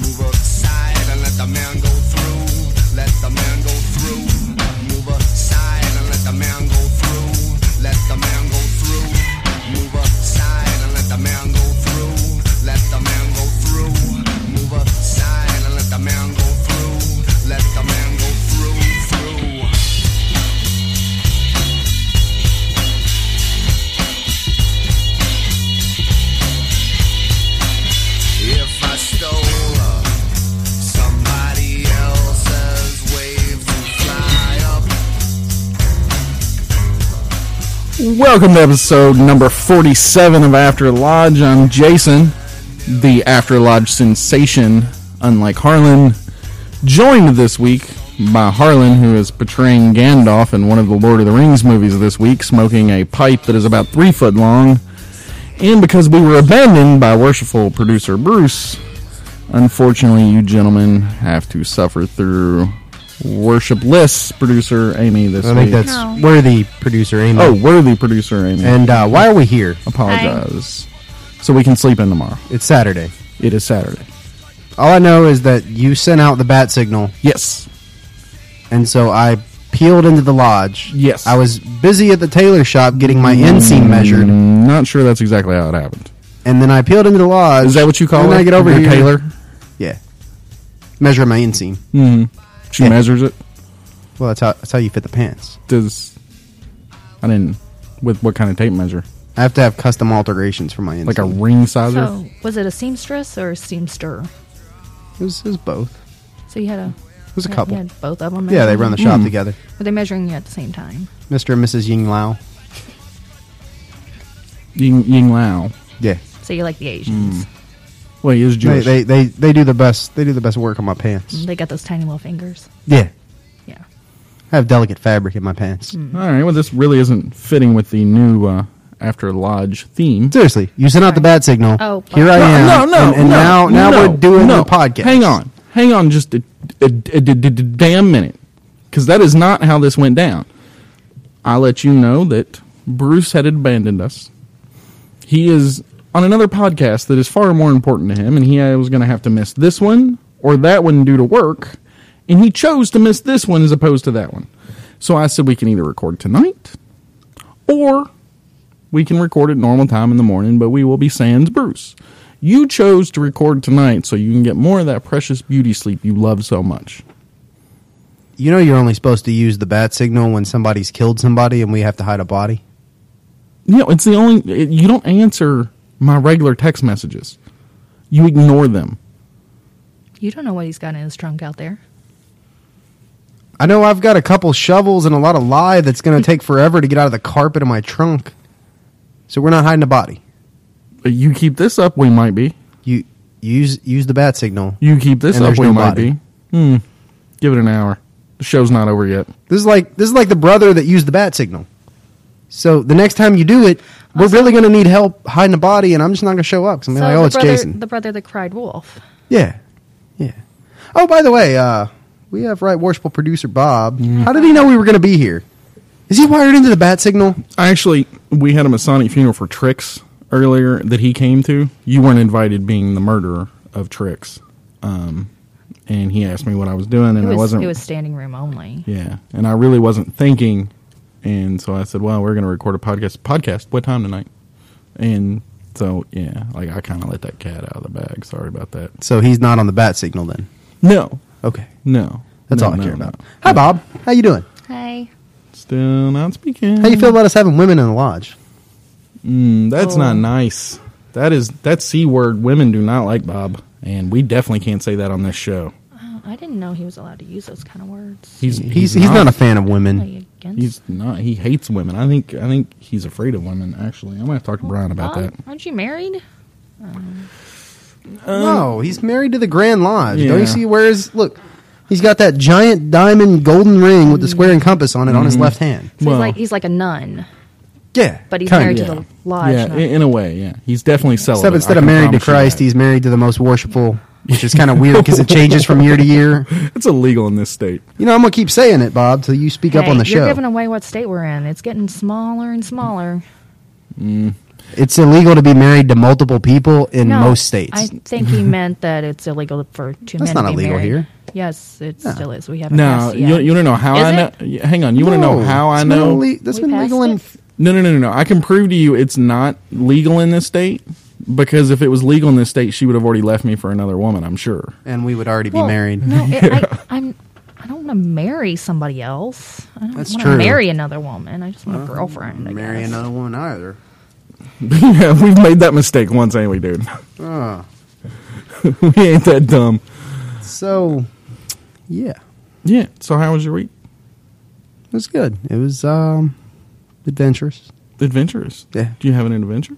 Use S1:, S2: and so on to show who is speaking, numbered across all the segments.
S1: Move aside and let the man go through. Let the man go through. Move aside and let the man go through. Let the man go through. Move aside and let the man go through. Let the man go through. Move aside and let the man go through. Let the man go through. Through. If I stole. a Somebody else's wave to fly up.
S2: Welcome to episode number 47 of After Lodge. I'm Jason, the After Lodge sensation, unlike Harlan. Joined this week by Harlan, who is portraying Gandalf in one of the Lord of the Rings movies this week, smoking a pipe that is about three foot long. And because we were abandoned by worshipful producer Bruce, unfortunately, you gentlemen have to suffer through worshipless producer Amy this
S3: I
S2: week.
S3: think that's
S4: No.
S3: worthy producer Amy.
S2: oh, worthy producer Amy.
S3: and uh, why are we here?
S2: apologize. So we can sleep in tomorrow.
S3: It's Saturday.
S2: It is Saturday.
S3: All I know is that you sent out the bat signal,
S2: Yes.
S3: and so I peeled into the lodge.
S2: Yes.
S3: I was busy at the tailor shop getting my inseam measured, and
S2: I'm not sure that's exactly how it happened.
S3: then I peeled into the lodge.
S2: Is that what you call
S3: and
S2: it?
S3: Then I get over
S2: Your
S3: here,
S2: Taylor.
S3: Yeah, measuring my inseam.
S2: She
S3: Yeah.
S2: measures it.
S3: Well, that's how that's how you fit the pants.
S2: Does I didn't with what kind of tape measure?
S3: I have to have custom alterations for my inseam.
S2: Like a ring sizer?
S4: So, was it a seamstress or a seamster?
S3: it was, it was both.
S4: So you had a.
S3: It was a
S4: you
S3: couple.
S4: had both of them.
S3: Yeah, they run the
S2: Hmm.
S3: shop together.
S4: Were they measuring you at the same time?
S3: Mr. and Mrs. Ying Lao.
S2: Ying, Ying Lao.
S3: Yeah,
S4: So you like the Asians?
S3: Mm.
S2: Well, he is
S3: they,
S2: Jewish.
S3: they they they do the best. They do the best work on my pants.
S4: They got those tiny little fingers.
S3: Yeah.
S4: Yeah.
S3: I have delicate fabric in my pants.
S2: All right. Well, this really isn't fitting with the new uh, After Lodge theme.
S3: Seriously, you sent out the bad signal.
S4: Oh,
S3: here I
S4: no,
S3: am.
S2: No, no,
S3: and, and
S2: no,
S3: now, now
S2: no,
S3: we're doing
S2: no.
S3: the podcast.
S2: Hang on, hang on, just a, a, a- a- a- a damn minute, because that is not how this went down. I let you know that Bruce had abandoned us. He is on another podcast that is far more important to him, and he was going to have to miss this one or that one due to work, and he chose to miss this one as opposed to that one. So I said we can either record tonight, or we can record at normal time in the morning, but we will be sans Bruce. You chose to record tonight so you can get more of that precious beauty sleep you love so much.
S3: You know you're only supposed to use the bat signal when somebody's killed somebody and we have to hide a body.
S2: You know, it's the only it, you don't answer my regular text messages. You ignore them.
S4: You don't know what he's got in his trunk out there.
S3: I know I've got a couple shovels and a lot of lye that's going to take forever to get out of the carpet in my trunk. So we're not hiding a body.
S2: But you keep this up, we might be.
S3: You you use use the bat signal.
S2: You keep this
S3: And
S2: up,
S3: there's
S2: we
S3: no
S2: might
S3: body.
S2: be. Hmm. Give it an hour. The show's not over yet.
S3: This is like this is like the brother that used the bat signal. So the next time you do it, we're really going to need help hiding a body, and I'm just not going to show up. 'cause I'm gonna be like, oh,
S4: the
S3: it's
S4: brother,
S3: Jason.
S4: The brother that cried wolf.
S3: Yeah. Yeah. Oh, by the way, uh, we have right worshipful producer Bob. How did he know we were going to be here? Is he wired into the bat signal?
S2: Actually, we had a Masonic funeral for Trix earlier that he came to. You weren't invited, being the murderer of Trix. Um, and he asked me what I was doing, and
S4: It
S2: I
S4: was,
S2: wasn't.
S4: it was standing room only.
S2: yeah, and I really wasn't thinking. And so I said, "Well, we're going to record a podcast. Podcast. What time tonight?" And So yeah, like I kind of let that cat out of the bag. Sorry about that.
S3: So he's not on the bat signal then.
S2: No,
S3: Okay.
S2: no,
S3: That's
S2: No,
S3: all I
S2: no,
S3: care
S2: no.
S3: about. Hi, Bob. How you doing?
S4: Hey.
S2: Still not speaking.
S3: How you feel about us having women in the lodge?
S2: Mm, that's
S4: Oh.
S2: not nice. That is that c word. Women do not like Bob, and we definitely can't say that on this show.
S4: Oh, I didn't know he was allowed to use those kind of words.
S2: He's
S3: He's he's not a fan of women.
S4: Really against
S2: He's not. He hates women. I think. I think he's afraid of women. Actually, I'm gonna have to talk to Brian about
S4: Oh,
S2: that.
S4: Aren't you married? Oh,
S3: No, he's married to the Grand Lodge. Don't
S2: Yeah.
S3: you see? Where's look? He's got that giant diamond golden ring with the square and compass on it on his left hand.
S4: So
S2: Well-
S4: he's like he's like a nun,
S3: Mm-hmm. Yeah,
S4: but he's
S3: kinda.
S4: married
S2: yeah.
S4: to the lodge.
S2: yeah,
S4: nun.
S2: in, in a way, yeah. He's definitely celibate.
S3: Except instead
S2: I
S3: of
S2: can
S3: married to
S2: promise you
S3: Christ,
S2: that.
S3: he's married to the most worshipful, which is kind of weird because it changes from year to year.
S2: it's illegal in this state.
S3: You know, I'm gonna keep saying it, Bob, till you speak up
S4: Hey,
S3: on the
S4: you're
S3: show.
S4: giving away what state we're in. It's getting smaller and smaller.
S3: it's illegal to be married to multiple people in most states.
S4: I think he meant that it's illegal for two
S3: That's
S4: men
S3: not
S4: to be
S3: illegal
S4: married.
S3: here.
S4: Yes, it still is. We haven't
S2: No,
S4: passed it
S2: you,
S4: yet.
S2: you don't know how
S4: Is
S2: I
S4: it?
S2: know. yeah, Hang on, you want to know how I
S3: It's been
S2: know?
S3: ille- that's
S4: We
S3: been
S4: passed
S3: legal in
S4: it?
S2: No, no, no, no, no. I can prove to you it's not legal in this state because if it was legal in this state, she would have already left me for another woman. I'm sure.
S3: and we would already
S4: Well,
S3: be married.
S4: No, it, I, I'm. I don't want to marry somebody else. I don't
S3: That's
S4: want
S3: true.
S4: to marry another woman. I just want a girlfriend. I
S3: marry
S4: guess.
S3: another woman either.
S2: yeah, we've made that mistake once, ain't we, dude?
S3: Ah.
S2: we ain't that dumb.
S3: So, yeah,
S2: Yeah. So how was your week?
S3: it was good. It was um, adventurous.
S2: Adventurous.
S3: Yeah.
S2: Do you have an adventure?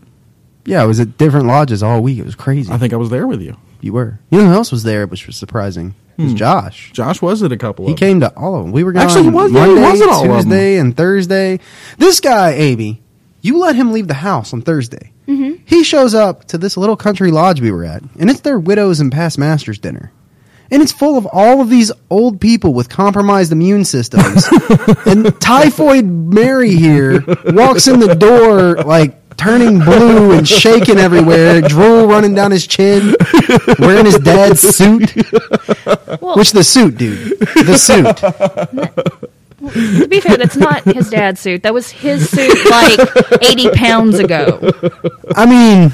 S3: Yeah, I was at different lodges all week. It was crazy.
S2: I think I was there with you.
S3: you were. You know who else was there, which was surprising? It
S2: Hmm.
S3: was Josh.
S2: Josh was at a couple.
S3: He
S2: of them.
S3: came to all of them. We were gone
S2: Actually, he was- yeah, he
S3: Monday,
S2: was at all of 'em.
S3: Tuesday, and Thursday. This guy, Amy, you let him leave the house on Thursday. Mm-hmm. He shows up to this little country lodge we were at, and it's their widows and past masters dinner. And it's full of all of these old people with compromised immune systems. and typhoid Mary here walks in the door like turning blue and shaking everywhere, drool running down his chin, wearing his dad's suit.
S4: Well,
S3: Which the suit, dude. The suit.
S4: to be fair, that's not his dad's suit. That was his suit like 80 pounds ago.
S3: I mean,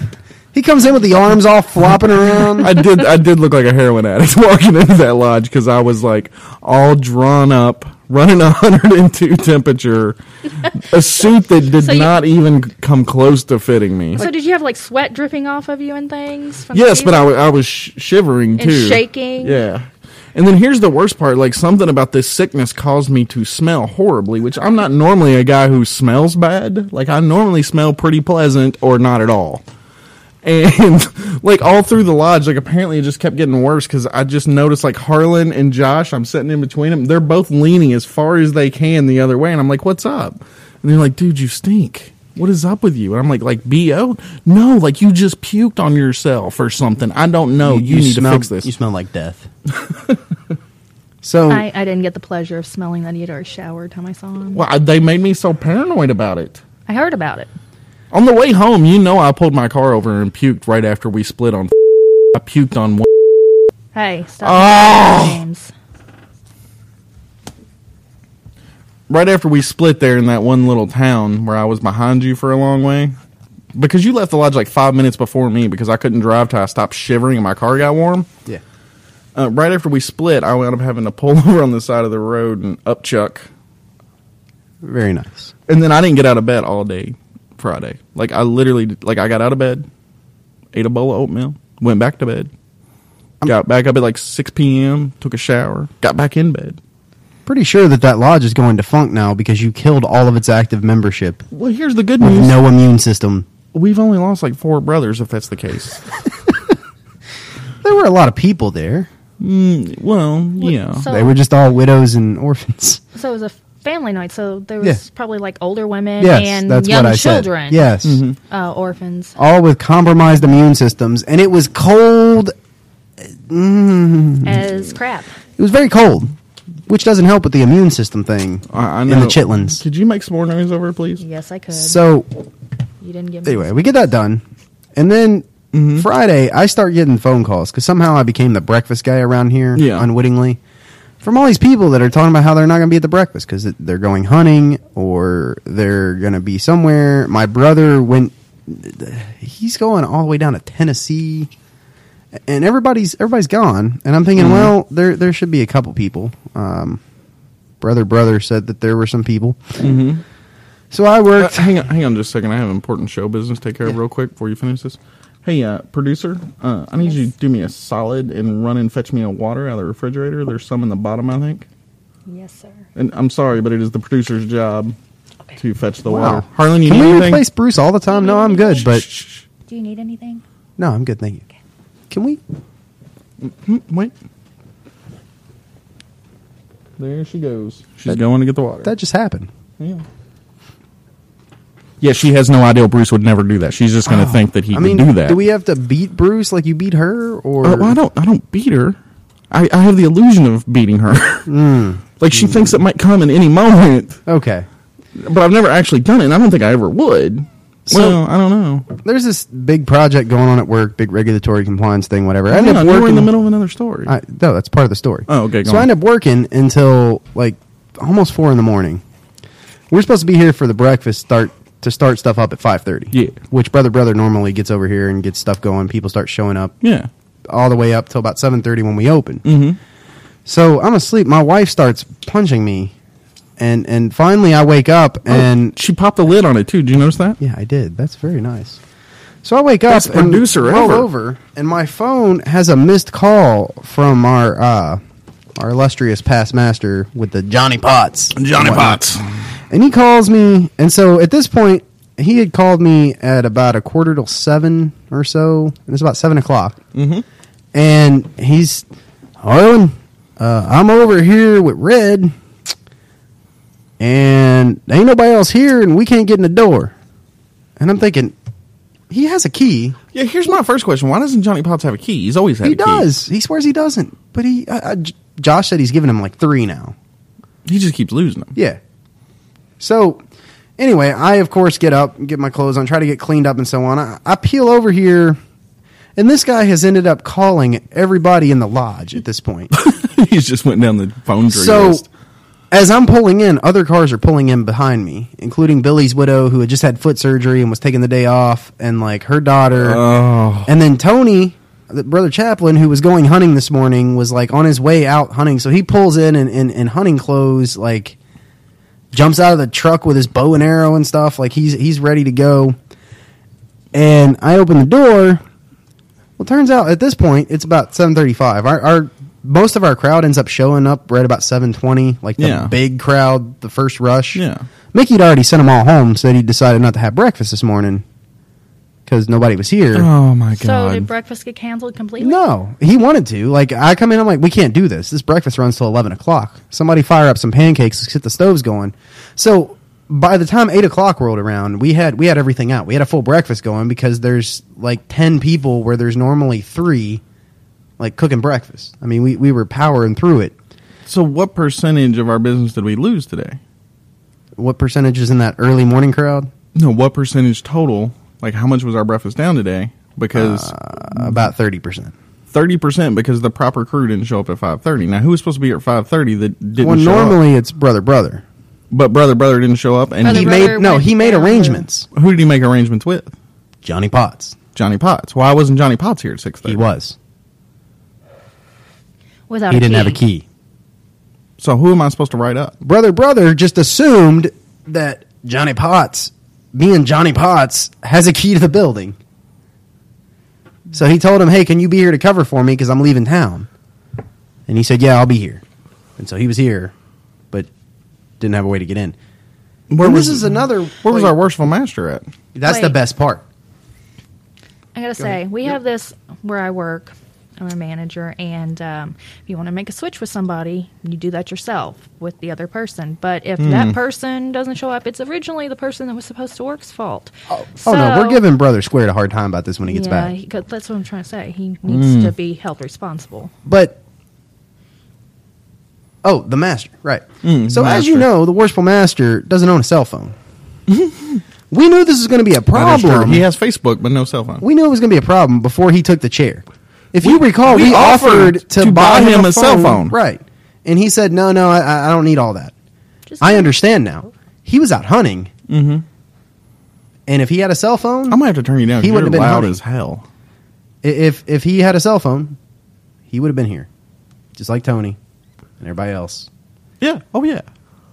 S3: he comes in with the arms all flopping around.
S2: I did. I did look like a heroin addict walking into that lodge because I was like all drawn up, running a hundred and two temperature, a suit that did
S4: So you-
S2: not even come close to fitting me.
S4: So did you have like sweat dripping off of you and things? From the
S2: yes, but
S4: fever?
S2: I, wa- I was sh- shivering
S4: And
S2: too,
S4: shaking.
S2: Yeah. And then here's the worst part: like something about this sickness caused me to smell horribly, which I'm not normally a guy who smells bad. Like I normally smell pretty pleasant or not at all. and like all through the lodge like apparently it just kept getting worse because i just noticed like harlan and josh i'm sitting in between them they're both leaning as far as they can the other way and i'm like what's up and they're like dude you stink what is up with you and i'm like like bo no like you just puked on yourself or something i don't know you, need
S3: smell,
S2: to fix this
S3: You smell like death. so
S4: I, I didn't get the pleasure of smelling that either. I showered time I saw him.
S2: well I, they made me so paranoid about it
S4: I heard about it.
S2: on the way home you know i pulled my car over and puked right after we split on i puked on one
S4: Hey, stop
S3: Oh.
S4: calling me names.
S2: right after we split there in that one little town where I was behind you for a long way, because you left the lodge like five minutes before me because I couldn't drive till I stopped shivering and my car got warm.
S3: yeah,
S2: Uh, right after we split, I wound up having to pull over on the side of the road and upchuck,
S3: very nice.
S2: and then I didn't get out of bed all day Friday. Like I literally, like I got out of bed, ate a bowl of oatmeal, went back to bed. Got back up at like 6 p.m., took a shower, got back in bed.
S3: Pretty sure that that lodge is going defunct now because you killed all of its active membership.
S2: Well, here's the good
S3: with
S4: Mm-hmm.
S2: news.
S3: No immune system.
S2: We've only lost like four brothers, if that's the case.
S3: There were a lot of people there.
S2: Well, yeah.
S4: So,
S3: They were just all widows and orphans.
S4: so it was a family night. So there was
S3: Yeah.
S4: probably like older women
S3: Yes,
S4: and
S3: that's
S4: young
S3: what I
S4: children.
S3: said. Yes,
S2: Mm-hmm.
S4: Uh, orphans.
S3: all with compromised immune systems, and it was cold. Mm-hmm.
S4: As crap.
S3: It was very cold, which doesn't help with the immune system thing
S2: I, I
S3: in
S2: know.
S3: the chitlins.
S2: Could you make some more noise over, please?
S4: Yes, I could.
S3: So
S4: you didn't give me
S3: anyway, we get that done, and then
S2: Mm-hmm.
S3: Friday I start getting phone calls because somehow I became the breakfast guy around here,
S2: Yeah.
S3: unwittingly, from all these people that are talking about how they're not going to be at the breakfast because they're going hunting or they're going to be somewhere. My brother went he's going all the way down to Tennessee, and everybody's everybody's gone. And I'm
S2: Mm-hmm.
S3: thinking, well, there there should be a couple people. Um, brother, brother said that there were some people. Mm-hmm. So I
S2: Uh,
S3: worked.
S2: hang on, hang on just a second. I have important show business to take care of real quick before you finish this. Hey, uh, producer, uh, I need you to do me a solid and run and fetch me a water out of the refrigerator. There's some in the bottom, I think.
S4: Yes, sir.
S2: And I'm sorry, but it is the producer's job to fetch the
S3: Wow,
S2: water. Harlan, you
S3: Can
S2: need
S3: we
S2: anything?
S3: replace Bruce all the time? No, I'm good, but
S4: Do you need anything?
S3: no, I'm good. Thank you. Can we?
S2: Wait. There she goes. She's going to get the water.
S3: That just happened.
S2: yeah. Yeah, she has no idea Bruce would never do that. She's just going to think that he
S3: Oh. I
S2: would
S3: mean,
S2: do that.
S3: we have to beat Bruce like you beat her, or
S2: Uh, well, I don't. I don't beat her. I, I have the illusion of beating her.
S3: Hmm.
S2: Like she thinks it might come in any moment,
S3: Okay.
S2: but I've never actually done it. and I don't think I ever would.
S3: So-
S2: well, I don't know.
S3: There's this big project going on at work, big regulatory compliance thing, whatever. I
S2: I
S3: ended
S2: know,
S3: up
S2: we're in
S3: working
S2: the middle of another story.
S3: I, no, that's part of the story.
S2: Oh, okay, go
S3: So
S2: on.
S3: I end up working until like almost four in the morning. We're supposed to be here for the breakfast start to start stuff up at five thirty.
S2: Yeah.
S3: Which brother brother normally gets over here and gets stuff going. People start showing up
S2: yeah.
S3: all the way up till about seven thirty when we open.
S2: Mm-hmm.
S3: So I'm asleep. My wife starts punching me, and and finally I wake up
S2: Oh.
S3: and
S2: she popped the lid on it too. Did you notice that?
S3: yeah, I did. That's very nice. So I wake up
S2: Best
S3: and
S2: producer
S3: roll
S2: ever.
S3: over, and my phone has a missed call from our uh, our illustrious past master with the Johnny Potts.
S2: Johnny Potts.
S3: And he calls me, and so at this point, he had called me at about a quarter till seven or so, and it's about seven o'clock. Mm-hmm. And he's, Harlan, uh, I'm over here with Red, and ain't nobody else here, and we can't get in the door. And I'm thinking, he has a key.
S2: Yeah. Here's my first question: Why doesn't Johnny Potts have a key? He's always had.
S3: He
S2: a key.
S3: does. He swears he doesn't, but he. I, I- J- Josh said he's given him like three now.
S2: He just keeps losing them.
S3: Yeah. So, anyway, I of course get up, get my clothes on, try to get cleaned up, and so on. I, I peel over here, and this guy has ended up calling everybody in the lodge at this point.
S2: He's just went down the phone.
S3: so,
S2: list.
S3: as I'm pulling in, other cars are pulling in behind me, including Billy's widow, who had just had foot surgery and was taking the day off, and like her daughter,
S2: Oh,
S3: and then Tony. the Brother Chaplin, who was going hunting this morning, was like on his way out hunting. So he pulls in in, in, in hunting clothes, like jumps out of the truck with his bow and arrow and stuff. Like he's he's ready to go. And I open the door. Well, turns out at this point it's about seven thirty-five. Our, our most of our crowd ends up showing up right about seven twenty, like the
S2: Yeah.
S3: big crowd, the first rush.
S2: Yeah.
S3: Mickey'd already sent them all home, so he decided not to have breakfast this morning because nobody was here.
S2: Oh my
S4: So
S2: god.
S4: did breakfast get canceled completely?
S3: No, he wanted to. Like I come in, I'm like, we can't do this. This breakfast runs till eleven o'clock. Somebody fire up some pancakes, let's get the stoves going. So by the time eight o'clock rolled around, we had we had everything out. We had a full breakfast going because there's like ten people where there's normally three, like cooking breakfast. I mean, we we were powering through it.
S2: so what percentage of our business did we lose today?
S3: What percentage is in that early morning crowd?
S2: No, what percentage total? Like, how much was our breakfast down today? Because
S3: Uh, about thirty percent.
S2: thirty percent, because the proper crew didn't show up at five thirty. Now, who was supposed to be here at five thirty that didn't
S3: Well,
S2: show up?
S3: normally it's brother brother.
S2: But brother, brother didn't show up, and
S4: Brother,
S3: He
S2: he,
S3: made no,
S4: went
S3: he made
S4: down to-
S3: arrangements.
S2: who did he make arrangements with?
S3: Johnny Potts,
S2: Johnny Potts. Why wasn't Johnny Potts here at six
S3: he
S2: thirty?
S3: was.
S4: Without
S3: He
S4: a
S3: didn't
S4: key.
S3: have a key.
S2: So who am I supposed to write up?
S3: brother brother just assumed that Johnny Potts, being Johnny Potts, has a key to the building. So he told him, "Hey, can you be here to cover for me because I'm leaving town?" And he said, "Yeah, I'll be here." And so he was here, but didn't have a way to get in.
S2: Where
S3: And
S2: was
S3: this is another.
S2: where was our worshipful master at?
S3: That's the
S4: Wait.
S3: best part.
S4: I gotta say, we have this where I work. I'm a manager, and um, if you want to make a switch with somebody, you do that yourself with the other person. But
S3: Hmm.
S4: if that person doesn't show up, it's originally the person that was supposed to work's fault. Oh,
S3: oh no, we're giving brother squared a hard time about this when he gets
S4: yeah,
S3: back. Hmm.
S4: he could- that's what I'm trying to say. He needs to be held responsible.
S3: But oh, the master, right? so as
S2: master.
S3: you know, Mm, the worshipful master doesn't own a cell phone. we knew this was going to be a
S2: That is true.
S3: problem.
S2: He has Facebook, but no cell phone.
S3: we knew it was going to be a problem before he took the chair. If you recall, we, offered, to, buy, him, a,
S2: cell phone.
S3: right? And he said, "No, no, I, I don't need all that.
S4: Just
S3: I understand now. He was out hunting. Mm-hmm. And if he had a cell phone,
S2: I might have to turn you down.
S3: He
S2: He would
S3: would've
S2: have
S3: been
S2: been loud
S3: hungry.
S2: as hell.
S3: I- if if he had a cell phone, he would have been here, just like Tony and everybody else.
S2: Yeah. Oh yeah.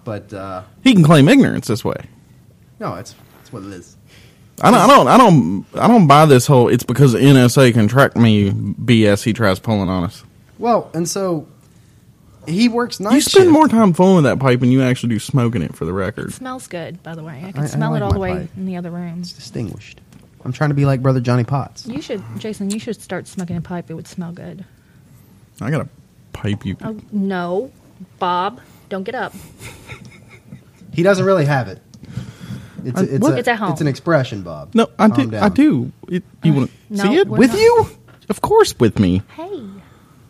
S3: But uh,
S2: He can claim ignorance this way.
S3: no, it's it's what it is.
S2: I don't, I don't, I don't, I don't buy this whole. It's because NSA can track me BS. He tries pulling on us.
S3: Well, and so he works night.
S2: You spend
S3: shift.
S2: more time fooling with that pipe than you actually do smoking it. For the record,
S4: Smells good, by the way. I
S3: I-
S4: can
S3: I
S4: smell
S3: like
S4: it all the
S3: my
S4: way
S3: pipe.
S4: in the other rooms.
S3: distinguished. I'm trying to be like brother Johnny Potts.
S4: You should, Jason. You should start smoking a pipe. It would smell good.
S2: I got a pipe you.
S4: Oh no, Bob, don't get up.
S3: He doesn't really have it. It's
S2: I-
S3: a, it's,
S2: what?
S3: a,
S4: It's at home.
S3: an expression, Bob.
S2: No, I
S3: Calm
S2: do.
S3: down.
S2: I do. It, you want to
S4: no,
S2: see it
S4: we're
S2: with
S4: not-
S2: you? Of course, with me.
S4: Hey,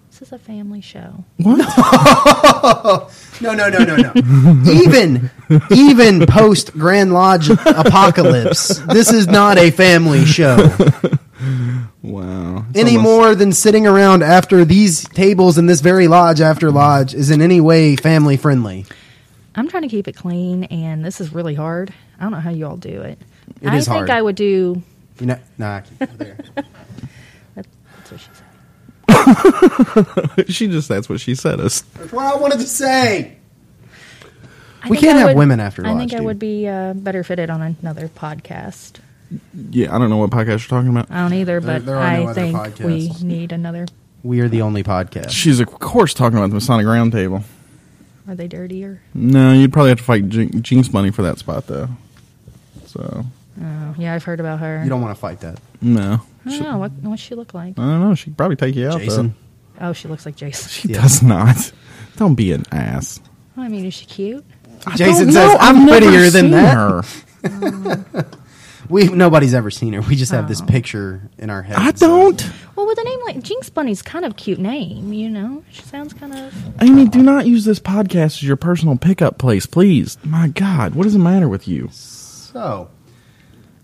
S4: this is a family show.
S3: No, no, no, no, no. even even post Grand Lodge apocalypse, this is not a family show
S2: Wow. It's
S3: any
S2: almost-
S3: more than sitting around after these tables in this very lodge after lodge is in any way family friendly.
S4: I'm trying to keep it clean, and this is really hard. I don't know how you all do it.
S3: It
S4: I
S3: is
S4: think
S3: hard.
S4: I would do.
S3: You know, nah, I can't- there.
S4: That's what she said.
S2: she just. That's what she said. Us.
S3: That's what I wanted to say.
S4: I
S3: We
S4: think
S3: can't
S4: I
S3: have
S4: would-
S3: women after
S4: I
S3: lodge,
S4: think I
S3: dude.
S4: would be uh, better fitted on another podcast.
S2: Yeah. I don't know what podcast you're talking about.
S4: I don't either, but
S3: there are
S4: I
S3: no other
S4: think we
S3: podcasts.
S4: need another.
S3: We are the only podcast.
S2: She's of course talking about the Masonic Roundtable.
S4: Are they dirtier?
S2: No, you'd probably have to fight Jin- Jinx Money for that spot though. So
S4: Oh, yeah, I've heard about her.
S3: You don't want to fight that,
S2: no.
S4: I don't know what what's she look like.
S2: I don't know. She'd probably take you out.
S3: Jason.
S2: Though.
S4: Oh, she looks like Jason.
S2: She does not. Don't be an ass.
S4: I mean, is she cute?
S3: Jason
S2: Don't
S3: says,
S2: know.
S3: "I'm
S2: I've never
S3: prettier
S2: seen
S3: than that."
S2: her.
S3: We nobody's ever seen her. We just have this
S4: Oh.
S3: picture in our heads.
S2: I don't.
S4: Well, with a name like Jinx Bunny's kind of cute name, you know. She sounds kind of.
S2: Amy, do not use this podcast as your personal pickup place, please. My God, what is the matter with you?
S3: So,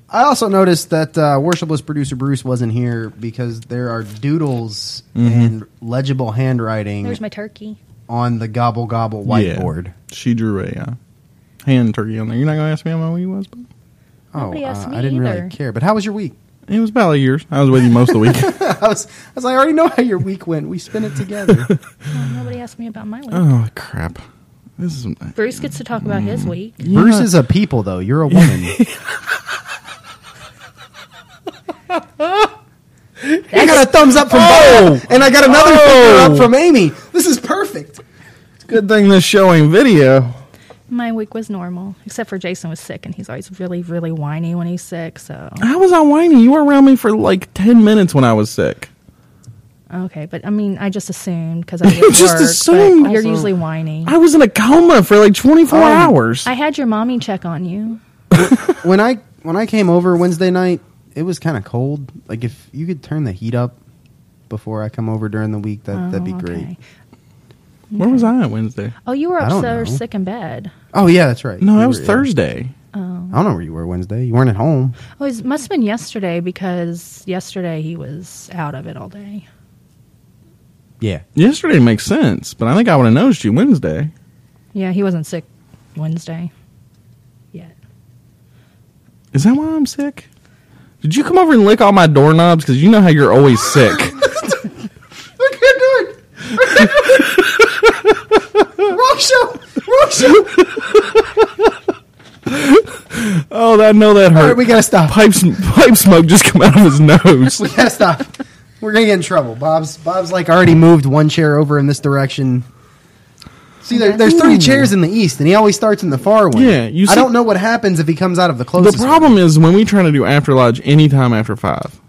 S3: I also noticed that uh, worshipless producer Bruce wasn't here because there are doodles
S2: Mm-hmm.
S3: and legible handwriting
S4: There's my turkey.
S3: on the gobble gobble whiteboard.
S2: Yeah. She drew a uh, hand turkey on there. You're not going to ask me how my week was? But
S3: Oh,
S4: Nobody asked
S3: uh,
S4: me
S3: I didn't
S4: either.
S3: really care. But how was your week?
S2: it was about a year. I was with you most of the week.
S3: I was, I was like, I already know how your week went. We spent it together.
S4: Well, nobody asked me about my week.
S2: oh crap! This is
S4: Bruce gets to talk about his week.
S3: Bruce is a people, though. You're a woman. I got a thumbs up from
S2: Oh.
S3: Bo, and I got another thumbs up from Amy. This is perfect.
S2: good thing this show ain't video.
S4: My week was normal, except for Jason was sick, and he's always really, really whiny when he's sick. So
S2: How was I whiny? You were around me for like ten minutes when I was sick.
S4: okay, but I mean, I just assumed because I was at
S2: You just
S4: work, but
S2: assumed.
S4: You're usually whiny.
S2: I was in a coma for like twenty
S3: Oh,
S2: four hours.
S4: I had your mommy check on you.
S3: When I when I came over Wednesday night, it was kind of cold. Like if you could turn the heat up before I come over during the week, that that'd be
S4: Oh,
S3: great.
S4: okay.
S2: Where was I on Wednesday?
S4: Oh, you were
S3: I don't
S4: upstairs
S3: know.
S4: sick in bed.
S3: Oh yeah, that's right.
S2: No,
S3: You
S2: that was
S3: were ill.
S2: Thursday.
S3: I don't know where you were Wednesday. You weren't at home.
S4: Oh, it must have been yesterday because yesterday he was out of it all day.
S3: Yeah.
S2: Yesterday makes sense, but I think I would have noticed you Wednesday.
S4: Yeah, he wasn't sick Wednesday yet.
S2: Is that why I'm sick? Did you come over and lick all my doorknobs? Because you know how you're always sick.
S3: Look at you doing. Wrong show. Wrong show.
S2: oh, I know that
S3: All
S2: hurt.
S3: right, we gotta stop.
S2: pipe, sm- pipe smoke just come out of his nose.
S3: We gotta stop. We're gonna get in trouble. Bob's Bob's like already moved one chair over in this direction. See, there, there's three chairs in the east, and he always starts in the far one.
S2: Hmm. Yeah, you
S3: I
S2: see-
S3: don't know what happens if he comes out of the
S2: the
S3: closest.
S2: problem is when we try to do after lodge anytime after five.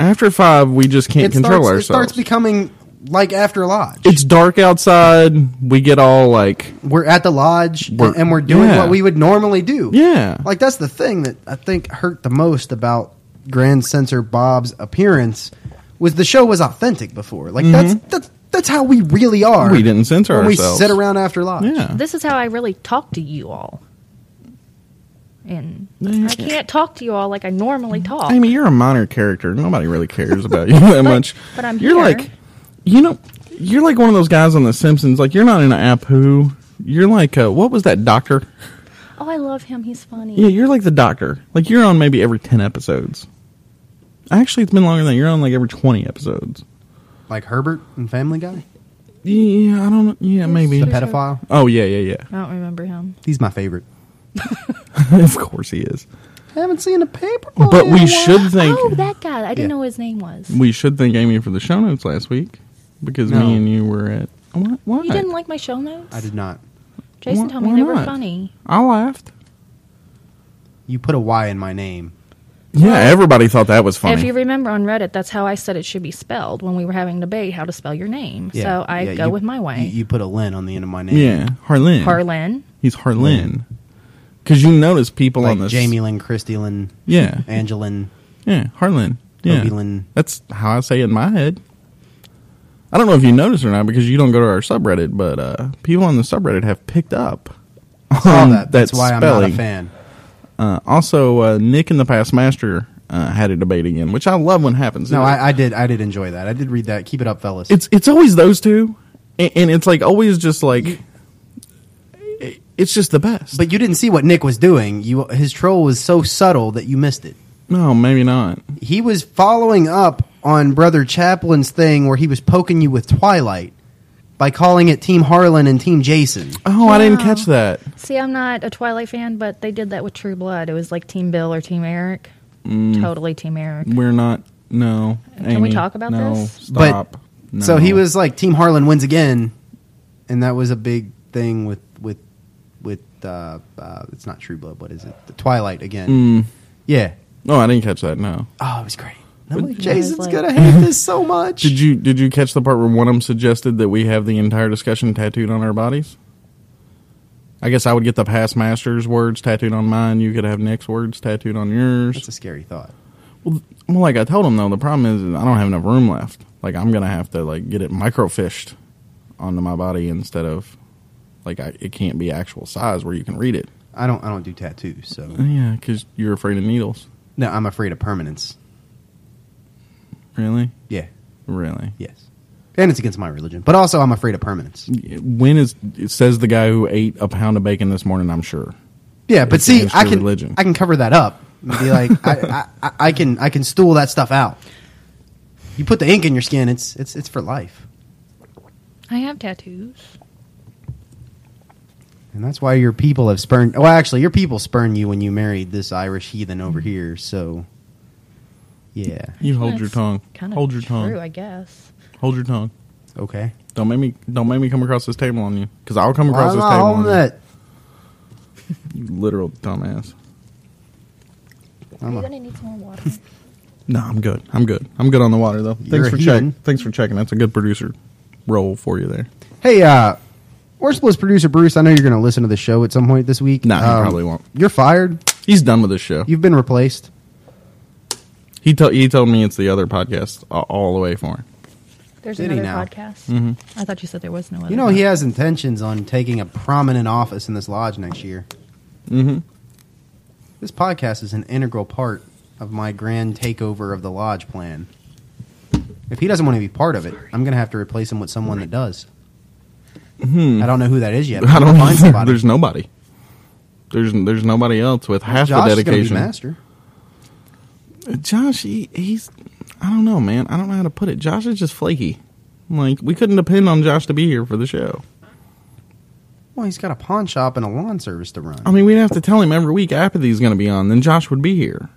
S2: After five, we just
S3: one.
S2: can't
S3: it
S2: control
S3: starts, It
S2: ourselves.
S3: starts becoming like after lodge.
S2: it's dark outside. We get all like,
S3: We're at the lodge,
S2: We're-
S3: and we're doing
S2: yeah.
S3: what we would normally do.
S2: yeah,
S3: Like that's the thing that I think hurt the most about Grand Censor Bob's appearance was the show was authentic before. Like that's that's that's how we really are.
S2: Mm-hmm. We didn't censor
S3: when
S2: ourselves.
S3: We sit around after lodge.
S2: yeah.
S4: This is how I really talk to you all. And
S2: Yeah. Mm-hmm.
S4: I can't talk to you all like I normally talk.
S2: Amy, you're a minor character. Nobody really cares about you that much.
S4: but I'm
S2: you're
S4: here.
S2: like, you know, you're like one of those guys on The Simpsons. Like you're not an Apu. You're like, uh, what was that doctor?
S4: Oh, I love him. He's funny.
S2: Yeah, you're like the doctor. Like you're on maybe every ten episodes. Actually, it's been longer than that. You're on like every twenty episodes.
S3: Like Herbert and Family Guy,
S2: Yeah, I don't. know. Yeah, maybe.
S3: the pedophile.
S2: Oh yeah, yeah,
S4: I don't remember him.
S3: He's my favorite.
S2: yeah. of course he is.
S3: I haven't seen a paper.
S2: But we should think
S4: Oh, that guy. I didn't
S3: Yeah.
S4: know what his name was.
S2: we should thank Amy for the show notes last week because
S3: No.
S2: me and you were at. What? Why?
S4: You didn't like my show notes?
S3: I did not.
S4: Jason
S2: Why-
S4: told me
S2: why
S4: they were
S2: not?
S4: funny.
S2: I laughed.
S3: You put a Y in my name.
S2: Yeah, everybody thought that was
S4: If
S2: funny.
S4: you remember on Reddit, that's how I said it should be spelled when we were having a debate how to spell your name.
S3: Yeah,
S4: so I
S3: yeah,
S4: go
S3: you-
S4: with my way.
S3: You, you put a Lynn on the end of my name.
S2: yeah, Harlan.
S4: Harlan.
S2: He's Harlan. Because you notice people
S3: like
S2: on this.
S3: Jamie Lynn, Christy Lynn,
S2: Yeah,
S3: Angelin.
S2: yeah, Harlan. Yeah,
S3: Toby Lynn.
S2: That's how I say it in my head. I don't know if you noticed or not because you don't go to our subreddit, but uh, people on the subreddit have picked up
S3: All
S2: on
S3: that. That's why I'm not
S2: spelling.
S3: a fan.
S2: Uh, also, uh, Nick and the Past Master uh, had a debate again, which I love when it happens.
S3: No, I, I did. I did enjoy that. I did read that. Keep it up, fellas.
S2: it's it's always those two, and, and it's like always just like it- it's just the best.
S3: but you didn't see what Nick was doing. You his troll was so subtle that you missed it.
S2: no, maybe not.
S3: He was following up on Brother Chaplin's thing where he was poking you with Twilight by calling it Team Harlan and Team Jason.
S2: Oh, I didn't
S4: Wow.
S2: catch that.
S4: See, I'm not a Twilight fan, but they did that with True Blood. It was like Team Bill or Team Eric.
S2: Mm.
S4: Totally Team Eric.
S2: We're not. No.
S4: Can we
S2: Amy,
S4: talk about
S2: no,
S4: this?
S2: Stop. no.
S3: So he was like Team Harlan wins again, and that was a big thing with with with uh, uh, it's not True Blood. What is it? The Twilight
S2: Hmm.
S3: again. Yeah.
S2: No, I didn't catch that. No.
S3: Oh, it was great. And I'm like,
S4: Yeah, it was
S3: Jason's
S4: like-
S3: gonna hate this so much.
S2: Did you did you catch the part where one of them suggested that we have the entire discussion tattooed on our bodies? I guess I would get the past master's words tattooed on mine. You could have Nick's words tattooed on
S3: That's
S2: yours.
S3: a scary thought.
S2: Well, well, like I told him though, the problem is I don't have enough room left. Like I'm gonna have to like get it microfished onto my body instead of like I, it can't be actual size where you can read it.
S3: I don't. I don't do tattoos. So
S2: Yeah, because you're afraid of needles.
S3: no, I'm afraid of permanence.
S2: Really,
S3: Yeah.
S2: really.
S3: Yes. And it's against my religion, but also I'm afraid of permanence.
S2: When is it says the guy who ate a pound of bacon this morning? I'm sure.
S3: Yeah, but
S2: It's
S3: see,
S2: against
S3: I
S2: your
S3: can
S2: religion.
S3: I can cover that up. And be like, I, I, I, I can I can stool that stuff out. You put the ink in your skin, it's it's it's for life,
S4: I have tattoos.
S3: and that's why your people have spurned. Well, actually, your people spurned you when you married this Irish heathen over
S2: Mm-hmm.
S3: here. So, yeah,
S2: You hold your tongue.
S4: Kind of
S2: hold your
S4: true,
S2: tongue.
S4: I guess.
S2: Hold your tongue.
S3: okay.
S2: Don't make me. Don't make me come across this table on you. Because I'll come across
S3: Well,
S2: this table
S3: I'll
S2: on
S3: admit,
S2: you. You literal dumbass.
S4: Are you gonna need some more water?
S2: No, I'm good. I'm good. I'm good on the water though.
S3: You're
S2: Thanks
S3: a
S2: for
S3: heathen.
S2: checking. Thanks for checking. That's a good producer role for you there.
S3: Hey, uh, Worthless producer Bruce, I know you're going to listen to the show at some point this week. Um,
S2: Nah, he probably won't.
S3: You're fired.
S2: He's done with this show.
S3: You've been replaced.
S2: he told he told me it's the other podcast a- all the way for him.
S4: There's
S3: Did he
S4: another
S3: now?
S4: podcast. I thought you said there was no other.
S3: You know, he has intentions on taking a prominent office in this lodge next year. Mm-hmm. This podcast is an integral part of my grand takeover of the lodge plan. If he doesn't want to be part of it, I'm going to have to replace him with someone that does. I don't know who that is yet. but
S2: Mm-hmm. I
S3: I'm
S2: don't
S3: gonna
S2: know.
S3: find somebody.
S2: There's nobody. There's there's nobody else with half
S3: Josh
S2: the
S3: is gonna be
S2: dedication.
S3: master.
S2: Josh, he, he's I don't know, man. I don't know how to put it. Josh is just flaky. Like we couldn't depend on Josh to be here for the show.
S3: Well, he's got a pawn shop and a lawn service to run.
S2: I mean, we'd have to tell him every week apathy's going to be on, then Josh would be here.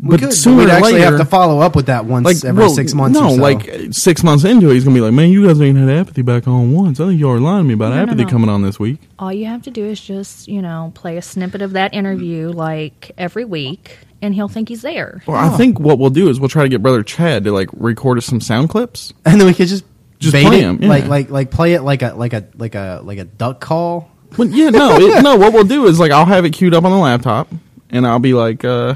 S3: We could, but we'd actually have to follow up with that once
S2: like
S3: every
S2: well,
S3: six months.
S2: No,
S3: or so.
S2: like uh, six months into it, he's going to be like, "Man, you guys ain't had apathy back on once. I think y'all are lying to me about
S4: No, no,
S2: apathy
S4: no.
S2: coming on this week."
S4: All you have to do is just, you know, play a snippet of that interview like every week, and he'll think he's there.
S2: Well, I think what we'll do is we'll try to get brother Chad to like record us some sound clips.
S3: and then we could just
S2: Just
S3: bait
S2: play
S3: it,
S2: him, yeah.
S3: like like like play it like a like a like a like a duck call.
S2: But yeah, no, it, no. What we'll do is like I'll have it queued up on the laptop, and I'll be like, uh,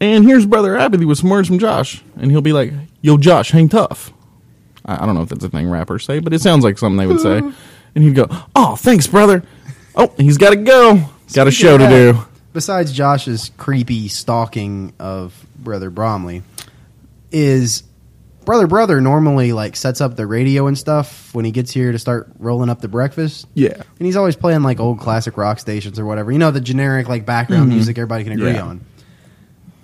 S2: "And here's brother Apathy with some words from Josh," and he'll be like, "Yo, Josh, hang tough." I, I don't know if that's a thing rappers say, but it sounds like something they would say. And he'd go, "Oh, thanks, brother. Oh, he's got to go. Got a show to do."
S3: Besides Josh's creepy stalking of brother Bromley, is brother brother normally like sets up the radio and stuff when he gets here to start rolling up the breakfast.
S2: Yeah.
S3: And he's always playing like old classic rock stations or whatever. You know the generic like background music everybody can agree
S2: Mm-hmm. Yeah.
S3: on.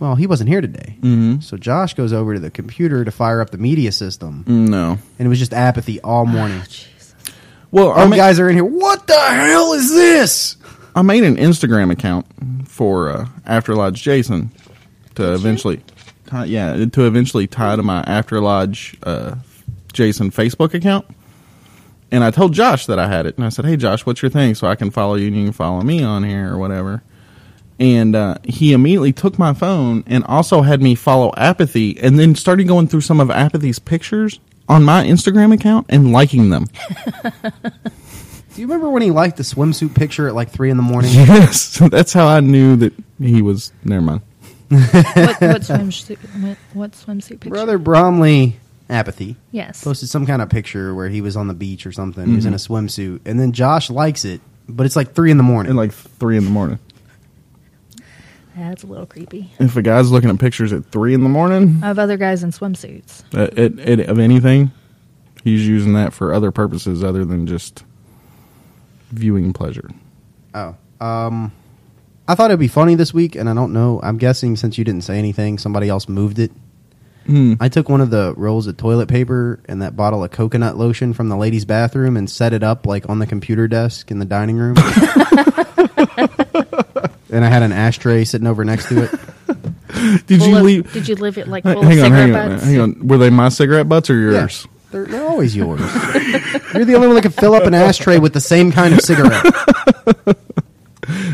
S3: Well, he wasn't here today. Mm-hmm. So Josh goes over to the computer to fire up the media system
S2: No.
S3: and it was just apathy all morning.
S2: Well, I
S3: Our
S2: ma-
S3: guys are in here. What the hell is this?
S2: I made an Instagram account for uh, After Lodge Jason to eventually, tie, yeah, to eventually tie to my After Lodge uh, Jason Facebook account. And I told Josh that I had it, and I said, "Hey, Josh, what's your thing? So I can follow you, and you can follow me on here or whatever." And uh, he immediately took my phone and also had me follow Apathy, and then started going through some of Apathy's pictures on my Instagram account and liking them.
S3: Do you remember when he liked the swimsuit picture at like three in the morning?
S2: yes, that's how I knew that he was. Never mind.
S4: what, what swimsuit? What, what swimsuit picture?
S3: Brother Bromley apathy
S4: Yes.
S3: posted some kind of picture where he was on the beach or something. He was in a swimsuit, and then Josh likes it, but it's like three in the morning.
S2: at like three in the morning.
S4: That's a little creepy.
S2: If a guy's looking at pictures at three in the morning
S4: Of other guys in swimsuits.
S2: uh, it, it, of anything, he's using that for other purposes other than just viewing pleasure.
S3: oh, um, I thought it'd be funny this week, and I don't know. I'm guessing since you didn't say anything, somebody else moved it.
S2: Hmm.
S3: I took one of the rolls of toilet paper and that bottle of coconut lotion from the ladies' bathroom and set it up like on the computer desk in the dining room. and I had an ashtray sitting over next to it.
S2: Did
S4: Full
S2: you
S4: of-
S2: leave?
S4: Did you leave it like
S2: Hang
S4: full
S2: on,
S4: of cigarette
S2: hang on,
S4: butts?
S2: hang on. Were they my cigarette butts or yours?
S3: Yeah, they're, they're always yours. You're the only one that can fill up an ashtray with the same kind of cigarette.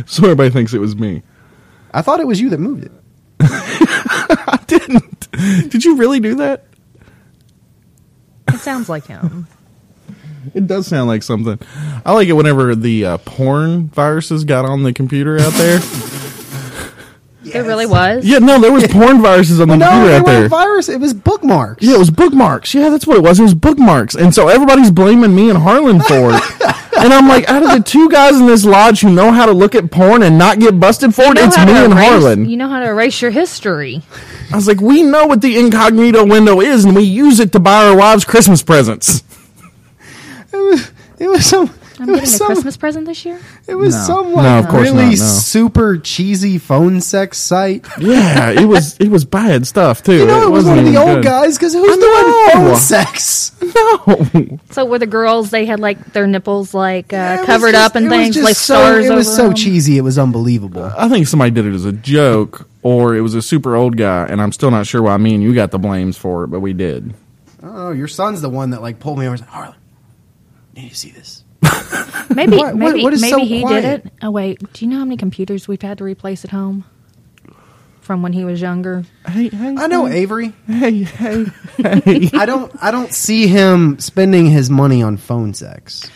S2: So everybody thinks it was me.
S3: I thought it was you that moved it.
S2: I didn't. Did you really do that?
S4: It sounds like him.
S2: It does sound like something. I like it whenever the uh, porn viruses got on the computer out there.
S4: There really was.
S2: yeah, no, there was porn viruses on the
S3: No,
S2: computer
S3: they
S2: out
S3: were
S2: there.
S3: a virus. It was bookmarks.
S2: Yeah, it was bookmarks. Yeah, that's what it was. It was bookmarks. And so everybody's blaming me and Harlan for it. and I'm like, out of the two guys in this lodge who know how to look at porn and not get busted for it,
S4: You know
S2: it's
S4: how
S2: me
S4: to
S2: and
S4: erase-
S2: Harlan.
S4: You know how to erase your history.
S2: I was like, we know what the incognito window is, and we use it to buy our wives Christmas presents.
S3: It was some.
S4: I'm getting a
S3: it was some.
S4: Christmas present this year.
S3: It was
S2: No.
S3: some
S2: No,
S3: like
S2: of course
S3: really
S2: not, no.
S3: super cheesy phone sex site.
S2: Yeah, it was it was bad stuff too.
S3: You know, it, was one of the
S2: wasn't
S3: old
S2: even good.
S3: guys because who's
S2: know.
S3: doing phone sex?
S4: So were the girls? They had like their nipples like uh,
S3: It was
S4: covered
S3: just-
S4: up and
S3: it was
S4: things
S3: just
S4: like
S3: so,
S4: stars.
S3: It was
S4: over
S3: so
S4: them.
S3: cheesy. It was unbelievable.
S2: I think somebody did it as a joke, or it was a super old guy, and I'm still not sure why me and you got the blames for it, but we did.
S3: oh, your son's the one that like pulled me over and said, "Harlan, you need to see this."
S4: Maybe
S3: What- what-
S4: maybe
S3: what is
S4: maybe
S3: so
S4: he
S3: quiet?
S4: did it. Oh wait, do you know how many computers we've had to replace at home from when he was younger?
S2: Hey, hey,
S3: I know Avery.
S2: hey, hey.
S3: I don't. I don't see him spending his money on phone sex.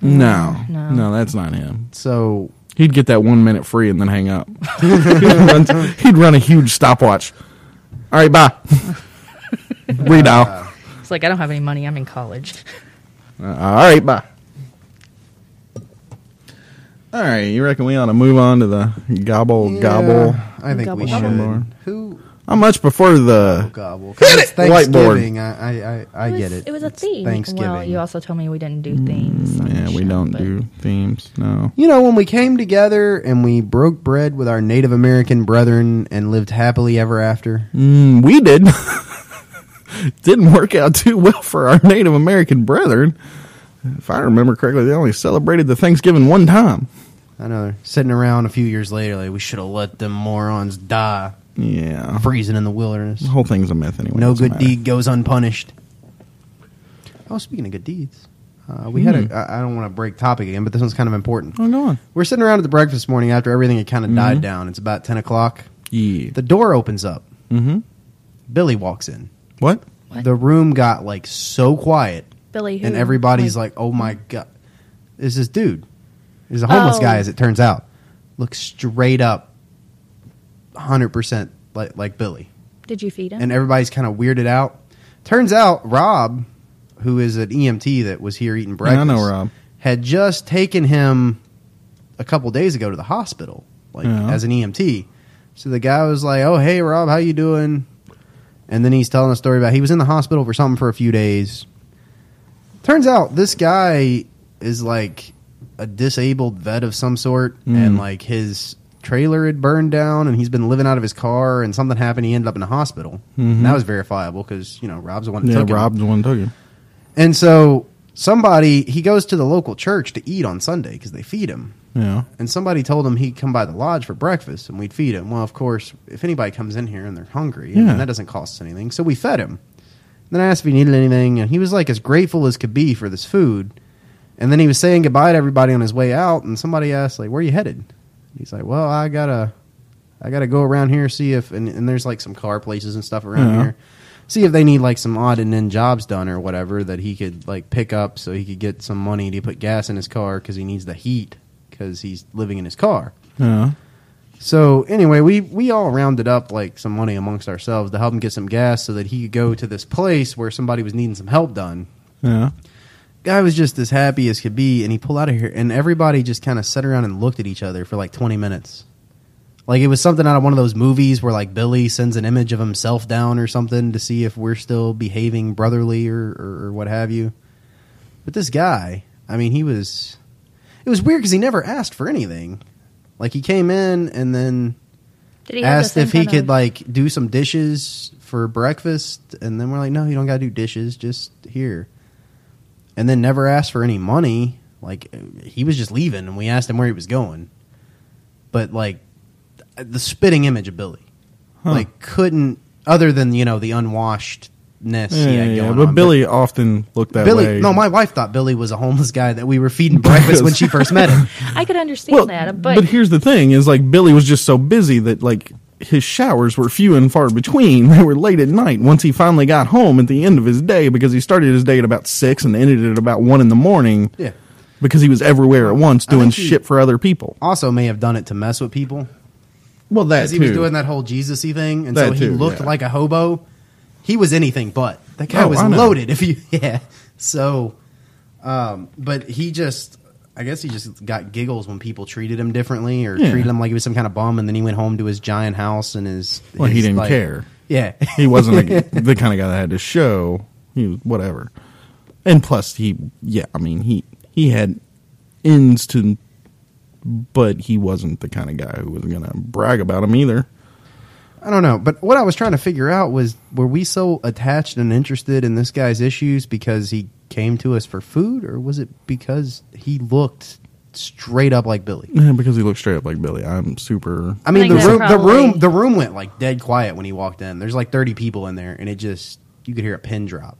S2: No, no,
S4: No.
S2: that's not him.
S3: So
S2: He'd get that one minute free and then hang up. he'd, run, he'd run a huge stopwatch. All right, bye. Redial.
S4: It's like I don't have any money. I'm in college.
S2: Uh, all right, bye. All right, you reckon we ought to move on to the gobble gobble?
S3: Yeah, I think
S4: Gobble,
S3: we
S4: gobble.
S3: should.
S2: More.
S3: Who
S2: How much before the?
S3: gobble? 'Cause it's
S2: Whiteboard.
S3: Thanksgiving. I, I, I, I get it.
S4: It was a
S3: It's
S4: theme.
S3: Thanksgiving.
S4: Well, you also told me we didn't do themes. on
S2: Mm, Yeah,
S4: the
S2: we
S4: show,
S2: don't
S4: but-
S2: do themes. No.
S3: You know, when we came together and we broke bread with our Native American brethren and lived happily ever after.
S2: Mm, we did. Didn't work out too well for our Native American brethren. If I remember correctly, they only celebrated the Thanksgiving one time.
S3: I know they're sitting around a few years later, like we should have let them morons die
S2: Yeah.
S3: freezing in the wilderness.
S2: The whole thing's a myth anyway.
S3: No
S2: Uh-huh. doesn't
S3: good
S2: matter.
S3: deed goes unpunished. Oh, speaking of good deeds, uh, we
S2: Hmm.
S3: had a. I, I don't want to break topic again, but this one's kind of important.
S2: Oh, go on.
S3: We're sitting around at the breakfast morning after everything had kind of
S2: Mm-hmm.
S3: died down. It's about ten o'clock.
S2: Yeah.
S3: The door opens up.
S2: mm-hmm.
S3: Billy walks in.
S2: What?
S4: What?
S3: The room got like so quiet,
S4: Billy, who?
S3: and everybody's like, "Oh my god, is this dude? Is a homeless
S4: Oh.
S3: guy?" As it turns out, looks straight up, hundred percent like like Billy,
S4: "Did you feed him?"
S3: and everybody's kind of weirded out. Turns out Rob, who is an EMT that was here eating
S2: Yeah, I
S3: breakfast,
S2: know Rob.
S3: had just taken him a couple days ago to the hospital, like E
S2: Yeah.
S3: as an EMT. So the guy was like, "Oh hey Rob, how you doing?" And then he's telling a story about he was in the hospital for something for a few days. Turns out this guy is like a disabled vet of some sort,
S2: Hmm.
S3: and like his trailer had burned down, and he's been living out of his car, and something happened. He ended up in the hospital. And that was verifiable because you know Rob's the one. That
S2: Mm-hmm. Yeah,
S3: took him.
S2: Rob's the one that took him.
S3: And so somebody he goes to the local church to eat on Sunday because they feed him.
S2: Yeah.
S3: And somebody told him he'd come by the lodge for breakfast and we'd feed him. Well, of course, if anybody comes in here and they're hungry, I mean,
S2: Yeah.
S3: that doesn't cost us anything. So we fed him. Then I asked if he needed anything, and he was like as grateful as could be for this food. And then he was saying goodbye to everybody on his way out, and somebody asked, like, where are you headed? And he's like, Well, I gotta I gotta go around here, see if and, and there's like some car places and stuff around
S2: Yeah.
S3: here. See if they need like some odd and end jobs done or whatever that he could like pick up so he could get some money to put gas in his car because he needs the heat because he's living in his car.
S2: Yeah.
S3: So anyway, we we all rounded up like some money amongst ourselves to help him get some gas so that he could go to this place where somebody was needing some help done.
S2: Yeah.
S3: Guy was just as happy as could be, and he pulled out of here, and everybody just kind of sat around and looked at each other for like twenty minutes. Like it was something out of one of those movies where like Billy sends an image of himself down or something to see if we're still behaving brotherly or or, or what have you. But this guy, I mean, he was. It was weird because he never asked for anything. Like he came in and then
S4: Did he have the
S3: asked
S4: same
S3: if he
S4: kind
S3: could
S4: of-
S3: like do some dishes for breakfast, and then we're like, no, you don't got to do dishes, just here. And then never asked for any money. Like he was just leaving, and we asked him where he was going. But like the spitting image of Billy,
S2: Huh.
S3: like couldn't other than you know the unwashedness ness
S2: Yeah,
S3: he
S2: yeah,
S3: had
S2: yeah.
S3: going
S2: But
S3: on.
S2: Billy often looked that
S3: Billy,
S2: way.
S3: no, my wife thought Billy was a homeless guy that we were feeding breakfast when she first met him.
S4: I could understand that, but,
S2: here's the thing: is like Billy was just so busy that like his showers were few and far between. They were late at night. Once he finally got home at the end of his day, because he started his day at about six and ended at about one in the morning.
S3: Yeah.
S2: because he was everywhere at once
S3: I think
S2: doing
S3: he-
S2: shit for other people.
S3: Also, may have done it to mess with people.
S2: Well, that
S3: because he was doing that whole Jesus y thing, and so
S2: That
S3: he
S2: too,
S3: looked
S2: yeah.
S3: like a hobo. He was anything but. That guy
S2: Oh,
S3: was
S2: I know.
S3: loaded. If you, yeah. So, um, but he just, I guess he just got giggles when people treated him differently or
S2: Yeah.
S3: treated him like he was some kind of bum, and then he went home to his giant house and his.
S2: Well, he
S3: his,
S2: didn't
S3: like-
S2: care.
S3: Yeah,
S2: He wasn't a, the kind of guy that had to show. He was whatever. And plus, he yeah, I mean he he had ends to, but he wasn't the kind of guy who was gonna brag about him either.
S3: I don't know, but what I was trying to figure out was were we so attached and interested in this guy's issues because he came to us for food, or was it because he looked straight up like Billy?
S2: Yeah, because he looked straight up like Billy. I'm super.
S3: I
S4: I
S3: mean, the
S4: think
S3: room,
S4: that's
S3: the room,
S4: probably-
S3: the room went like dead quiet when he walked in. There's like 30 people in there, and it just you could hear a pin drop.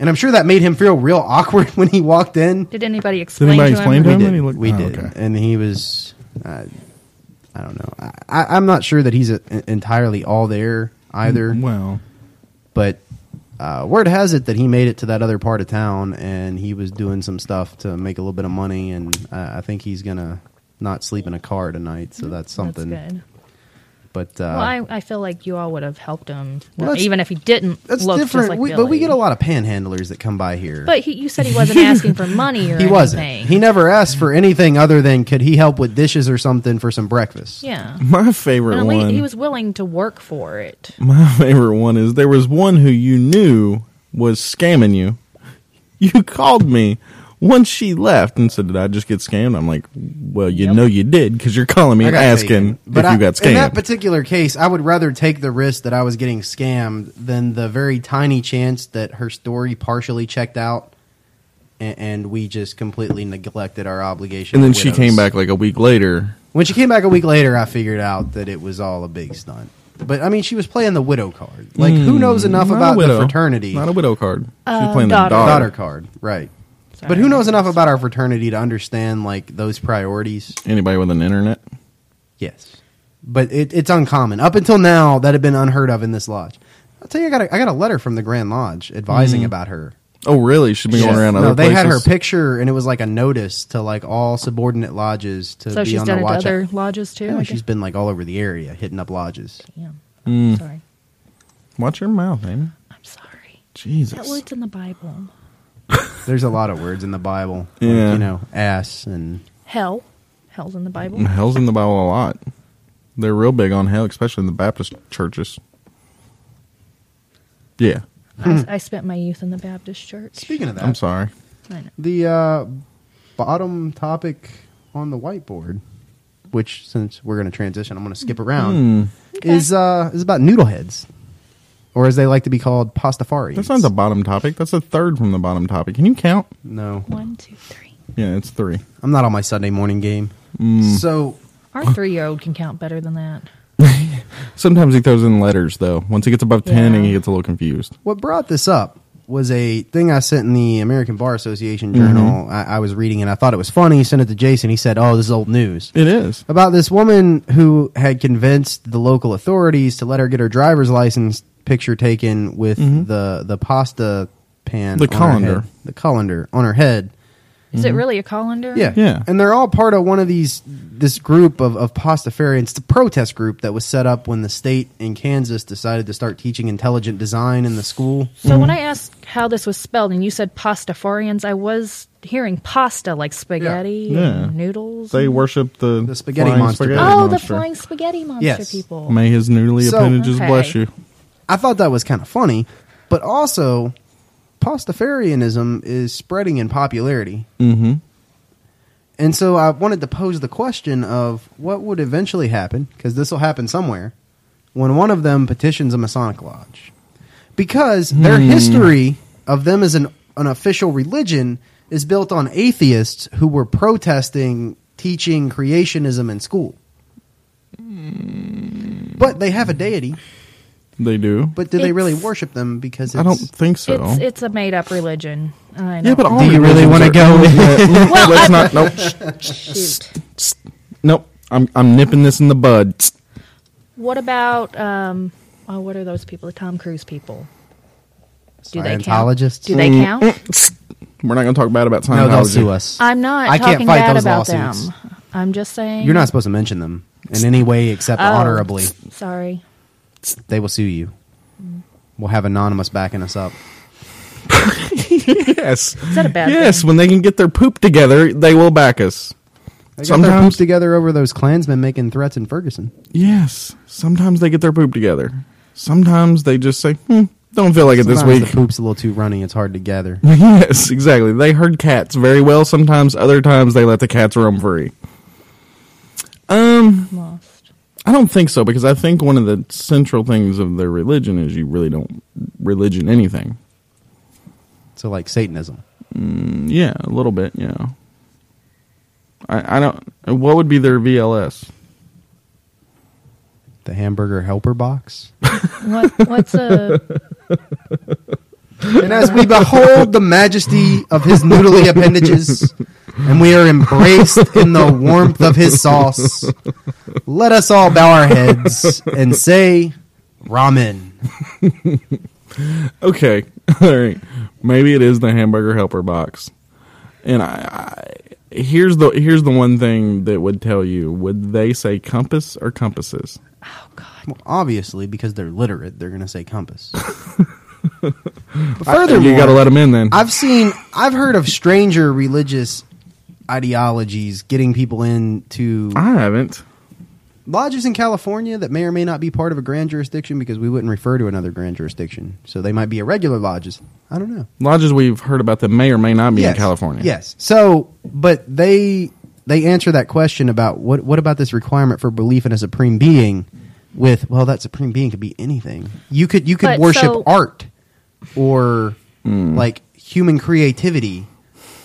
S3: And I'm sure that made him feel real awkward when he walked in.
S4: did anybody
S2: Did
S4: explain
S2: anybody
S4: to
S2: explain to him?
S4: him?
S3: We did,
S2: And he looked-
S3: we
S2: oh,
S3: did,
S2: okay.
S3: and he was. Uh, I don't know. I, I, I'm not sure that he's uh entirely all there either.
S2: Well,
S3: But uh, word has it that he made it to that other part of town, and he was doing some stuff to make a little bit of money. And uh, I think he's gonna not sleep in a car tonight, so that's something.
S4: Mm, That's good.
S3: But uh,
S4: Well, I, I feel like you all would have helped him,
S3: Well, that's-
S4: even if he didn't
S3: That's
S4: look
S3: different.
S4: just like
S3: we,
S4: Billy.
S3: But we get a lot of panhandlers that come by here.
S4: But he, you said he wasn't asking for money or
S3: he wasn't.
S4: anything.
S3: He never asked for anything other than could he help with dishes or something for some breakfast.
S4: yeah.
S2: my favorite
S4: But at
S2: one.
S4: least he was willing to work for it.
S2: My favorite one is there was one who you knew was scamming you. You called me once she left and said, "Did I just get scammed?" I'm like, "Well, you
S4: Yep.
S2: know you did because you're calling me
S3: I
S2: and
S3: got
S2: asking
S3: taken. But
S2: if
S3: I-
S2: you got
S3: In that
S2: scammed."
S3: particular case, I would rather take the risk that I was getting scammed than the very tiny chance that her story partially checked out, and, and we just completely neglected our obligation.
S2: and then
S3: to
S2: she
S3: widows.
S2: came back like a week later.
S3: When she came back a week later, I figured out that it was all a big stunt. But I mean, she was playing the widow card. Like, who knows enough
S2: Hmm. Not a
S3: about the
S2: widow.
S3: fraternity?
S2: Not a widow card. She's
S4: Uh,
S2: playing
S4: daughter.
S2: the daughter.
S3: daughter card, right? But who knows enough about our fraternity to understand like those priorities?
S2: Anybody with an internet?
S3: Yes, but it, it's uncommon. Up until now, that had been unheard of in this lodge. I'll tell you, I got a, I got a letter from the Grand Lodge advising about her.
S2: Oh, really? She's been going Mm-hmm. around
S3: no,
S2: other
S3: they had her
S2: places?
S3: picture, and it was like a notice to like all subordinate lodges to
S4: So
S3: be
S4: she's
S3: on
S4: done
S3: the
S4: it to
S3: watch.
S4: other lodges too.
S3: Yeah,
S4: I
S3: she's Mm.
S4: guess.
S3: been like all over the area hitting up lodges.
S4: Damn. Sorry.
S2: Watch your mouth, Amy.
S4: I'm sorry. That
S2: Jesus.
S4: word's in the Bible.
S3: There's a lot of words in the Bible, like,
S2: Yeah.
S3: you know, ass and
S4: Hell. Hell's in the Bible.
S3: Mm,
S2: Hell's in the Bible a lot. They're real big on hell, especially in the Baptist churches. Yeah.
S4: I, I spent my youth in the Baptist church.
S3: Speaking of that,
S2: I'm sorry.
S4: I know.
S3: the uh, bottom topic on the whiteboard, which since we're going to transition, I'm going to skip around, is uh, is about noodle heads, or as they like to be called, pastafarians.
S2: That's not the bottom topic. That's the third from the bottom topic. Can you count?
S3: no.
S4: One, two, three.
S2: Yeah, it's three.
S3: I'm not on my Sunday morning game. So
S4: Our three year old can count better than that.
S2: Sometimes he throws in letters though. Once he gets above ten,
S4: Yeah.
S2: he gets a little confused.
S3: what brought this up was a thing I sent in the American Bar Association journal. I, I was reading and I thought it was funny. Sent it to Jason. He said, "Oh, this is old news."
S2: It is.
S3: about this woman who had convinced the local authorities to let her get her driver's license picture taken with the the pasta pan,
S2: Mm-hmm. The
S3: on her
S2: colander.
S3: head- the colander on her head.
S4: Is it really a colander?
S3: Mm-hmm. Yeah,
S2: Yeah.
S3: And they're all part of one of these this group of of pastafarians, the protest group that was set up when the state in Kansas decided to start teaching intelligent design in the school.
S4: So
S2: Mm-hmm.
S4: when I asked how this was spelled and you said pastafarians, I was hearing pasta like spaghetti
S2: Yeah.
S4: and noodles.
S2: They
S4: and-
S2: worship the,
S3: The spaghetti
S2: flying
S3: monster.
S2: spaghetti
S4: oh, the
S2: monster.
S4: flying spaghetti monster
S3: Yes.
S4: people.
S2: May his newly
S3: So-
S2: appendages
S4: Okay.
S2: bless you.
S3: I thought that was kind of funny, but also Pastafarianism is spreading in popularity. Mm-hmm. And so I wanted to pose the question of what would eventually happen, because this will happen somewhere, when one of them petitions a Masonic lodge, because their history of them as an an official religion is built on atheists who were protesting teaching creationism in school. But they have a deity.
S2: They do.
S3: But do they really
S4: It's-
S3: worship them? Because it's,
S2: I don't think so.
S4: It's it's a made up religion. I know.
S2: yeah, but all
S3: Do you really
S2: religions
S3: wanna
S2: are-
S3: go in?
S2: Yeah, let's not. Nope.
S4: Shoot.
S2: Nope. I'm I'm nipping this in the bud.
S4: What about um? Oh, what are those people? The Tom Cruise people. Do they count?
S3: Scientologists?
S4: Do
S2: Mm.
S4: they count?
S2: We're not going to talk bad about Scientology.
S3: No, they'll sue us.
S4: I'm not.
S3: I
S4: talking
S3: can't fight
S4: bad
S3: those
S4: about
S3: lawsuits.
S4: them. I'm just saying.
S3: You're not supposed to mention them in any way except
S4: Oh.
S3: honorably.
S4: Sorry.
S3: They will sue you. We'll have anonymous backing us up.
S2: Yes.
S4: Is that a bad
S2: Yes.
S4: thing?
S2: When they can get their poop together, they will back us.
S3: They got their
S2: Sometimes,
S3: poops together over those Klansmen making threats in Ferguson.
S2: yes. Sometimes they get their poop together. Sometimes they just say, hmm, "Don't feel like it this
S3: Sometimes
S2: week."
S3: the poop's a little too runny. It's hard to gather.
S2: yes, exactly. They herd cats very well. Sometimes, other times, they let the cats roam free. Um,
S4: I'm lost.
S2: I don't think so because I think one of the central things of their religion is you really don't religion anything.
S3: So like Satanism.
S2: Yeah, a little bit. Yeah. I, I don't. What would be their VLS?
S3: The hamburger helper box.
S4: What, what's a
S3: And as we behold the majesty of his noodly appendages, and we are embraced in the warmth of his sauce, let us all bow our heads and say, Ramen.
S2: Okay, all right. Maybe it is the hamburger helper box. And I, I here's the here's the one thing that would tell you: would they say compass or compasses?
S3: Well, obviously, because they're literate, they're going to say compass. But
S2: you got to let them in then.
S3: I've seen, I've heard of stranger religious ideologies getting people into
S2: I haven't.
S3: lodges in California that may or may not be part of a grand jurisdiction because we wouldn't refer to another grand jurisdiction. So they might be irregular lodges. I don't know.
S2: Lodges we've heard about that may or may not be in
S3: Yes.
S2: California.
S3: Yes. So, but they they answer that question about what what about this requirement for belief in a supreme being with well that supreme being could be anything. You could you could
S4: But
S3: worship
S4: so-
S3: art or
S2: Hmm.
S3: like human creativity.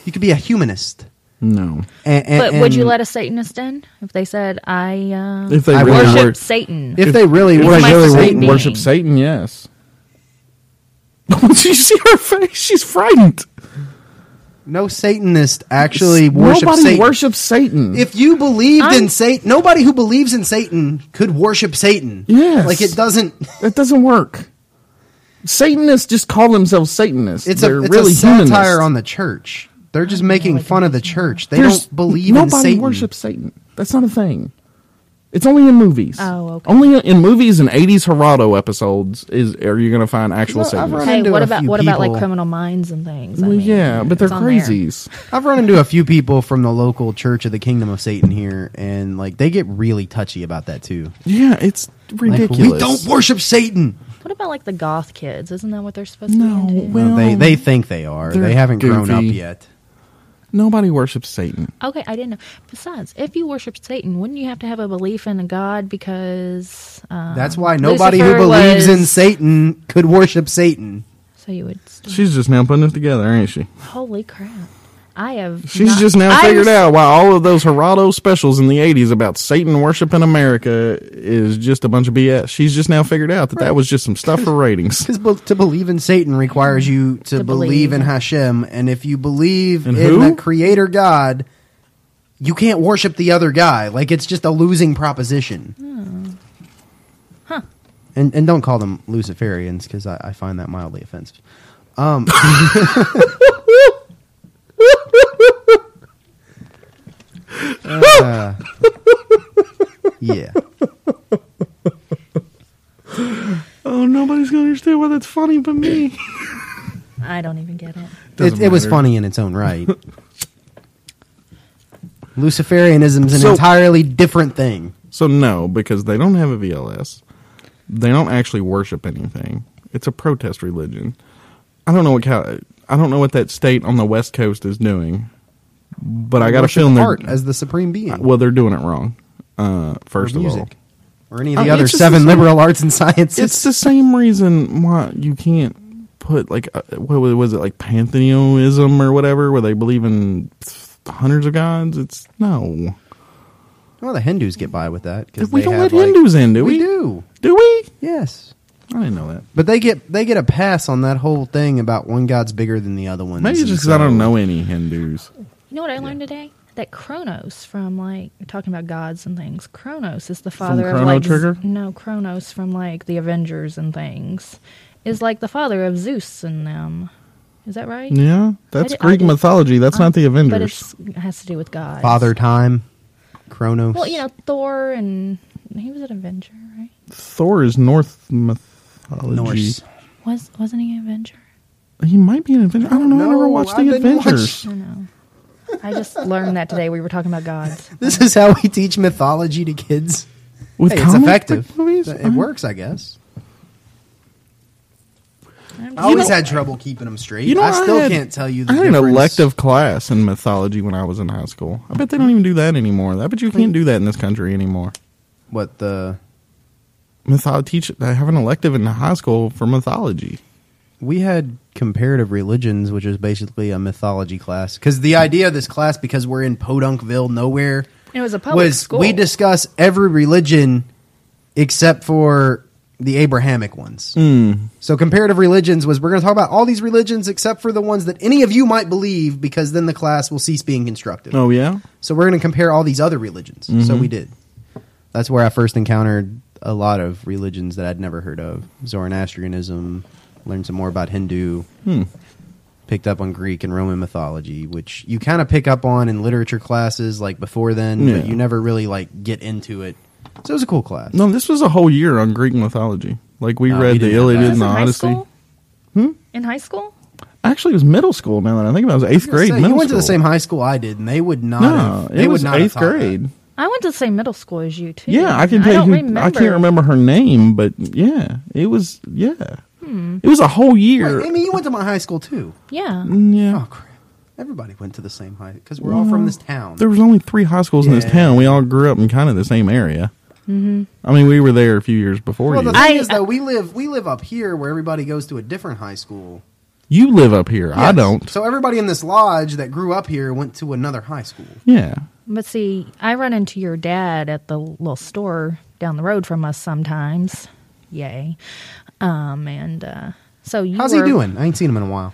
S3: You could be a humanist.
S2: No.
S3: And, and,
S4: but would you
S3: and
S4: let a Satanist in if they said I uh,
S2: If they
S3: I
S2: really
S4: worship
S2: were,
S4: Satan?
S3: if they really
S2: if
S4: He's
S3: worship
S2: they
S4: my
S2: really
S4: supreme
S2: wor-
S4: being.
S2: worship Satan, yes. Once you see her face, she's frightened.
S3: no Satanist actually worship
S2: Nobody
S3: Satan.
S2: worships Satan.
S3: if you believed in
S4: I'm-
S3: Satan, nobody who believes in Satan could worship Satan.
S2: Yes.
S3: Like it doesn't
S2: That doesn't work. Satanists just call themselves Satanists.
S3: It's
S2: They're
S3: a it's
S2: really
S3: a satire
S2: humanists.
S3: on the church. They're just making fun of the church. They
S2: There's-
S3: don't believe in
S2: nobody
S3: Satan.
S2: worships Satan. That's not a thing. It's only in movies.
S4: Oh, okay.
S2: Only in movies and '80s Gerardo episodes is are you going to find actual
S3: No, I've
S2: Satanists?
S3: run
S4: Hey,
S3: into
S4: what
S3: a
S4: about
S3: few
S4: what about like
S3: people-
S4: criminal minds and things? I
S2: Well,
S4: mean,
S2: yeah, but they're
S4: it's on there.
S2: crazies.
S3: I've run into a few people from the local church of the Kingdom of Satan here, and like they get really touchy about that too.
S2: Yeah, it's
S3: Like,
S2: ridiculous.
S3: we don't worship Satan.
S4: What about like the goth kids? Isn't that what they're supposed
S2: No,
S4: to be into?
S2: well-
S3: Well, they they think they are.
S2: they're
S3: They haven't grown up
S2: goofy.
S3: yet.
S2: Nobody worships Satan.
S4: Okay, I didn't know. Besides, if you worship Satan, wouldn't you have to have a belief in a god? Because um,
S3: That's why nobody
S4: Lucifer
S3: who believes in
S4: was-
S3: Satan could worship Satan.
S4: So you would. St-
S2: She's just now putting it together, ain't she?
S4: holy crap! I have.
S2: She's
S4: not-
S2: just now
S4: I'm
S2: figured
S4: s-
S2: out why all of those Gerardo specials in the 80s about Satan worship in America is just a bunch of BS. She's just now figured out that that was just some stuff for ratings.
S3: Because to believe in Satan requires you to,
S4: To
S3: believe,
S4: believe.
S3: in Hashem, and if you believe
S2: In
S3: in,
S2: who?
S3: the Creator God, you can't worship the other guy. Like it's just a losing proposition. And and don't call them Luciferians because I, I find that mildly offensive. Um. Uh, yeah.
S2: Oh, nobody's going to understand why that's funny but me.
S4: I don't even get it.
S3: it,
S2: Doesn't
S3: it was
S2: matter.
S3: funny in its own right. Luciferianism is an
S2: So-
S3: entirely different thing.
S2: So, no, because they don't have a VLS. They don't actually worship anything. It's a protest religion. I don't know what cow- I don't know what that state on the West Coast is doing, but I got a
S3: Worship
S2: feeling they're
S3: art as the supreme being.
S2: well they're doing it wrong. Uh,
S3: or
S2: first of all,
S3: music, or any of
S2: I
S3: the
S2: mean,
S3: other
S2: it's just
S3: seven
S2: the same-
S3: liberal arts and sciences.
S2: it's the same reason why you can't put like uh, what was was it like pantheism or whatever where they believe in hundreds of gods it's no
S3: well, the Hindus get by with that because
S2: we don't let
S3: have, like-
S2: hindus in do we,
S3: We do.
S2: do we
S3: Yes,
S2: i didn't know that
S3: but they get they get a pass on that whole thing about one god's bigger than the other one.
S2: maybe it's just 'cause i don't know any hindus
S4: You know what I learned today? That Kronos from like talking about gods and things. Kronos is the father of
S2: Chrono
S4: like Z-
S2: Trigger?
S4: no Kronos from like the Avengers and things is like the father of Zeus and them. Is that right?
S2: yeah that's
S4: did- I
S2: greek
S4: did-
S2: mythology that's not the
S4: But
S2: avengers
S4: it's, it has to do with gods.
S3: Father Time, Chronos.
S4: Well, you know Thor and he was an Avenger, right?
S2: thor is north mythology
S3: Norse.
S4: Was wasn't he an Avenger?
S2: he might be an avenger i don't know i never
S3: No,
S2: watched
S3: I've
S2: the
S3: been
S2: avengers
S4: I don't know. I just learned that today. We were talking about gods.
S3: This is how we teach mythology to kids.
S2: with
S3: Hey, it's
S2: comic book
S3: effective.
S2: movies? Uh-huh.
S3: It works, I guess.
S4: I'm
S3: I always
S2: know-
S3: had trouble keeping them straight.
S2: You know,
S3: I still
S2: had-
S3: can't tell you. The
S2: I had an
S3: difference.
S2: elective class in mythology when I was in high school. I bet they don't even do that anymore. I bet you can't do that in this country anymore.
S3: What the?
S2: Mythology teach. I have an elective in high school for mythology.
S3: We had comparative religions, which is basically a mythology class. Because the idea of this class, because we're in Podunkville, nowhere,
S4: It was a public
S3: was
S4: school.
S3: we discuss every religion except for the Abrahamic ones.
S2: Hmm.
S3: So comparative religions was we're going to talk about all these religions except for the ones that any of you might believe, because then the class will cease being constructive.
S2: Oh yeah,
S3: So we're going to compare all these other religions.
S2: Mm-hmm.
S3: So we did. That's where I first encountered a lot of religions that I'd never heard of. Zoroastrianism, learned some more about Hindu,
S2: Hmm.
S3: picked up on Greek and Roman mythology, which you kind of pick up on in literature classes like before then,
S2: Yeah.
S3: but you never really like get into it. So it was a cool class.
S2: no. This was a whole year on Greek mythology. Like we
S3: No, we
S2: read the
S3: didn't have
S2: Iliad
S3: that.
S4: This
S2: and
S4: in
S2: the
S4: high
S2: Odyssey.
S4: school.
S2: Hmm?
S4: In high school.
S2: Actually, it was middle school. Now that I think about, it, it was eighth grade.
S3: So
S2: middle
S3: you went to the
S2: school.
S3: same high school I did, and they would not.
S2: No,
S3: have, they
S2: it
S3: would
S2: was
S3: not have
S2: eighth
S3: taught that.
S2: grade.
S4: I went to the same middle school as you too.
S2: Yeah, I can tell
S4: don't
S2: you. who-
S4: Remember.
S2: I can't remember her name, but yeah, it was. Yeah, it was a whole year.
S3: Hmm. Wait, I mean, you went to my high school too.
S4: Yeah,
S2: yeah,
S3: Oh crap! Everybody went to the same high because we're all from this town.
S2: there was only three high schools in this
S3: Yeah.
S2: town. We all grew up in kind of the same area. Mm-hmm. I mean, we were there a few years before
S3: Well,
S2: you.
S3: the thing
S4: I-
S3: is, though, we live we live up here where everybody goes to a different high school.
S2: you live up here. I
S3: Yes.
S2: don't.
S3: So everybody in this lodge that grew up here went to another high school.
S2: yeah.
S4: but see, I run into your dad at the little store down the road from us sometimes. Yay! Um, and uh, so you.
S3: How's
S4: were,
S3: he doing? I ain't seen him in a while.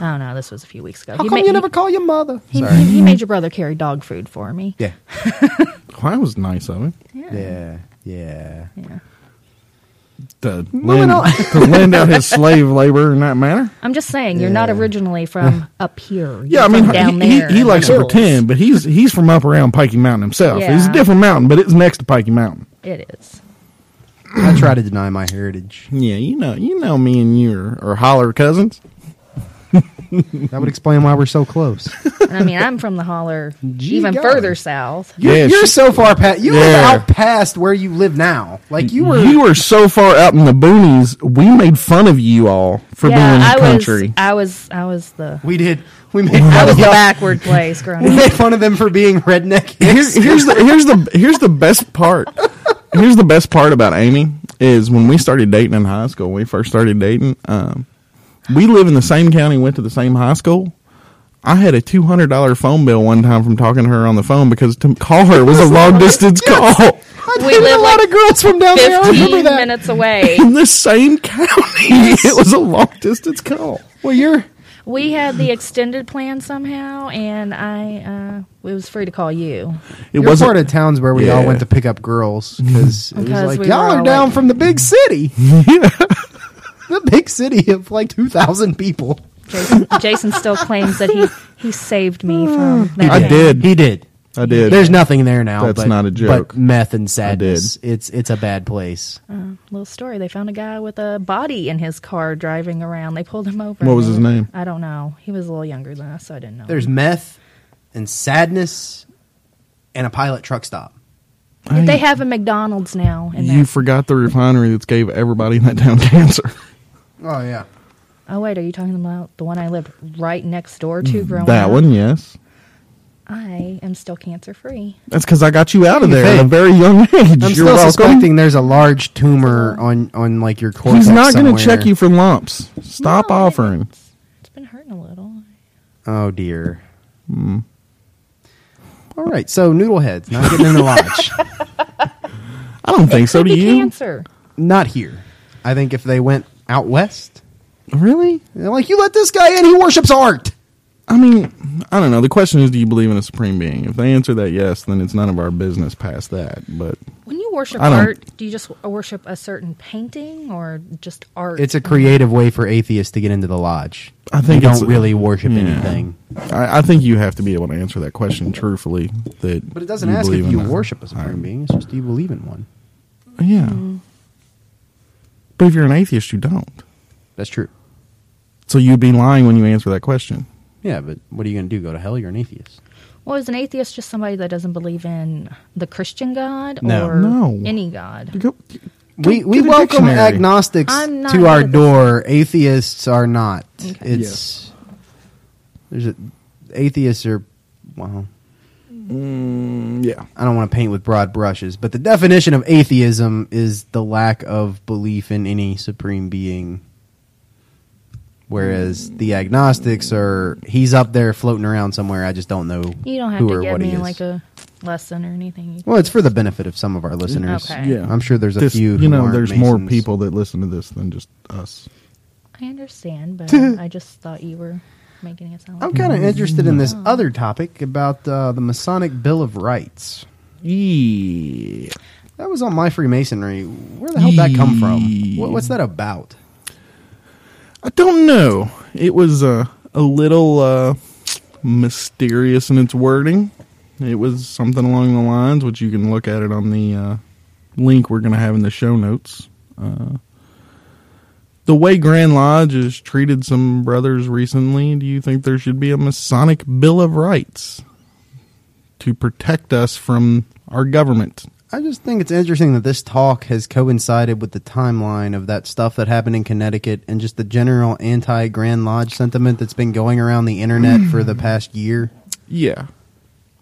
S4: Oh no, this was a few weeks ago.
S3: How
S4: He
S3: come
S4: ma-
S3: you never call your mother?
S4: He,
S3: Sorry.
S4: he, he made your brother carry dog food for me.
S3: Yeah.
S2: Well, that was nice of him.
S3: Yeah. Yeah.
S4: Yeah.
S2: To lend,
S3: on.
S2: to lend out his slave labor in that manner.
S4: I'm just saying, you're not originally from up here.
S2: Yeah,
S4: You're
S2: I mean,
S4: from
S2: he,
S4: down
S2: he-
S4: there
S2: he,
S4: in the
S2: likes to
S4: hills.
S2: pretend, but he's he's from up around Pikey Mountain himself. It's a
S4: Yeah.
S2: different mountain, but it's next to Pikey Mountain.
S4: It is.
S3: I try to deny my heritage.
S2: Yeah, you know, you know, me and you are, are holler cousins.
S3: That would explain why we're so close.
S4: And I mean, I'm from the holler
S3: Gee
S4: even
S3: golly.
S4: further south.
S3: You're,
S2: Yeah,
S3: you're
S2: she-
S3: so far past. You
S2: Yeah.
S3: are out past where you live now. Like you were.
S2: you were so far out in the boonies. We made fun of you all for being in the
S4: I
S2: country.
S4: was, I was, I was the
S3: we did. We made
S4: I
S3: fun
S4: was
S3: of
S4: the
S3: them.
S4: backward place
S3: We
S4: growing up.
S3: made fun of them for being redneck.
S2: Here- here's the here's the here's the best part. Here's the best part about Amy is when we started dating in high school. When we first started dating. Um, we live in the same county, went to the same high school. I had a two hundred dollar phone bill one time from talking to her on the phone because to call her was a long distance call
S4: We live
S3: a lot
S4: like
S3: of girls from down there. I remember
S4: 15
S3: that.
S4: minutes away.
S2: in the same county. It was a long distance call.
S3: Well, you're.
S4: we had the extended plan somehow, and I, uh, it was free to call you.
S2: It
S3: You're
S2: wasn't
S3: part of towns where we all
S2: Yeah.
S3: went to pick up girls because it was
S4: Because
S3: like
S4: we were
S3: y'all are
S4: all
S3: down
S4: like-
S3: from the big city. the big city of like two thousand people.
S4: Jason, Jason still claims that he he saved me from that.
S2: I
S4: thing.
S2: did.
S3: He did.
S2: I did.
S3: There's nothing there now.
S2: That's
S3: but,
S2: not a joke.
S3: But meth and sadness. It's it's a bad place.
S4: Oh. Little story. They found a guy with a body in his car driving around. They pulled him over.
S2: What was his name?
S4: I don't know. He was a little younger than us, so I didn't know.
S3: There's meth and sadness and a pilot truck stop.
S4: they have a McDonald's now. In
S2: you
S4: there.
S2: forgot the refinery that's gave everybody in that town cancer.
S3: Oh yeah.
S4: Oh wait, are you talking about the one I lived right next door to growing
S2: Mm, that
S4: up?
S2: one, yes.
S4: I am still cancer free.
S2: That's because I got you out of
S3: You
S2: there at a
S3: think?
S2: very young age.
S3: I'm
S2: You're
S3: still
S2: welcome.
S3: suspecting there's a large tumor on on like your cortex.
S2: He's not going
S3: going
S2: to check you for lumps. Stop
S4: No,
S2: offering.
S4: It's, it's been hurting a little.
S3: Oh dear.
S2: Hmm.
S3: All right, so noodle heads not getting in the lodge.
S2: I don't think so.
S4: Could
S2: Do
S4: be
S2: you?
S4: cancer.
S3: not here. I think if they went out west,
S2: Really?
S3: they're like you let this guy in, he worships art.
S2: I mean, I don't know. The question is, do you believe in a supreme being? If they answer that yes, then it's none of our business past that. But
S4: When you worship
S2: I don't-
S4: art, do you just worship a certain painting or just art?
S3: It's a creative way for atheists to get into the lodge.
S2: I think
S3: they
S2: it's-
S3: don't really worship
S2: yeah.
S3: anything.
S2: I, I think you have to be able to answer that question truthfully. That,
S3: But it doesn't ask if
S2: believe in
S3: you
S2: a-
S3: worship a supreme being. It's just do you believe in one.
S2: Yeah.
S4: Mm.
S2: But if you're an atheist, you don't.
S3: That's true.
S2: So you'd be lying when you answer that question.
S3: Yeah, but what are you going to do? Go to hell? You're an atheist.
S4: well, is an atheist just somebody that doesn't believe in the Christian God
S3: No.
S4: or
S2: No.
S4: any God?
S2: Go-
S3: We, we
S2: get a
S3: welcome
S2: dictionary.
S3: agnostics
S4: I'm not
S3: to our
S4: good at this.
S3: door. Atheists are not. It's there's a, atheists are well.
S2: Mm, yeah.
S3: I don't want to paint with broad brushes, but the definition of atheism is the lack of belief in any supreme being. Whereas
S4: Mm.
S3: the agnostics are he's up there floating around somewhere. I just don't know
S4: You don't have
S3: who
S4: to
S3: or
S4: give
S3: what he
S4: me
S3: is.
S4: like a lesson or anything.
S3: well, it's for the benefit of some of our listeners.
S4: Okay.
S2: Yeah,
S3: I'm sure there's a
S2: This-
S3: few.
S2: You
S3: who
S2: know,
S3: aren't
S2: there's more
S3: Masons.
S2: people that listen to this than just us.
S4: I understand, but I just thought you were making it sound like
S3: I'm kind of interested in
S2: Mm.
S3: this other topic about uh, the Masonic Bill of Rights.
S2: Yeah.
S3: That was on my Freemasonry. Where the hell did that come from? What, what's that about?
S2: I don't know. It was uh, a little uh, mysterious in its wording. It was something along the lines, which you can look at it on the uh, link we're going to have in the show notes. Uh, the way Grand Lodge has treated some brothers recently, do you think there should be a Masonic Bill of Rights to protect us from our government?
S3: I just think it's interesting that this talk has coincided with the timeline of that stuff that happened in Connecticut and just the general anti Grand Lodge sentiment that's been going around the internet for
S2: Mm.
S3: the past year.
S2: Yeah.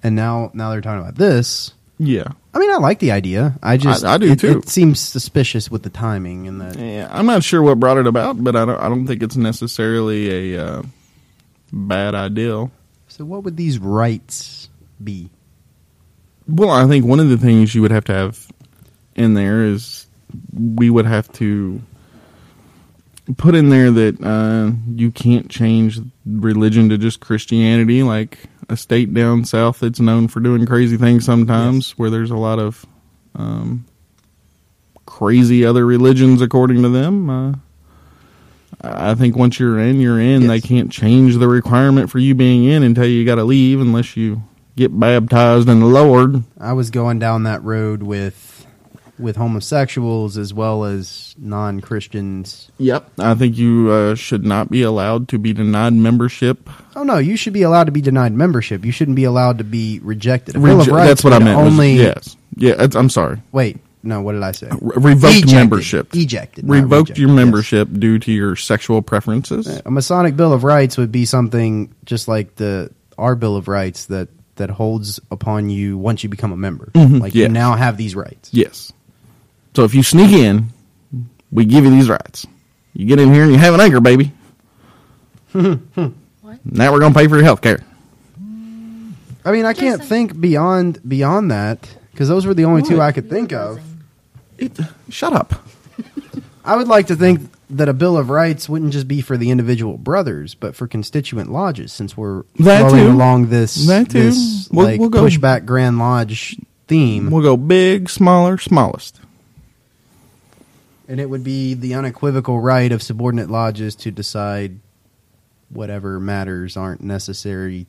S3: And now, now they're talking about this.
S2: Yeah.
S3: I mean, I like the idea. I just
S2: I do
S3: it,
S2: too.
S3: It seems suspicious with the timing and the
S2: Yeah, I'm not sure what brought it about, but I don't. I don't think it's necessarily a uh, bad idea.
S3: So, what would these rights be?
S2: Well, I think one of the things you would have to have in there is we would have to put in there that uh, you can't change religion to just Christianity, like a state down south that's known for doing crazy things sometimes, where there's a lot of um, crazy other religions according to them. Uh, I think once you're in, you're in. They
S3: Yes.
S2: can't change the requirement for you being in until you got to leave, unless you get baptized in the Lord.
S3: I was going down that road with with homosexuals as well as non Christians.
S2: Yep. I think you uh, should not be allowed to be denied membership.
S3: Oh no, you should be allowed to be denied membership. You shouldn't be allowed to be rejected. A Bill of
S2: Reje-
S3: Rights
S2: that's what I
S3: would
S2: meant. was-
S3: Only
S2: yes. Yeah. it's- I'm sorry.
S3: wait, no, what did I say?
S2: Re- revoked
S3: Ejected.
S2: membership.
S3: Ejected. not
S2: Revoked
S3: rejected,
S2: your
S3: yes.
S2: membership due to your sexual preferences.
S3: A Masonic Bill of Rights would be something just like the our Bill of Rights that that holds upon you once you become a member. Like you
S2: Mm-hmm. yes.
S3: now have these rights.
S2: Yes. So if you sneak in, we give you these rights. You get in here and you have an anchor, baby. now we're gonna pay for your health care.
S3: I mean, I
S4: Jason.
S3: can't think beyond beyond that because those were the only two I could think of.
S2: Shut up.
S3: I would like to think that a Bill of Rights wouldn't just be for the individual brothers, but for constituent lodges, since we're
S2: That
S3: flowing
S2: too.
S3: along this,
S2: That too.
S3: this
S2: We'll-
S3: like
S2: we'll go-
S3: pushback Grand Lodge theme,
S2: We'll go big, smaller, smallest.
S3: and it would be the unequivocal right of subordinate lodges to decide whatever matters aren't necessary.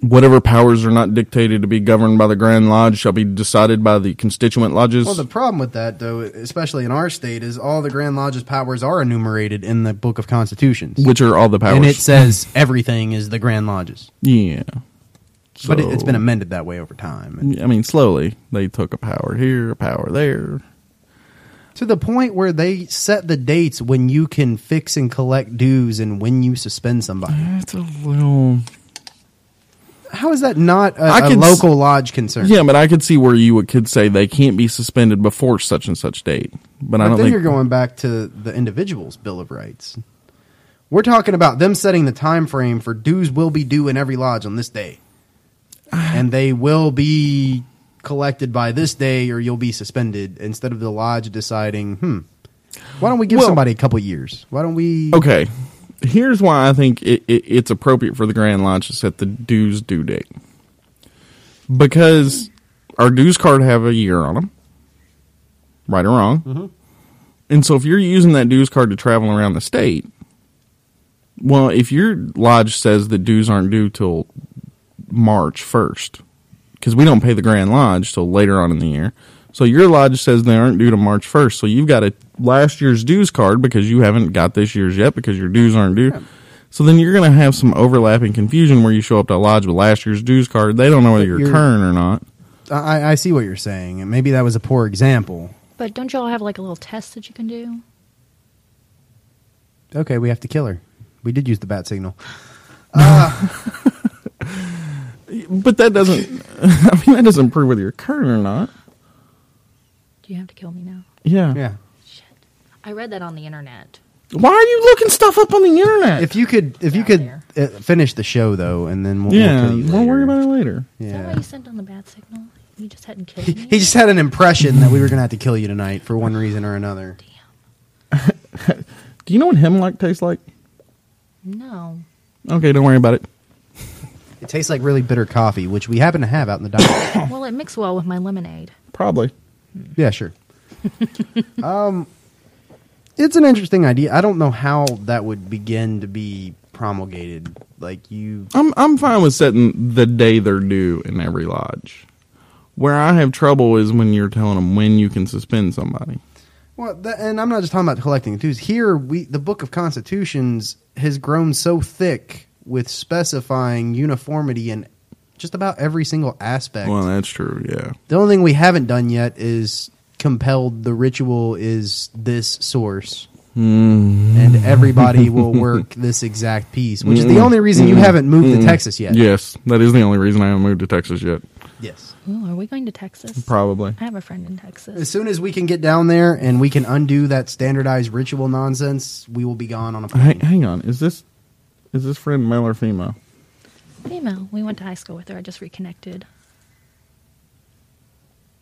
S2: Whatever powers are not dictated to be governed by the Grand Lodge shall be decided by the constituent lodges.
S3: Well, the problem with that, though, especially in our state, is all the Grand Lodge's powers are enumerated in the Book of Constitutions,
S2: which are all the powers.
S3: and it says everything is the Grand Lodge's.
S2: yeah.
S3: But it, it's
S2: So-
S3: been amended that way over time. And
S2: I mean, slowly they took a power here, a power there.
S3: to the point where they set the dates when you can fix and collect dues and when you suspend somebody.
S2: That's a little.
S3: How is that not
S2: I
S3: a, a
S2: can s-
S3: local lodge concern?
S2: Yeah, but I could see where you would, could say they can't be suspended before such and such date. But, I
S3: but
S2: don't
S3: then
S2: think
S3: you're going back to the individual's bill of rights. We're talking about them setting the time frame for dues will be due in every lodge on this day, and they will be collected by this day, or you'll be suspended. Instead of the lodge deciding, hmm, why don't we give
S2: Well-
S3: somebody a couple years? Why don't we?
S2: Okay, here's why I think it, it, it's appropriate for the Grand Lodge to set the dues due date because our dues card have a year on them, right or wrong. And so, if you're using that dues card to travel around the state, well, if your lodge says that dues aren't due till March first, because we don't pay the Grand Lodge till later on in the year. So your lodge says they aren't due to March first. So you've got a last year's dues card because you haven't got this year's yet because your dues aren't due. So then you're going to have some overlapping confusion where you show up to a lodge with last year's dues card. They don't know whether you're,
S3: you're-
S2: current or not.
S3: I, I see what you're saying, and maybe that was a poor example.
S4: But don't y'all have like a little test that you can do?
S3: Okay, we have to kill her. We did use the bat signal.
S2: But that doesn't. I mean, that doesn't prove whether you're current or not.
S4: Do you have to kill me now?
S2: Yeah.
S3: Yeah.
S4: I read that on the internet.
S2: Why are you looking stuff up on the internet?
S3: If you could, if you
S4: Down
S3: could
S4: there.
S3: uh, finish the show though, and then we'll, we'll
S2: yeah,
S3: kill you
S2: we'll
S3: later.
S2: worry about it later.
S4: Is that why
S3: Yeah.
S4: you sent on the bad signal? You just hadn't killed
S3: He,
S4: me?
S3: he just had an impression that we were gonna have to kill you tonight for one reason or another.
S2: Do you know what hemlock tastes like?
S4: No.
S2: Okay, don't worry about it.
S3: It tastes like really bitter coffee, which we happen to have out in the dining.
S4: Well, it mixed well with my lemonade.
S2: Probably.
S3: yeah, sure. um, it's an interesting idea. I don't know how that would begin to be promulgated. Like you,
S2: I'm I'm fine with setting the day they're due in every lodge. Where I have trouble is when you're telling them when you can suspend somebody.
S3: Well, that, and I'm not just talking about collecting dues. Here, we the Book of Constitutions has grown so thick with specifying uniformity in just about every single aspect.
S2: Well, that's true. Yeah.
S3: the only thing we haven't done yet is compelled the ritual is this source, and everybody will work this exact piece, which is the only reason you haven't moved to Texas yet.
S2: Yes, that is the only reason I haven't moved to Texas yet.
S3: Yes.
S4: Ooh, are we going to Texas?
S2: Probably.
S4: I have a friend in
S3: As
S4: Texas.
S3: soon as we can get down there and we can undo that standardized ritual nonsense, we will be gone on a
S2: Hang,
S3: plane.
S2: hang on. Is this is this friend male or female?
S4: Female. We went to high school with her. I just reconnected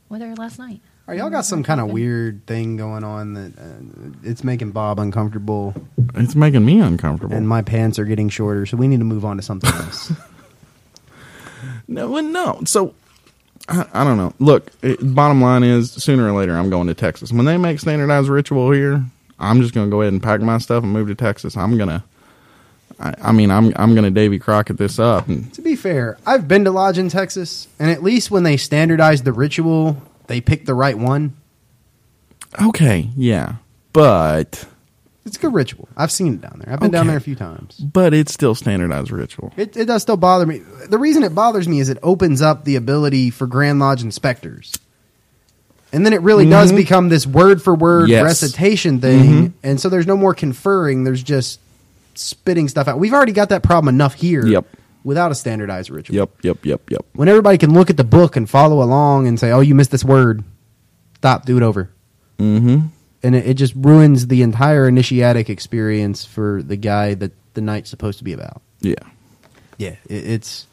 S4: with her last night.
S3: Are y'all got some kind of weird thing going on that uh, it's making Bob uncomfortable,
S2: It's making me uncomfortable.
S3: and my pants are getting shorter, so we need to move on to something else.
S2: No, well, no. So I, I don't know. Look, it, bottom line is sooner or later I'm going to Texas. When they make standardized ritual here, I'm just going to go ahead and pack my stuff and move to Texas. I'm gonna. I, I mean, I'm I'm gonna Davy Crockett this up, and
S3: to be fair, I've been to lodge in Texas, and at least when they standardized the ritual, they picked the right one.
S2: Okay, yeah, but
S3: It's a good ritual. I've seen it down there. I've been down
S2: Okay.
S3: there a few times.
S2: but it's still standardized ritual.
S3: It, it does still bother me. The reason it bothers me is it opens up the ability for Grand Lodge inspectors. And then it really does become this word for word
S2: Mm-hmm. Yes. Mm-hmm.
S3: recitation thing. And so there's no more conferring, there's just spitting stuff out. We've already got that problem enough here
S2: Yep.
S3: without a standardized ritual.
S2: Yep, yep, yep, yep.
S3: When everybody can look at the book and follow along and say, oh, you missed this word, stop, do it over.
S2: Mm-hmm.
S3: And it, it just ruins the entire initiatic experience for the guy that the night's supposed to be about.
S2: Yeah.
S3: Yeah, it, it's.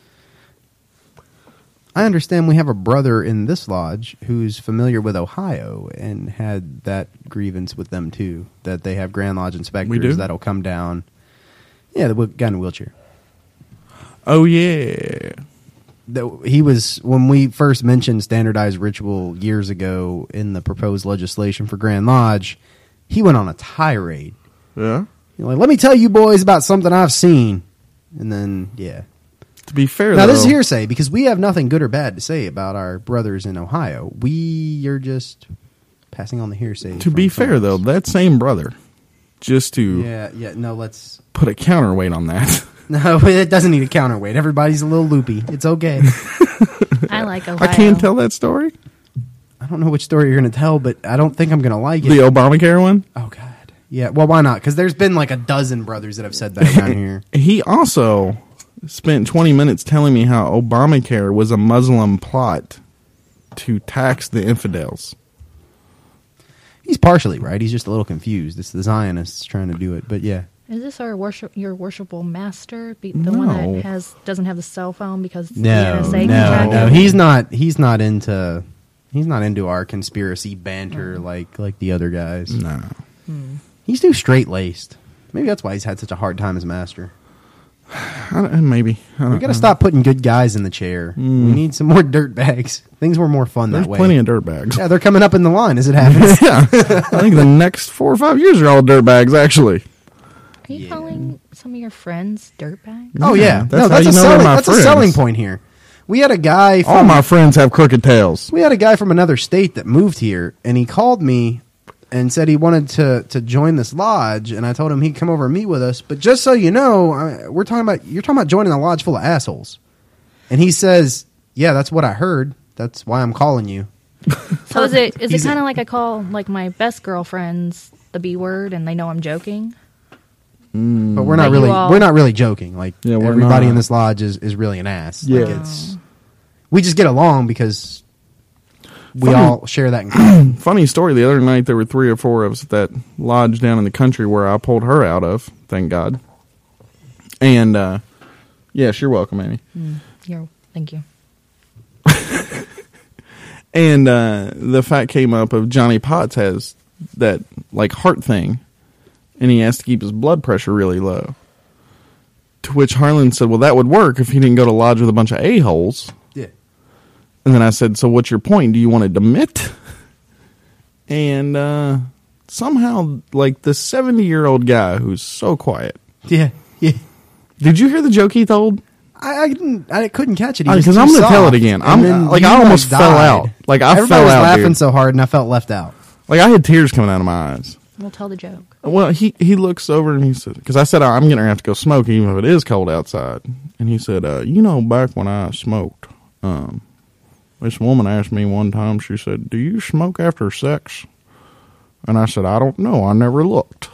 S3: I understand we have a brother in this lodge who's familiar with Ohio and had that grievance with them too. That they have Grand Lodge inspectors
S2: do?
S3: that'll come down. Yeah, the wheel- guy in the wheelchair.
S2: Oh yeah.
S3: That- He was when we first mentioned standardized ritual years ago in the proposed legislation for Grand Lodge. He went on a tirade.
S2: Yeah.
S3: You're like, let me tell you boys about something I've seen, and then yeah,
S2: To be fair,
S3: Now
S2: though,
S3: this is hearsay because we have nothing good or bad to say about our brothers in Ohio. We are just passing on the hearsay.
S2: To
S3: from
S2: be
S3: someone
S2: fair though,
S3: else.
S2: that same brother, just to
S3: yeah, yeah. No, let's
S2: put a counterweight on that.
S3: no. It doesn't need a counterweight. Everybody's a little loopy. It's okay.
S4: I like Ohio.
S2: I can't tell that story.
S3: I don't know which story you're going to tell, but I don't think I'm going to like it.
S2: The Obamacare one.
S3: oh God. Yeah. Well, why not? Because there's been like a dozen brothers that have said that around here.
S2: He also spent 20 minutes telling me how Obamacare was a Muslim plot to tax the infidels.
S3: He's partially right. He's just a little confused. It's the Zionists trying to do it, but yeah.
S4: Is this our worship, your worshipful master, Be- the one
S2: No.
S4: that has doesn't have the cell phone because it's
S3: No,
S4: the NSA
S3: no,
S4: contract?
S3: no. He's not. He's not into. He's not into our conspiracy banter like like the other guys.
S2: No.
S3: He's too straight laced. Maybe that's why he's had such a hard time as master.
S2: I don't, maybe. I
S3: We
S2: don't, Hmm.
S3: got to stop putting good guys in the chair. We need some more dirt bags. Things were more fun
S2: there's
S3: that way.
S2: plenty of dirtbags.
S3: yeah, they're coming up in the line as it happens.
S2: yeah. I think the next four or five years are all dirtbags, actually.
S4: Are you calling some of your friends dirtbags?
S3: oh yeah,
S2: that's
S3: no,
S2: how
S3: that's
S2: you
S3: a
S2: know they're
S3: selling.
S2: my
S3: That's a
S2: friends. Oh,
S3: selling point here. We had a guy. From,
S2: All my friends have crooked tails.
S3: We had a guy from another state that moved here, and he called me and said he wanted to to join this lodge. And I told him he'd come over and meet with us. But just so you know, I, we're talking about you're talking about joining a lodge full of assholes. And he says, "Yeah, that's what I heard. That's why I'm calling you."
S4: So is it is
S3: He's
S4: it
S3: a-
S4: kind of like I call like my best girlfriends the B word and they know I'm joking?
S3: But we're not
S4: Mm. But you
S3: really
S4: all-
S3: we're not really joking. Like
S2: Yeah, we're
S3: everybody
S2: not.
S3: in this lodge is is really an ass. Like,
S2: Yeah.
S3: it's we just get along because we
S2: Funny-
S3: all share that. In common.
S2: Funny story the other night, there were three or four of us at that lodge down in the country where I pulled her out of, thank God. And, uh, yes, you're welcome, Amy.
S4: You're, thank you.
S2: And uh, the fact came up of Johnny Potts has that like heart thing, and he has to keep his blood pressure really low. To which Harlan said, "Well, that would work if he didn't go to lodge with a bunch of a holes."
S3: yeah.
S2: And then I said, "So what's your point? Do you want to demit?" And uh, somehow, like the seventy-year-old guy who's so quiet.
S3: Yeah. Yeah.
S2: Did you hear the joke he told?
S3: I, I didn't. I couldn't catch it He was
S2: Because
S3: too
S2: I'm going to tell
S3: soft.
S2: it again.
S3: And
S2: I'm
S3: then
S2: like
S3: you,
S2: I almost fell
S3: died.
S2: out. Like I
S3: Everybody
S2: fell
S3: was
S2: out,
S3: laughing
S2: dude.
S3: so hard, and I felt left out.
S2: Like I had tears coming out of my eyes.
S4: We'll tell the joke.
S2: Well, he he looks over and he said, because I said I'm gonna have to go smoke even if it is cold outside, and he said, uh, you know, back when I smoked, um, this woman asked me one time, she said, do you smoke after sex? And I said, I don't know, I never looked.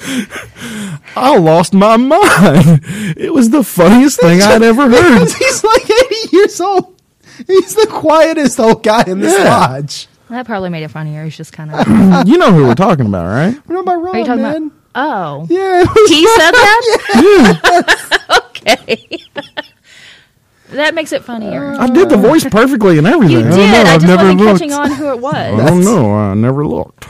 S2: I lost my mind. It was the funniest thing I'd ever heard.
S3: he's like 80 years old. He's the quietest old guy in this
S2: Yeah.
S3: lodge.
S4: That probably made it funnier. He's just kind of.
S2: You know who we're talking about, right?
S3: What am I wrong,
S4: Are you talking
S3: man?
S4: about? Oh,
S3: yeah, it was-
S4: he said that. okay. that makes it funnier.
S2: I did the voice perfectly and
S4: Uh, you
S2: everything.
S4: did.
S2: I don't know,
S4: I
S2: I've
S4: just
S2: never
S4: wasn't
S2: looked.
S4: catching on who it was.
S2: I don't know. I never looked.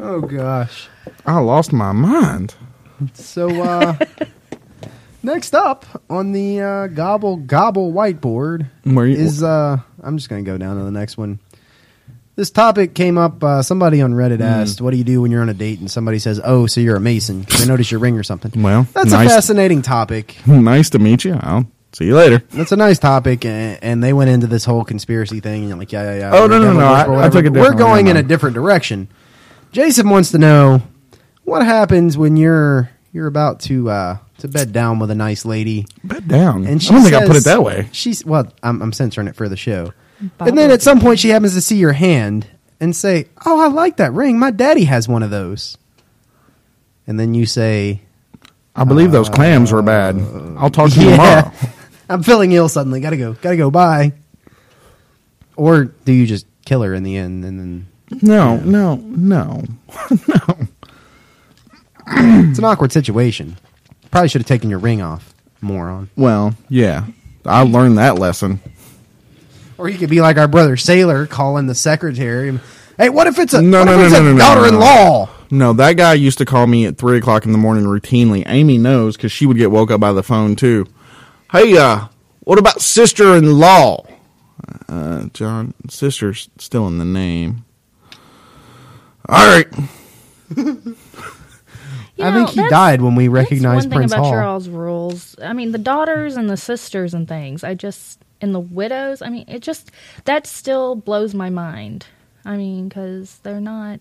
S3: oh gosh.
S2: I lost my mind.
S3: So, uh, next up on the uh, gobble gobble whiteboard
S2: Where you-
S3: is uh, I'm just gonna go down to the next one. This topic came up. Uh, somebody on
S2: Hmm.
S3: Reddit asked, "What do you do when you're on a date and somebody says, oh, so you're a mason? 'cause They notice your ring or something.'
S2: Well,
S3: that's
S2: nice-
S3: a fascinating topic.
S2: Nice to meet you. I'll See you later.
S3: That's a nice topic, and, and they went into this whole conspiracy thing, and you're like, yeah, yeah, yeah.
S2: Oh, no, no,
S3: we're devil
S2: no, I-
S3: worship or
S2: I
S3: whatever,
S2: took it
S3: but We're
S2: differently,
S3: going in
S2: never
S3: a
S2: mind.
S3: different direction. Jason wants to know what happens when you're you're about to uh, to bed down with a nice lady,
S2: Bet down.
S3: and she
S2: I don't think I put
S3: says-
S2: it that way.
S3: She's well, I'm, I'm censoring it for the show,
S4: Bob
S3: and then
S4: will
S3: at some point she happens to see your hand and say, "Oh, I like that ring. My daddy has one of those," and then you say.
S2: I believe those clams were bad. I'll talk to you tomorrow.
S3: I'm feeling ill suddenly. Gotta go. Gotta go. Bye. Or do you just kill her in the end and then
S2: No, no, no.
S3: it's an awkward situation. Probably should have taken your ring off, moron.
S2: Well, yeah, I learned that lesson.
S3: Or you could be like our brother Sailor calling the secretary. Hey, what if it's a,
S2: No,
S3: what
S2: no,
S3: if
S2: no,
S3: it's
S2: no, no,
S3: a
S2: no,
S3: daughter-in-law?
S2: No, that guy used to call me at three o'clock in the morning routinely. Amy knows because she would get woke up by the phone too. Hey, uh, what about sister-in-law? Uh, John, sister's still in the name. All right,
S4: You
S3: I
S4: know,
S3: think he
S4: that's-
S3: died when we
S4: that's
S3: recognized
S4: one
S3: Prince
S4: thing about
S3: Hall.
S4: Charles' rules. I mean, the daughters and the sisters and things. I just and the widows. I mean, it just that still blows my mind. I mean, because they're not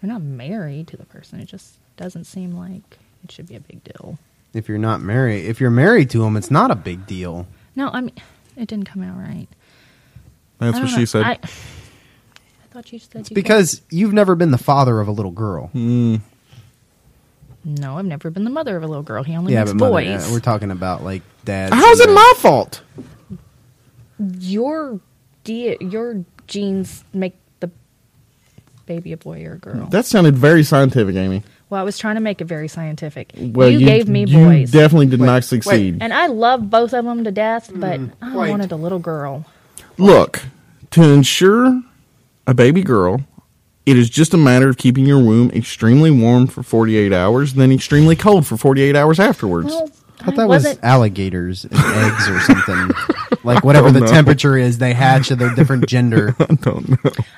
S4: they're not married to the person. It just doesn't seem like it should be a big deal.
S3: If you're not married, if you're married to him, it's not a big deal.
S4: No, I mean, it didn't come out right.
S2: that's
S4: I
S2: what
S4: don't
S2: she
S4: know.
S2: said.
S4: I, I thought you said you Hmm.
S3: Because you've never been the father of a little girl.
S4: guys- no, I've never been the mother of a little girl. He only
S3: Yeah,
S4: makes
S3: but mother,
S4: boys.
S3: yeah, we're talking about like dad.
S2: How's it my fault?
S4: your de- your genes make the baby a boy or a girl.
S2: That sounded very scientific, Amy.
S4: well, I was trying to make it very scientific.
S2: Well,
S4: you,
S2: you,
S4: gave me
S2: you
S4: boys,
S2: definitely did not succeed.
S4: and I love both of them to death, but I
S3: quite.
S4: wanted a little girl.
S2: Look, to ensure a baby girl, it is just a matter of keeping your womb extremely warm for 48 hours, then extremely cold for 48 hours afterwards.
S4: Well,
S3: I thought
S4: I
S3: that was
S4: wasn't.
S3: alligators and eggs or something. like whatever the
S2: know.
S3: temperature is, they hatch of their different gender.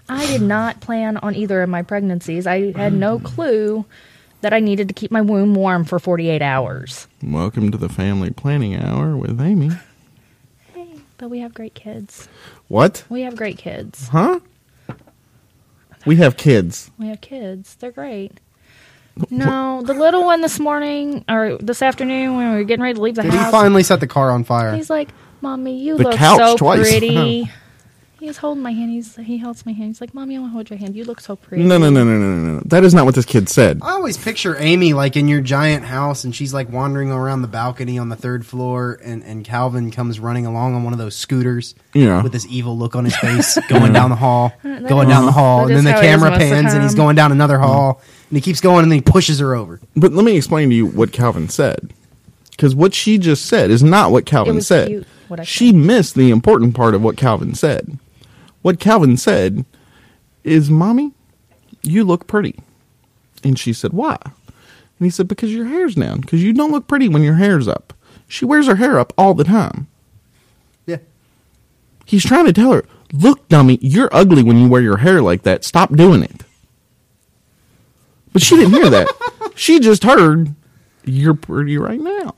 S4: I did not plan on either of my pregnancies. I had
S3: Mm.
S4: no clue that I needed to keep my womb warm for 48 hours.
S2: Welcome to the family planning hour with Amy.
S4: But we have great kids.
S2: What?
S4: We have great kids.
S2: Huh? We have kids.
S4: We have kids. They're great. No, the little one this morning or this afternoon when we were getting ready to leave the
S3: Did he
S4: house,
S3: finally set the car on fire?
S4: he's like, "Mommy, you
S2: The
S4: look
S2: couch
S4: so
S2: twice.
S4: pretty." he's holding my hand. He's he holds my hand. He's like, "Mommy, I want to hold your hand. You look so pretty."
S2: No, no, no, no, no, no, no. That is not what this kid said.
S3: I always picture Amy like in your giant house and she's like wandering around the balcony on the third floor and, and Calvin comes running along on one of those scooters
S2: Yeah.
S3: with this evil look on his face going down the hall,
S4: that
S3: going down the
S4: that
S3: hall, and then
S4: is
S3: the
S4: how it is
S3: camera
S4: most of the
S3: pans and he's
S4: time.
S3: going down
S2: Mm.
S3: another hall and he keeps going and then he pushes her over.
S2: But let me explain to you what Calvin said. Because what she just said is not what Calvin
S4: was
S2: said.
S4: cute, what I
S2: she missed the important part of what Calvin said. What Calvin said is, Mommy, you look pretty. And she said, Why? And he said, Because your hair's down. Because you don't look pretty when your hair's up. She wears her hair up all the time.
S3: Yeah.
S2: He's trying to tell her, Look, dummy, you're ugly when you wear your hair like that. Stop doing it. But she didn't hear that. She just heard, You're pretty right now.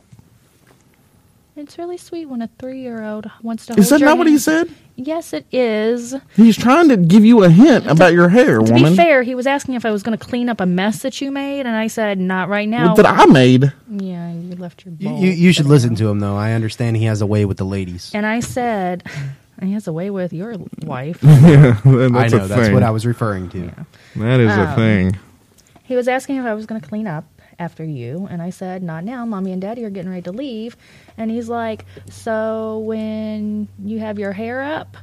S4: It's really sweet when a three-year-old wants to.
S2: Is
S4: hold
S2: that
S4: your
S2: not what he
S4: hand.
S2: said?
S4: Yes, it is.
S2: He's trying to give you a hint about your hair,
S4: To
S2: woman.
S4: be fair, he was asking if I was going to clean up a mess that you made, and I said, "Not right now."
S2: That I made.
S4: yeah, you left your.
S3: You,
S4: bowl
S3: you, you should
S4: sitting
S3: listen
S4: out.
S3: to him though. I understand he has a way with the ladies.
S4: And I said, he has a way with your wife.
S3: I know that's what I was referring to.
S2: That is
S4: Oh.
S2: a thing.
S4: he was asking if I was going to clean up after you. And I said, not now. Mommy and daddy are getting ready to leave. And he's like, so when you have your hair up,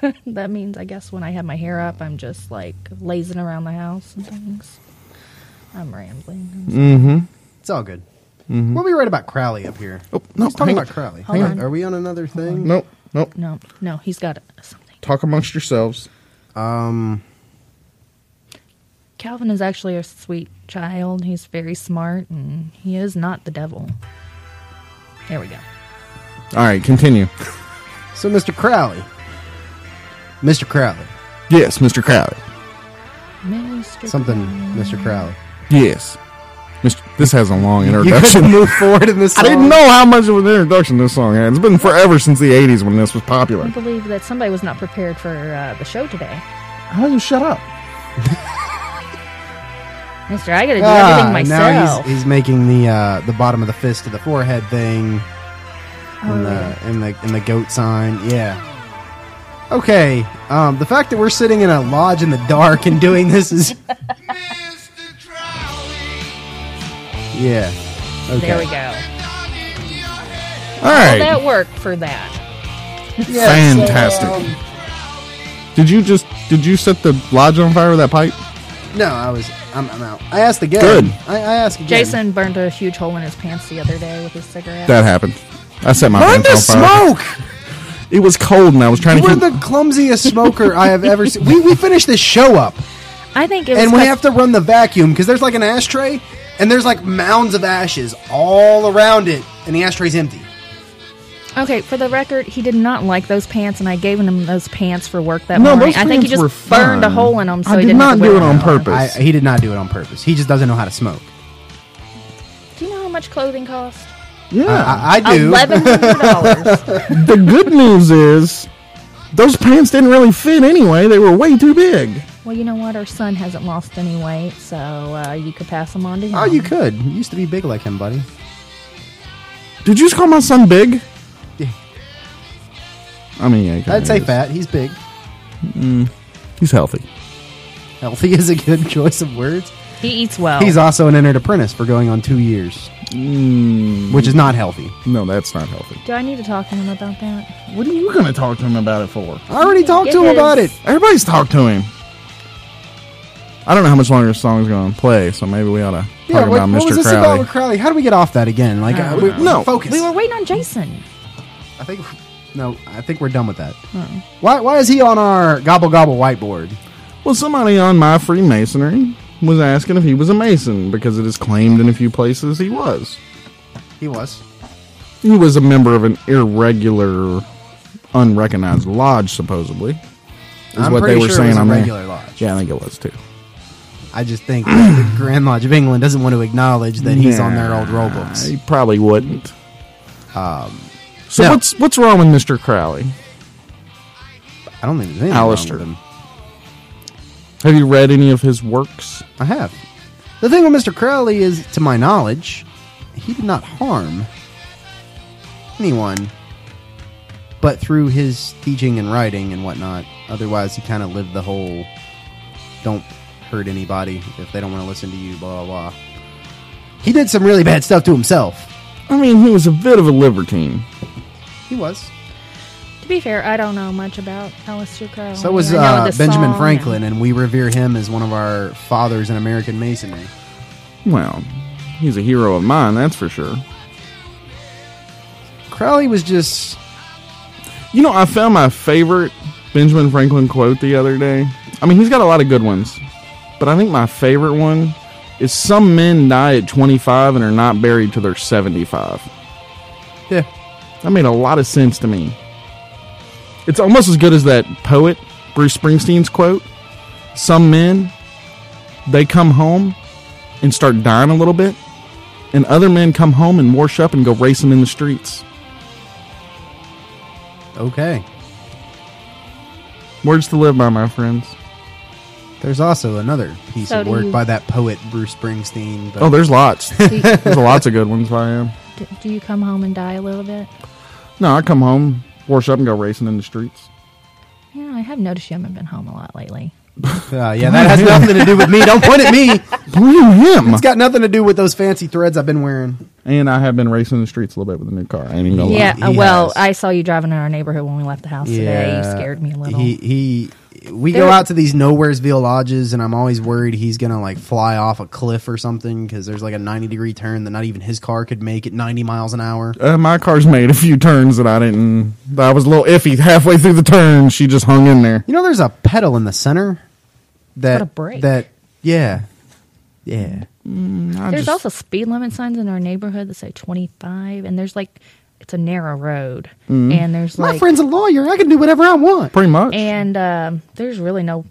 S4: that means, I guess, when I have my hair up, I'm just like lazing around the house and things. I'm rambling.
S3: It's all good. We'll be right about Crowley up here.
S2: Mm-hmm. Oh, no,
S3: He's talking
S2: hang
S3: about
S2: on.
S3: Crowley.
S4: Hold on.
S3: Are we on another thing?
S2: Nope, nope.
S4: No, no, he's got something.
S2: Talk amongst yourselves.
S3: Um,
S4: Calvin is actually a sweet child. He's very smart and he is not the devil. There we go.
S2: All right, continue.
S3: so Mr. Crowley. Mr. Crowley.
S2: Yes, Mr. Crowley.
S4: Mr.
S3: Something Mr. Crowley.
S2: Yes, Mr. This has a long
S3: You could
S2: introduction.
S3: move forward in this.
S2: I
S3: Song.
S2: didn't know how much of an introduction this song had. It's been forever since the '80s when this was
S4: I
S2: popular.
S4: believe that somebody was not prepared for uh, the show today.
S2: How do you shut up?
S4: Mister, I gotta do
S3: Ah,
S4: everything
S3: now
S4: myself.
S3: he's, he's making the uh, the bottom of the fist to the forehead thing,
S4: Oh,
S3: and the and the and the goat sign. Yeah. Okay. Um, the fact that we're sitting in a lodge in the dark and doing this is
S1: Mr. Crowley,
S3: yeah. Okay.
S4: There we go.
S1: gun in your head.
S2: All right,
S4: That worked for that.
S2: fantastic.
S4: um,
S2: did you just did you set the lodge on fire with that pipe?
S3: No, I was. I'm, I'm out. I asked again.
S2: Good.
S3: I, I asked again.
S4: Jason burned a huge hole in his pants the other day with his cigarette.
S2: That happened. I set my
S3: Burn
S2: pants
S3: the
S2: on fire.
S3: smoke.
S2: It was cold and I was trying to
S3: We're
S2: keep.
S3: the clumsiest smoker I have ever seen. We we finished this show up,
S4: I think it was
S3: and we
S4: cut-
S3: have to run the vacuum because there's like an ashtray, and there's like mounds of ashes all around it, and the ashtray's empty.
S4: Okay, for the record, he did not like those pants, and I gave him those pants for work that
S2: No,
S4: morning.
S2: those
S4: I think he
S2: pants were
S4: just burned a
S2: fine.
S4: hole in them, so
S2: I
S4: he
S2: did
S4: didn't have
S2: not
S4: to
S2: do
S4: wear
S2: it on
S4: them.
S2: purpose.
S3: I, he did not do it on purpose. He just doesn't know how to smoke.
S4: Do you know how much clothing costs?
S2: yeah.
S3: I, I do.
S4: Eleven hundred dollars.
S2: the good news is those pants didn't really fit anyway. They were way too big.
S4: well, you know what? Our son hasn't lost any weight, so uh, you could pass them on to him.
S3: Oh, you could. You used to be big like him, buddy.
S2: Did you just call my son big?
S3: Yeah.
S2: I mean, yeah, he kinda
S3: I'd say
S2: is.
S3: fat. He's big.
S2: He's healthy.
S3: Healthy is a good choice of words.
S4: He eats well.
S3: He's also an entered apprentice for going on two years,
S2: Mm.
S3: which is not healthy.
S2: No, that's not healthy.
S4: do I need to talk to him about that?
S2: What are you going to talk to him about it for?
S3: I already talked to him about it.
S2: Everybody's talked to him. I don't know how much longer this song's going to play, so maybe we ought to
S3: Yeah,
S2: talk
S3: what,
S2: about
S3: what
S2: Mr.
S3: was this about
S2: Crowley.
S3: with Crowley? How do we get off that again? Like, uh, we,
S2: No.
S3: focus.
S4: We were waiting on Jason.
S3: I think no, I think we're done with that. Why, why is he on our gobble gobble whiteboard?
S2: Well, somebody on my Freemasonry was asking if he was a Mason because it is claimed in a few places he was.
S3: He was.
S2: He was a member of an irregular, unrecognized lodge, supposedly. Is
S3: I'm
S2: what they
S3: pretty
S2: were
S3: sure it
S2: saying
S3: was a
S2: on there.
S3: regular lodge.
S2: Yeah, I think it was too.
S3: I just think that the Grand Lodge of England doesn't want to acknowledge that he's on their old roll books.
S2: He probably wouldn't. Um, so
S3: no.
S2: what's what's wrong with Mister Crowley?
S3: I don't think there's anything wrong with
S2: Alistair.
S3: him.
S2: Have you read any of his works?
S3: I have. The thing with Mr. Crowley is, to my knowledge, he did not harm anyone, but through his teaching and writing and whatnot. Otherwise, he kind of lived the whole don't hurt anybody if they don't want to listen to you, blah, blah, blah. He did some really bad stuff to himself.
S2: I mean, he was a bit of a libertine.
S3: He was.
S4: To be fair, I don't know much about Aleister Crowley.
S3: So was
S4: I know
S3: uh,
S4: the
S3: Benjamin
S4: song and-
S3: Franklin, and we revere him as one of our fathers in American masonry.
S2: Well, he's a hero of mine, that's for sure.
S3: Crowley was just.
S2: You know, I found my favorite Benjamin Franklin quote the other day. I mean, he's got a lot of good ones, but I think my favorite one is some men die at 25 and are not buried till they're 75.
S3: Yeah.
S2: That made a lot of sense to me. It's almost as good as that poet, Bruce Springsteen's quote Some men, they come home and start dying a little bit, and other men come home and wash up and go racing in the streets.
S3: Okay.
S2: Words to live by, my friends.
S3: There's also another piece
S4: So
S3: of
S4: do
S3: work
S4: you.
S3: by that poet Bruce Springsteen. But
S2: Oh, there's lots.
S4: Do-
S2: There's lots of good ones by him.
S4: do, do you come home and die a little bit?
S2: No, I come home, wash up, and go racing in the streets.
S4: Yeah, I have noticed you haven't been home a lot lately.
S3: Uh, yeah, that has nothing to do with me. Don't point at me. It's
S2: Blame him!
S3: got nothing to do with those fancy threads I've been wearing.
S2: And I have been racing in the streets a little bit with a new car. I ain't even gonna lie.
S4: Yeah,
S3: he
S4: uh, well,
S3: has.
S4: I saw you driving in our neighborhood when we left the house today. You scared me a little.
S3: He he. We go
S4: There-
S3: out to these nowheresville lodges, and I'm always worried he's gonna like fly off a cliff or something because there's like a 90 degree turn that not even his car could make at 90 miles an hour.
S2: Uh, my car's made a few turns that I didn't. that I was a little iffy halfway through the turn. She just hung in there.
S3: You know, there's a pedal in the center. That
S4: What a break.
S3: that yeah yeah.
S2: I
S4: there's
S2: just-
S4: also speed limit signs in our neighborhood that say 25, and there's like it's a narrow road, and there's
S3: Mm-hmm. My
S4: like
S3: friend's a lawyer. I can do whatever I want.
S2: pretty much.
S4: and um, there's really no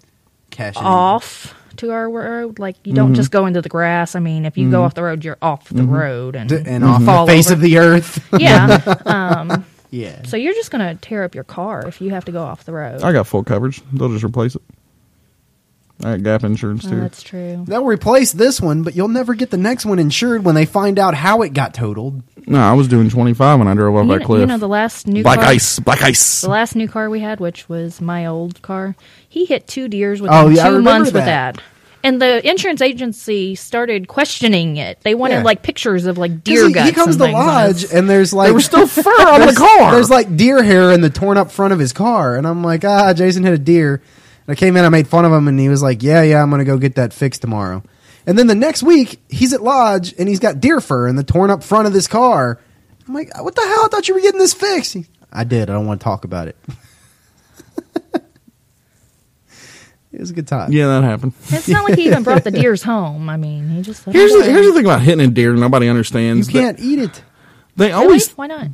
S3: Cash in.
S4: off to our road. Like you
S3: Mm-hmm.
S4: don't just go into the grass. I mean, if you go off the road, you're off the road and,
S3: D- and off
S4: Mm-hmm. fall
S3: the face
S4: over.
S3: of the earth.
S4: yeah. Um,
S3: yeah.
S4: so you're just gonna tear up your car if you have to go off the road.
S2: I got full coverage. They'll just replace it. I got gap insurance
S4: Oh,
S2: too.
S4: that's true.
S3: They'll replace this one, but you'll never get the next one insured when they find out how it got totaled.
S2: no, I was doing 25 when I drove off
S4: You
S2: that
S4: know,
S2: cliff.
S4: you know the last new
S2: black
S4: car,
S2: ice, black ice.
S4: The last new car we had, which was my old car, he hit two deers within
S3: Oh, yeah, I
S4: two
S3: remember
S4: months with
S3: that.
S4: that. And the insurance agency started questioning it. They wanted
S3: Yeah.
S4: like pictures of like
S3: 'Cause
S4: deer
S3: he,
S4: guts.
S3: he comes
S4: and
S3: to
S4: things on
S3: lodge,
S4: us.
S3: and there's like
S2: there was still fur on the
S3: there's-
S2: car.
S3: There's like deer hair in the torn up front of his car, and I'm like, ah, Jason hit a deer. And I came in, I made fun of him, and he was like, yeah, yeah, I'm gonna go get that fixed tomorrow. And then the next week, he's at lodge, and he's got deer fur in the torn up front of this car. I'm like, what the hell? I thought you were getting this fixed. He- I did. I don't want to talk about it. it was a good time.
S2: yeah, that happened.
S4: It's not like he even brought the deers home. I mean, he just
S2: Here's the, here's the thing about hitting a deer nobody understands.
S3: You can't eat it
S2: They, they
S4: Really?
S2: always
S4: why not?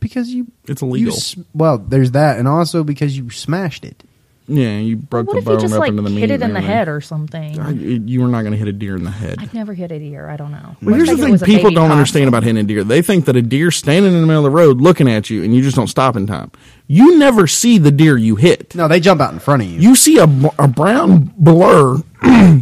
S3: because you.
S2: It's
S3: you
S2: illegal.
S3: s- well, there's that, and also because you smashed it.
S2: yeah, you broke
S4: What
S2: the
S4: if he
S2: bone
S4: just
S2: up
S4: like
S2: into the meat.
S4: hit it in
S2: and
S4: the
S2: everything.
S4: head or something?
S2: I- you were not going to hit a deer in the head.
S4: I've never hit a deer. I don't know.
S2: Well,
S4: Looks
S2: here's
S4: like
S2: the
S4: it
S2: thing:
S4: was a
S2: people
S4: baby
S2: don't understand
S4: possum.
S2: about hitting a deer. They think that a deer standing in the middle of the road looking at you, and you just don't stop in time. You never see the deer you hit.
S3: No, they jump out in front of you.
S2: You see a, a brown blur.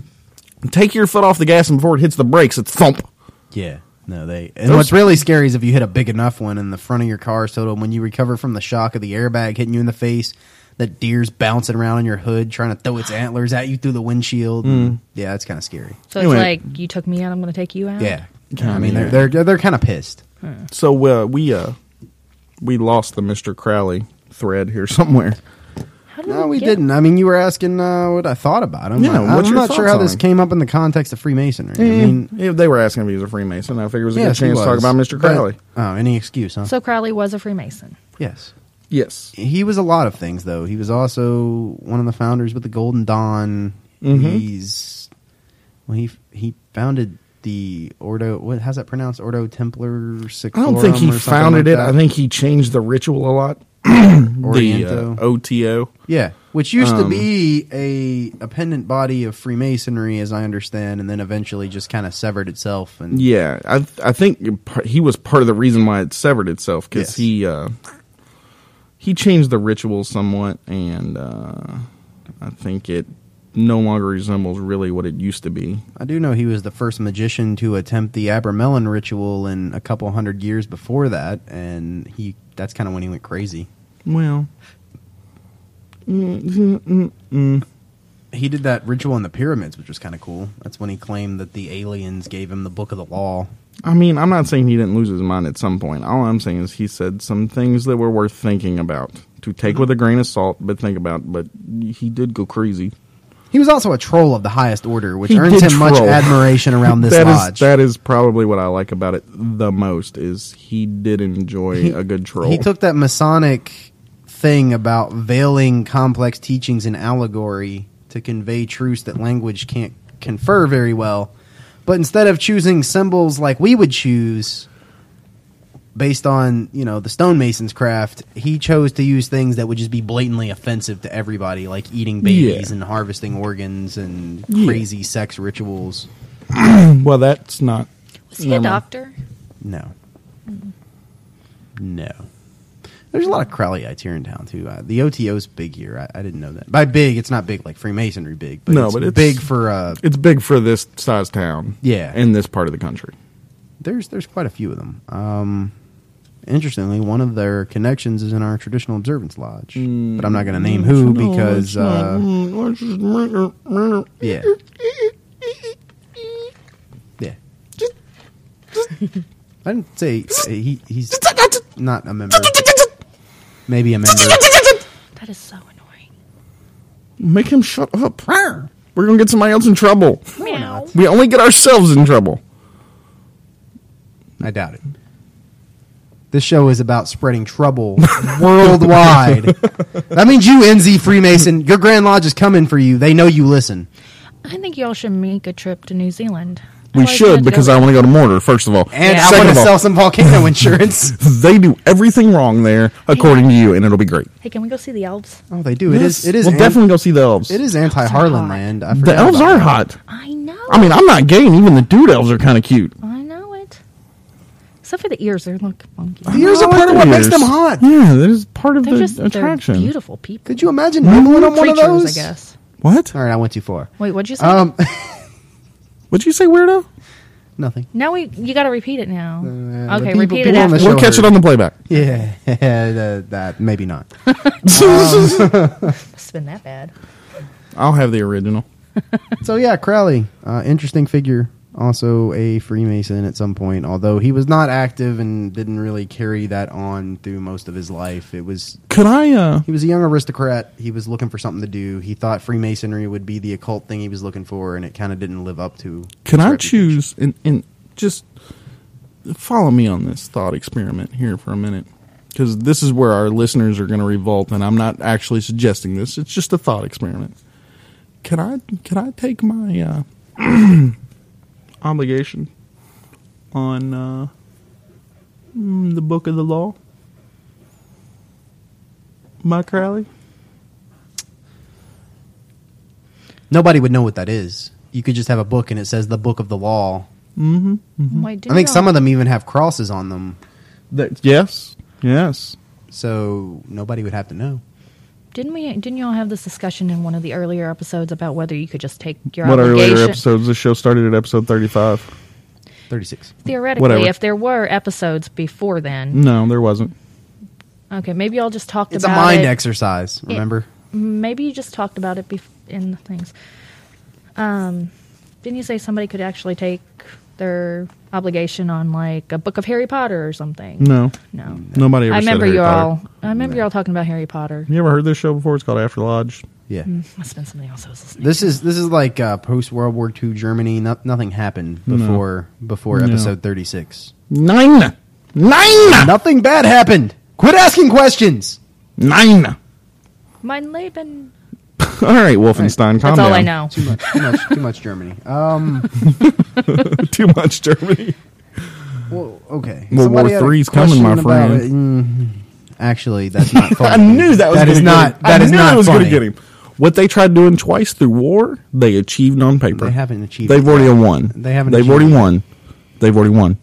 S2: Take your foot off the gas, and before it hits the brakes, it's thump.
S3: Yeah. No, they. And
S2: Those-
S3: what's really scary is if you hit a big enough one in the front of your car, so that when you recover from the shock of the airbag hitting you in the face, that deer's bouncing around on your hood, trying to throw its antlers at you through the windshield.
S2: Hmm.
S3: Yeah, that's kind of scary.
S4: So
S2: Anyway.
S4: it's like you took me out. I'm going to take you out.
S3: Yeah.
S2: Kinda,
S3: I mean,
S2: yeah.
S3: they're they're they're, kind of pissed.
S2: So uh, we uh, we lost the Mister Crowley thread here somewhere.
S4: How did
S3: No, we
S4: get-
S3: didn't. I mean, you were asking uh, what I thought about him.
S2: Yeah,
S3: I,
S2: what's
S3: am
S2: your
S3: not
S2: thoughts
S3: sure how
S2: on Mm-hmm.
S3: this
S2: him?
S3: came up in the context of Freemasonry. I mean,
S2: Yeah, they were asking if he was a Freemason. I figured it Eh. was a
S3: yes,
S2: good
S3: he
S2: chance to talk
S3: was,
S2: about Mister
S3: but-
S2: Crowley.
S3: oh, any excuse, huh?
S4: So Crowley was a Freemason.
S3: yes.
S2: yes,
S3: he was a lot of things though. He was also one of the founders with the Golden Dawn.
S2: Mm-hmm.
S3: He's well, he he founded the Ordo. What how's that pronounced? Ordo Templar.
S2: I don't think he
S3: Seclorum or something
S2: founded
S3: like
S2: it. I
S3: that.
S2: think he changed the ritual a lot. the uh,
S3: Oriento.
S2: OTO.
S3: yeah, which used to
S2: Um,
S3: be a a pendant body of Freemasonry, as I understand, and then eventually just kind of severed itself. And
S2: Yeah, I I think par- he was part of the reason why it severed itself because
S3: Yes.
S2: he uh, he changed the ritual somewhat, and uh, I think it no longer resembles really what it used to be.
S3: I do know he was the first magician to attempt the Abramelin ritual in a couple hundred years before that, and he that's kind of when he went crazy.
S2: Well,
S3: he did that ritual in the pyramids, which was kind of cool. That's when he claimed that the aliens gave him the book of the law.
S2: I mean, I'm not saying he didn't lose his mind at some point. All I'm saying is he said some things that were worth thinking about to take
S3: Mm-hmm.
S2: with a grain of salt, but think about. But he did go crazy.
S3: He was also a troll of the highest order, which
S2: He
S3: earns
S2: did
S3: him much
S2: troll.
S3: admiration around this
S2: That is
S3: lodge.
S2: that is probably what I like about it the most is he did enjoy a good troll.
S3: He took that Masonic thing about veiling complex teachings in allegory to convey truths that language can't confer very well. But instead of choosing symbols like we would choose based on, you know, the stonemason's craft, he chose to use things that would just be blatantly offensive to everybody, like eating babies
S2: Yeah.
S3: and harvesting organs and
S2: Yeah.
S3: crazy sex rituals.
S2: well, that's not.
S4: Was he
S2: Never
S4: a
S2: mind.
S4: doctor?
S3: No. No. There's a lot of Crowleyites here in town too. Uh, the OTO's big here. I, I didn't know that. By big, it's not big like Freemasonry big, but
S2: No,
S3: it's
S2: but it's-
S3: big for. Uh,
S2: It's big for this size town.
S3: Yeah.
S2: in this part of the country.
S3: there's there's quite a few of them. Um, interestingly, one of their connections is in our traditional observance lodge, but I'm not going to name who because uh, yeah, yeah. I didn't say uh, he, he's not a member. Maybe a member.
S4: That is so annoying.
S2: Make him shut up. We're gonna get somebody else in trouble.
S4: Meow.
S2: We only get ourselves in trouble.
S3: I doubt it. This show is about spreading trouble worldwide. that means you, NZ Freemason, your Grand Lodge is coming for you. They know you listen.
S4: I think y'all should make a trip to New Zealand. I
S2: We
S4: Why
S2: should
S4: not
S2: because
S4: do
S2: I
S4: it?
S2: want to go to Mortar first of all.
S3: And I
S2: Second
S3: want to
S2: of all,
S3: sell some volcano insurance.
S2: They do everything wrong there, according to you, and it'll be great.
S4: Hey, can we go see the elves?
S3: oh, they do. It is. It is.
S2: We'll
S3: an-
S2: definitely go see the elves.
S3: It is anti Harlan
S4: hot.
S3: land. I
S2: The
S3: forgot
S2: elves
S3: about
S2: are
S3: that.
S2: hot.
S4: I know.
S2: I mean, I'm not gay, and even the dude elves are kind of cute.
S4: I know it. Except for the ears, they look funky.
S3: The ears are
S2: I like
S3: part of
S2: the
S3: what makes them
S2: ears.
S3: hot.
S2: Yeah, that is part of
S4: They're
S2: the
S4: just
S2: attraction.
S4: They're beautiful people.
S3: Could you imagine
S2: Mhm.
S3: nibbling on one of
S4: Creatures,
S3: those?
S4: I guess.
S2: What?
S3: All right, I went too far.
S4: Wait, what'd you say?
S3: Um,
S2: What'd you say, weirdo?
S3: nothing.
S4: now we you got to repeat it now.
S3: Uh,
S4: okay,
S3: people-
S4: repeat it
S3: people on the
S4: after.
S3: show-
S2: We'll catch it on the playback.
S3: Yeah, that, that- maybe not.
S4: It's been that bad.
S2: I'll have the original.
S3: so yeah, Crowley, uh, interesting figure. Also a Freemason at some point, although he was not active and didn't really carry that on through most of his life. It was
S2: Could I? uh
S3: he was a young aristocrat. He was looking for something to do. He thought Freemasonry would be the occult thing he was looking for, and it kind of didn't live up to.
S2: Can
S3: its
S2: I
S3: reputation.
S2: choose and and just follow me on this thought experiment here for a minute? Because this is where our listeners are going to revolt, and I'm not actually suggesting this. It's just a thought experiment. Can I can I take my uh, obligation on uh, mm, the book of the law, my Crowley?
S3: Nobody would know what that is. You could just have a book, and it says the Book of the Law.
S2: Mm-hmm.
S4: Wait, do
S3: Mm-hmm. I think
S4: y'all-
S3: some of them even have crosses on them,
S2: That yes, yes.
S3: so nobody would have to know.
S4: didn't we didn't y'all have this discussion in one of the earlier episodes about whether you could just take your
S2: What our
S4: obligation?
S2: later episodes? The show started at episode thirty-five.
S3: Thirty-six.
S4: Theoretically,
S2: Whatever.
S4: if there were episodes before then,
S2: No, there wasn't. Mm.
S4: okay, maybe y'all just talked
S3: It's a
S4: about
S3: mind
S4: it.
S3: exercise. Remember?
S4: Maybe you just talked about it bef- in the things. Um, didn't you say somebody could actually take their obligation on like a book of Harry Potter or something?
S2: No,
S4: no.
S2: nobody ever.
S4: I
S2: said
S4: remember
S2: Harry
S4: you
S2: Potter.
S4: all. I remember you all talking about Harry Potter.
S2: You ever heard this show before? It's called After Lodge.
S3: Yeah.
S4: Must have been something else I was listening.
S3: This is this is like uh, post World War II Germany. No, nothing happened before before episode thirty six.
S2: Nine, nine,
S3: Nothing bad happened. Quit asking questions.
S2: nine.
S4: Mein Leben.
S2: All right, Wolfenstein. calm
S4: That's all
S2: down.
S4: I know.
S3: Too much. Too much. too much Germany. Um.
S2: Too much Germany.
S3: Well, okay.
S2: World
S3: Somebody
S2: War
S3: had a
S2: III's coming, my
S3: question about
S2: friend.
S3: it. Mm, actually, that's not
S2: I
S3: funny.
S2: knew that was.
S3: That
S2: gonna
S3: is
S2: get
S3: not.
S2: him.
S3: That
S2: I
S3: is
S2: knew
S3: not
S2: It was going to
S3: funny.
S2: get him. What they tried doing twice through war, they achieved on paper.
S3: They haven't achieved
S2: They've
S3: it
S2: already
S3: yet.
S2: won.
S3: They haven't
S2: They've already
S3: achieved it.
S2: won. They've already won.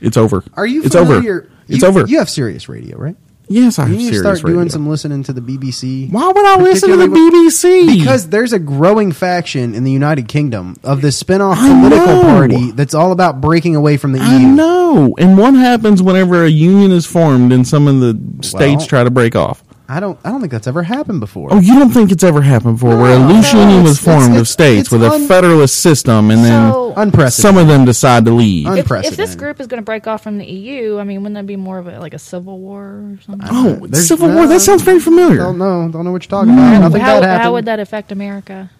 S2: It's over.
S3: Are you?
S2: It's
S3: familiar?
S2: over. It's
S3: you,
S2: over.
S3: You have serious radio, right?
S2: yes, I
S3: You
S2: have
S3: need to
S2: serious
S3: start doing
S2: radio.
S3: some listening to the BBC.
S2: Why would I listen to the
S3: Particularly
S2: BBC?
S3: Because there's a growing faction in the United Kingdom of this spin-off
S2: I
S3: political
S2: know.
S3: party that's all about breaking away from the E
S2: I
S3: EU.
S2: know. And what happens whenever a union is formed and some of the states
S3: Well-
S2: try to break off?
S3: I don't. I don't think that's ever happened before.
S2: Oh, you don't think it's ever happened before where a loose
S3: no,
S2: union
S3: it's-
S2: was
S3: it's-
S2: formed of
S3: it's-
S2: states
S3: it's
S2: with a
S3: un-
S2: federalist system and
S4: So-
S2: then
S3: Unprecedented.
S2: some of them decide to leave?
S3: Un-
S4: If, if this
S3: Unprecedented.
S4: group is going to break off from the EU, I mean, wouldn't that be more of a, like a civil war or something?
S2: oh,
S3: There's-
S2: Civil War.
S3: no,
S2: That sounds very familiar.
S3: Don't know. Don't know what you're talking about. Nothing
S4: how,
S3: that happened.
S4: how would that affect America?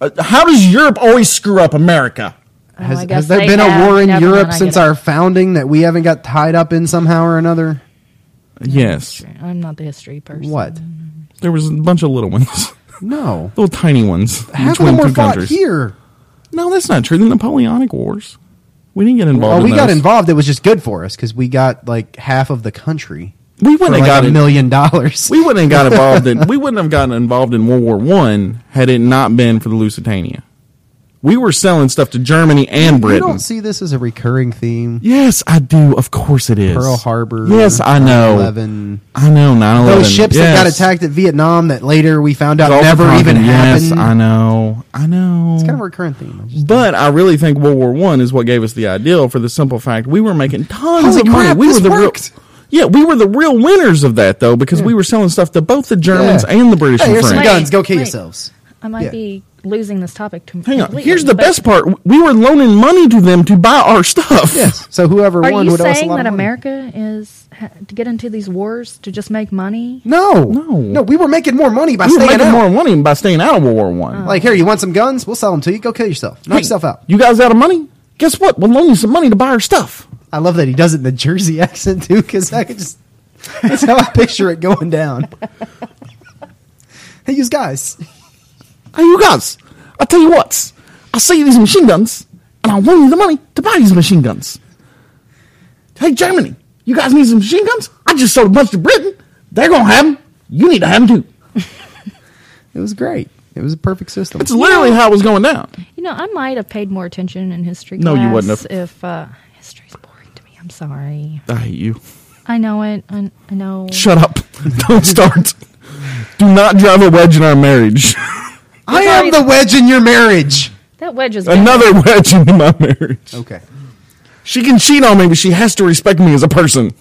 S2: Uh, how does Europe always screw up America?
S4: Oh,
S3: Has,
S4: I guess
S3: has there
S4: they
S3: been a
S4: have.
S3: war in
S4: Never
S3: Europe
S4: mind, I
S3: since
S4: get
S3: our founding that we haven't got tied up in somehow or another?
S2: Yes,
S4: it. I'm not the history person.
S3: What?
S2: there was a bunch of little ones,
S3: No.
S2: little tiny ones
S3: Half
S2: between
S3: of them were
S2: two
S3: fought
S2: countries.
S3: here.
S2: No, that's not true. The Napoleonic Wars. We didn't get involved.
S3: Well, Oh, we
S2: in
S3: got
S2: those.
S3: involved. It was just good for us because we got like half of the country
S2: We wouldn't
S3: for
S2: have
S3: like
S2: got
S3: a
S2: in-
S3: million dollars.
S2: We wouldn't have got involved in we wouldn't have gotten involved in World War One had it not been for the Lusitania. We were selling stuff to Germany and
S3: You
S2: Britain.
S3: don't see this as a recurring theme.
S2: Yes, I do. Of course it is.
S3: Pearl Harbor.
S2: Yes, I know.
S3: 9/11
S2: I know. 9 11.
S3: Those ships that got attacked at Vietnam that later we found out never even
S2: Yes,
S3: happened.
S2: I know. I know.
S3: It's kind of a recurrent theme. I just-
S2: but I really think World War One is what gave us the ideal for the simple fact we were making tons
S3: Holy
S2: of money.
S3: crap,
S2: We
S3: this
S2: were the
S3: worked.
S2: real, yeah, we were the real winners of that though because we were selling stuff to both the Germans
S3: Yeah.
S2: and the British
S3: Hey,
S2: and
S3: here's some
S2: French.
S3: guns. Go kill
S4: Wait.
S3: yourselves.
S4: I might
S3: Yeah.
S4: be losing this topic to
S2: Hang on.
S4: completely,
S2: Here's the
S4: but
S2: best part. We were loaning money to them to buy our stuff.
S3: Yes. So whoever
S4: Are
S3: won
S4: you
S3: would owe us a
S4: saying
S3: lot
S4: that
S3: of money.
S4: America is ha- to get into these wars to just make money?
S3: No,
S2: No.
S3: no. We were making more money by
S2: We were
S3: staying
S2: making
S3: out.
S2: more money by staying out of World War
S4: Uh-huh.
S2: One.
S3: Like, here, you want some guns? We'll sell them to you. Go kill yourself. Knock yourself out.
S2: You guys out of money? Guess what? We'll loan you some money to buy our stuff.
S3: I love that he does it in the Jersey accent too, because I could just that's how I picture it going down. hey, you guys,
S2: Hey, you guys! I tell you what, I see these machine guns, and and I loan you the money to buy these machine guns. Hey, Germany, you guys need some machine guns? I just sold a bunch to Britain. They're going to have them. You need to have them too.
S3: It was great. It was a perfect system.
S2: It's literally how it was going down.
S4: You know, I might have paid more attention in history
S2: No,
S4: class.
S2: you wouldn't have.
S4: If uh, history's boring to me, I'm sorry.
S2: I hate you.
S4: I know it. I, I know.
S2: Shut up. Don't start. Do not drive a wedge in our marriage.
S3: I
S4: It's
S3: am
S4: already-
S3: the wedge in your marriage.
S4: That wedge is bad.
S2: Another wedge into my marriage.
S3: Okay.
S2: She can cheat on me, but she has to respect me as a person.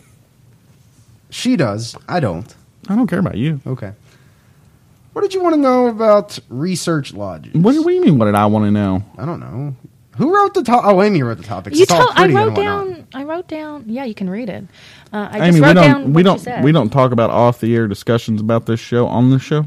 S3: She does. I don't.
S2: I don't care about you.
S3: Okay. What did you want to know about research lodges?
S2: What, do- what do you mean? What did I want to know?
S3: I don't know. Who wrote the top? Oh, Amy wrote the topics.
S4: You
S3: it's all
S4: told. I
S3: pretty and
S4: wrote
S3: whatnot.
S4: down. I wrote down. Yeah, you can read it. Uh, I
S2: Amy,
S4: just
S2: we
S4: wrote
S2: don't
S4: down.
S2: we
S4: what you
S2: don't
S4: said.
S2: we don't talk about off the air discussions about this show on the show.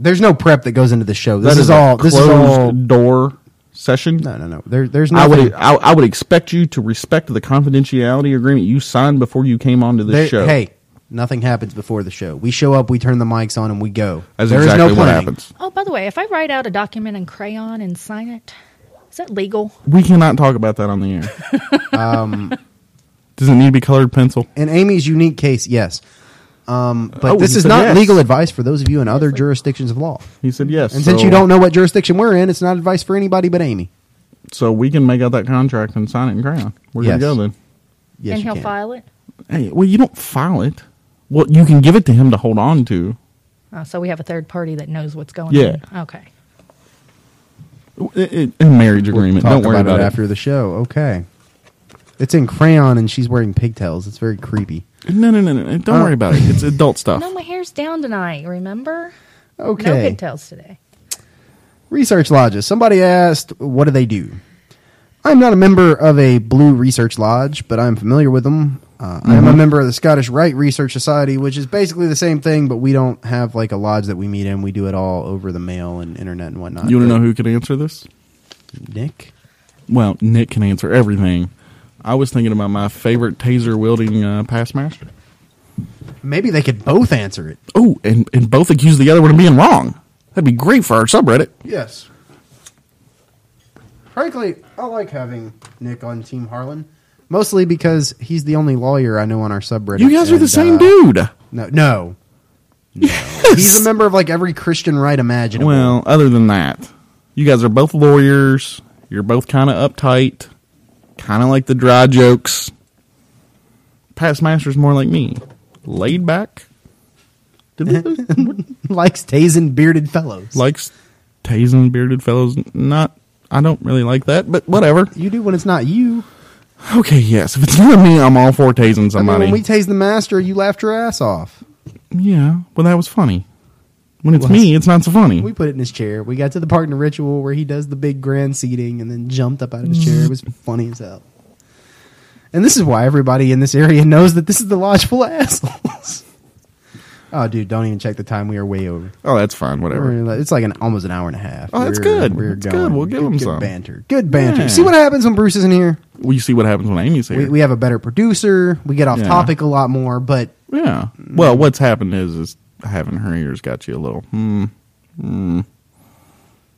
S3: There's no prep that goes into the show. This
S2: That
S3: is
S2: a
S3: all. This is all.
S2: closed door session.
S3: No, no, no. There, there's
S2: I
S3: nothing.
S2: would I, I would expect you to respect the confidentiality agreement you signed before you came onto this
S3: there-
S2: show.
S3: Hey, nothing happens before the show. We show up, we turn the mics on, and we go. There
S2: that's
S3: is
S2: exactly
S3: no
S2: what
S3: planning.
S2: happens.
S4: Oh, by the way, if I write out a document in crayon and sign it, is that legal?
S2: We cannot talk about that on the air. um, Does it need to be colored pencil?
S3: In Amy's unique case, yes. Um, but
S2: Oh,
S3: this
S2: you
S3: is
S2: said
S3: not
S2: yes.
S3: legal advice for those of you in other jurisdictions of law.
S2: He said yes.
S3: And since
S2: so-
S3: you don't know what jurisdiction we're in, it's not advice for anybody but Amy.
S2: so we can make out that contract and sign it in crayon. We're
S3: Yes.
S2: gonna go then.
S3: Yes,
S4: and
S3: you
S4: he'll
S3: can.
S4: file it.
S2: Hey, well, you don't file it. Well, you can give it to him to hold on to.
S4: Uh, so we have a third party that knows what's going
S2: Yeah.
S4: on. Okay.
S2: It- it- a marriage
S3: We'll
S2: agreement.
S3: talk
S2: don't worry about,
S3: it
S2: it.
S3: after the show. Okay. It's in crayon, and she's wearing pigtails. It's very creepy.
S2: No, no, no, no. Don't
S3: Uh,
S2: worry about it. It's adult stuff.
S4: No, my hair's down tonight. Remember? No
S3: Okay.
S4: pigtails today.
S3: Research lodges. Somebody asked, what do they do? I'm not a member of a blue research lodge, but I'm familiar with them. Uh, I
S2: Mm-hmm.
S3: am a member of the Scottish Rite Research Society, which is basically the same thing, but we don't have like a lodge that we meet in. We do it all over the mail and internet and whatnot.
S2: You want to know who can answer this?
S3: Nick?
S2: Well, Nick can answer everything. I was thinking about my favorite taser wielding uh, past master.
S3: Maybe they could both answer it.
S2: Oh, and, and both accuse the other one of being wrong. That'd be great for our subreddit.
S3: Yes. Frankly, I like having Nick on Team Harlan, mostly because he's the only lawyer I know on our subreddit.
S2: You guys are the
S3: and,
S2: same
S3: uh,
S2: dude.
S3: No, no. No. He's a member of like every Christian right imaginable.
S2: Well, other than that, you guys are both lawyers. You're both kind of uptight, kind of like the dry jokes. Past master's more like me, laid back,
S3: likes tasing bearded fellows.
S2: likes tasing bearded fellows. Not, I don't really like that, but whatever.
S3: you do when it's not you.
S2: Okay, yes. If it's not me, I'm all for tasing
S3: I mean,
S2: somebody.
S3: when we tase the master, you laughed your ass off.
S2: yeah, well, that was funny. When it's me, it's not so funny.
S3: We put it in his chair. We got to the part in the ritual where he does the big grand seating and then jumped up out of his chair. It was funny as hell. And this is why everybody in this area knows that this is the lodge full of assholes. oh, dude, don't even check the time. We are way over.
S2: oh, that's fine. Whatever.
S3: We're- It's like an almost an hour and a half.
S2: Oh, that's good. That's good. We'll give
S3: good,
S2: him
S3: good
S2: some.
S3: banter. Good banter.
S2: Yeah.
S3: See what happens when Bruce isn't here.
S2: Well, you see what happens when Amy's here.
S3: We, we have a better producer. We get off
S2: Yeah.
S3: topic a lot more, but
S2: Yeah. Well, what's happened is is having her ears got you a little hmm, hmm.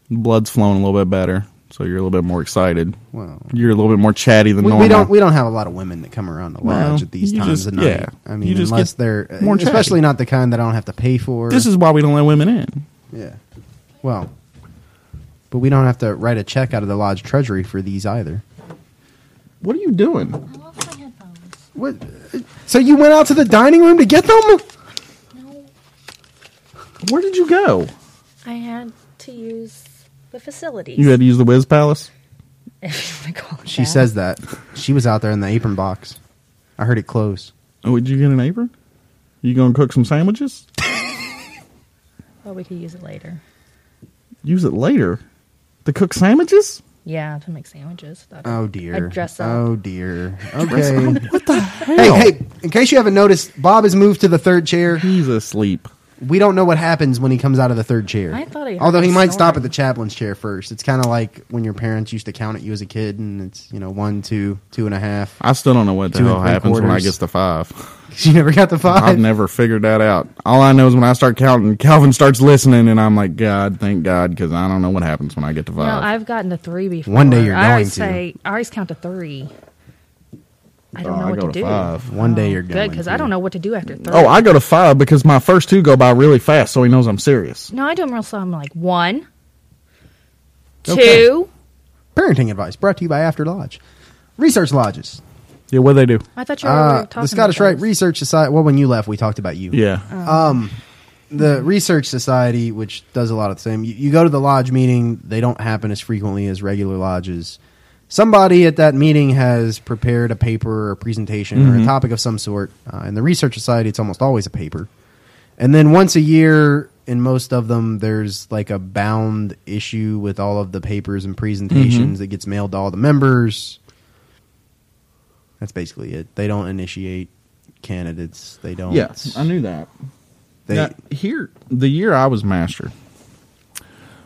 S2: blood's flowing a little bit better, so you're a little bit more excited.
S3: Well-
S2: you're a little bit more chatty than
S3: we,
S2: normal.
S3: we don't we don't have a lot of women that come around the
S2: Well,
S3: lodge at these
S2: you
S3: times
S2: just-
S3: of night.
S2: yeah.
S3: I
S2: You
S3: mean,
S2: just
S3: unless
S2: get
S3: they're
S2: more
S3: uh, especially
S2: chatty.
S3: not the kind that I don't have to pay for.
S2: This is why we don't let women in.
S3: yeah. Well, but we don't have to write a check out of the lodge treasury for these either.
S2: What are you doing?
S4: I lost my headphones.
S3: What? So you went out to the dining room to get them?
S4: No,
S2: Where did you go?
S4: I had to use the facilities.
S2: You had to use the Wiz Palace.
S4: If you wanna call it
S3: She
S4: that.
S3: says that she was out there in the apron box. I heard it close.
S2: Oh, did you get an apron? You gonna cook some sandwiches?
S4: Well, we could use it later.
S2: Use it later to cook sandwiches.
S4: Yeah, to make sandwiches. Thought
S3: Oh
S4: I'd-
S3: dear.
S4: I'd dress up.
S3: Oh dear. Okay.
S2: What the hell?
S3: hey, hey! In case you haven't noticed, Bob has moved to the third chair.
S2: He's asleep.
S3: we don't know what happens when he comes out of the third chair.
S4: I thought he heard
S3: Although he
S4: him
S3: might stop at
S4: snoring.
S3: the chaplain's chair first. It's kind of like when your parents used to count at you as a kid, and it's you know one, two, two and a half.
S2: I still don't know what the
S3: Two and
S2: hell
S3: three
S2: happens when I
S3: quarters.
S2: get to five.
S3: You never got the
S2: I've
S3: five.
S2: never figured that out. All I know is when I start counting, Calvin starts listening, and I'm like, God, thank God, because I don't know what happens when I get to five.
S4: No, I've gotten to three before.
S3: One day you're
S4: I always
S3: going to.
S4: say I always count to three. I don't
S2: Oh,
S4: know
S2: I
S4: what
S2: go
S4: to,
S2: to
S4: do.
S2: five.
S3: One day
S4: Oh,
S3: you're
S4: good
S3: going
S4: because
S3: to.
S4: I don't know what to do after three.
S2: oh, I go to five because my first two go by really fast, so he knows I'm serious.
S4: no, I do them real slow. I'm like one, two.
S2: Okay.
S3: Parenting advice brought to you by After Lodge, Research Lodges.
S2: Yeah, what they do?
S4: I thought you were
S3: Uh,
S4: talking
S3: the Scottish
S4: about
S3: Rite
S4: those.
S3: Research Society. Well, when you left, we talked about you.
S2: Yeah,
S3: the research society which does a lot of the same you, you go to the lodge meeting they don't happen as frequently as regular lodges somebody at that meeting has prepared a paper or a presentation or a
S2: Mm-hmm.
S3: topic of some sort uh, in the research society it's almost always a paper and then once a year in most of them there's like a bound issue with all of the papers and presentations
S2: Mm-hmm.
S3: that gets mailed to all the members that's basically it they don't initiate candidates they don't
S2: yeah, I knew that.
S3: they,
S2: Now, here, the year I was master,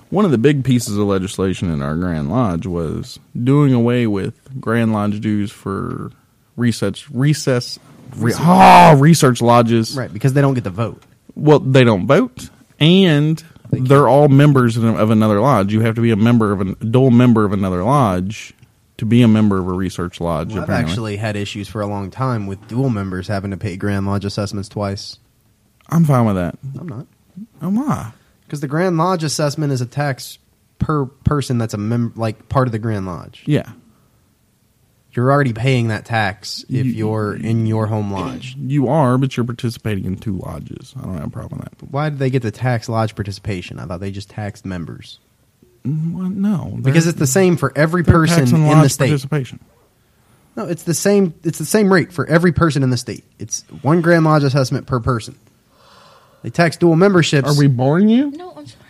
S2: one of the big pieces of legislation in our Grand Lodge was doing away with Grand Lodge dues for research, recess, re- ah, research lodges.
S3: right because they don't get the vote
S2: Well, they don't vote, and they're all members of- of another lodge. You have to be a member of an a dual member of another lodge to be a member of a research lodge.
S3: Well, I've
S2: apparently.
S3: actually had issues for a long time with dual members having to pay Grand Lodge assessments twice.
S2: I'm fine with that.
S3: I'm not.
S2: Oh my!
S3: Because the Grand Lodge assessment is a tax per person that's a mem- like part of the Grand Lodge.
S2: Yeah,
S3: You're already paying that tax if
S2: You-
S3: you're in your home lodge.
S2: you are, but you're participating in two lodges. I don't have a problem with that.
S3: Why did they get the tax lodge participation? I thought they just taxed members.
S2: Mm, well, no,
S3: Because
S2: they're-
S3: it's the same for every
S2: they're
S3: person
S2: taxing
S3: in
S2: lodge
S3: the state.
S2: Participation.
S3: No, it's the same it's the same rate for every person in the state. It's one Grand Lodge assessment per person. They tax dual memberships.
S2: Are we boring you?
S4: No, I'm sorry.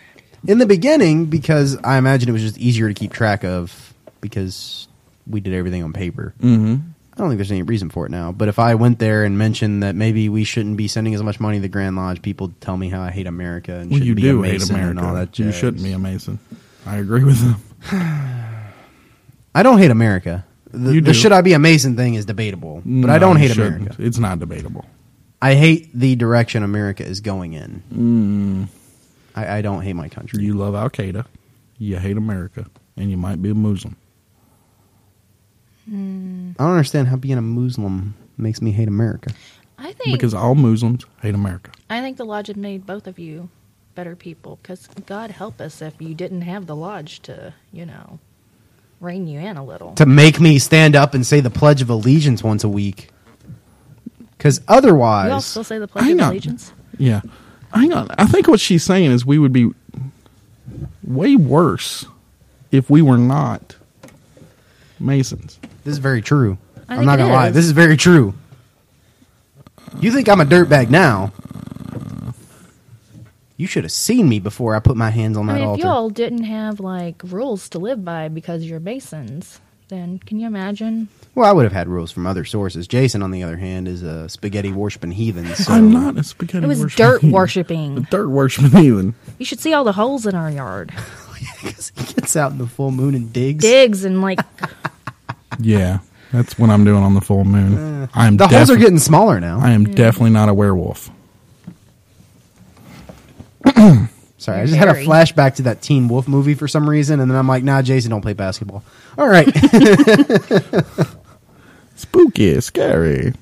S3: in the beginning because I imagine it was just easier to keep track of because we did everything on paper.
S2: Mm-hmm.
S3: I don't think there's any reason for it now. But if I went there and mentioned that maybe we shouldn't be sending as much money to the Grand Lodge, people would tell me how I hate America and
S2: Well,
S3: shouldn't
S2: you
S3: be
S2: do
S3: a
S2: hate
S3: Mason
S2: America.
S3: and all that.
S2: you
S3: jazz.
S2: shouldn't be a Mason. I agree with them.
S3: I don't hate America. The,
S2: You
S3: the
S2: do.
S3: should I be a Mason thing is debatable, but I
S2: No,
S3: don't
S2: you
S3: hate
S2: shouldn't.
S3: America.
S2: It's not debatable.
S3: I hate the direction America is going in.
S2: Mm.
S3: I, I don't hate my country.
S2: You love Al Qaeda, you hate America, and you might be a Muslim.
S3: I don't understand how being a Muslim makes me hate America.
S4: I think
S2: Because all Muslims hate America.
S4: I think the lodge had made both of you better people. Because God help us if you didn't have the lodge to, you know, rein you in a little.
S3: to make me stand up and say the Pledge of Allegiance once a week. Because otherwise,
S4: We all still say the Pledge
S2: Hang
S4: of
S2: on.
S4: Allegiance.
S2: Yeah. Hang on. I think what she's saying is we would be way worse if we were not Masons.
S3: this is very true.
S4: I
S3: I'm
S4: think
S3: not
S4: it
S3: gonna lie.
S4: is.
S3: This is very true. You think I'm a dirtbag now? You should have seen me before I put my hands on that
S4: I mean, if
S3: altar.
S4: you all didn't have like rules to live by because you're Masons, then can you imagine?
S3: well, I would have had rules from other sources. Jason, on the other hand, is a spaghetti worshiping heathen. So
S2: I'm not a spaghetti
S4: It was
S2: worshiping
S4: dirt
S2: heathen.
S4: worshiping.
S2: Dirt worshiping heathen.
S4: You should see all the holes in our yard,
S3: 'Cause he gets out in the full moon and digs.
S4: digs, and like
S2: Yeah. That's what I'm doing on the full moon. I'm
S3: the holes are
S2: defi-
S3: getting smaller now.
S2: I am definitely not a werewolf.
S3: Sorry, I
S4: You're
S3: just had
S4: hairy.
S3: a flashback to that Teen Wolf movie for some reason, and then I'm like, nah, Jason don't play basketball. All right.
S2: Spooky, scary.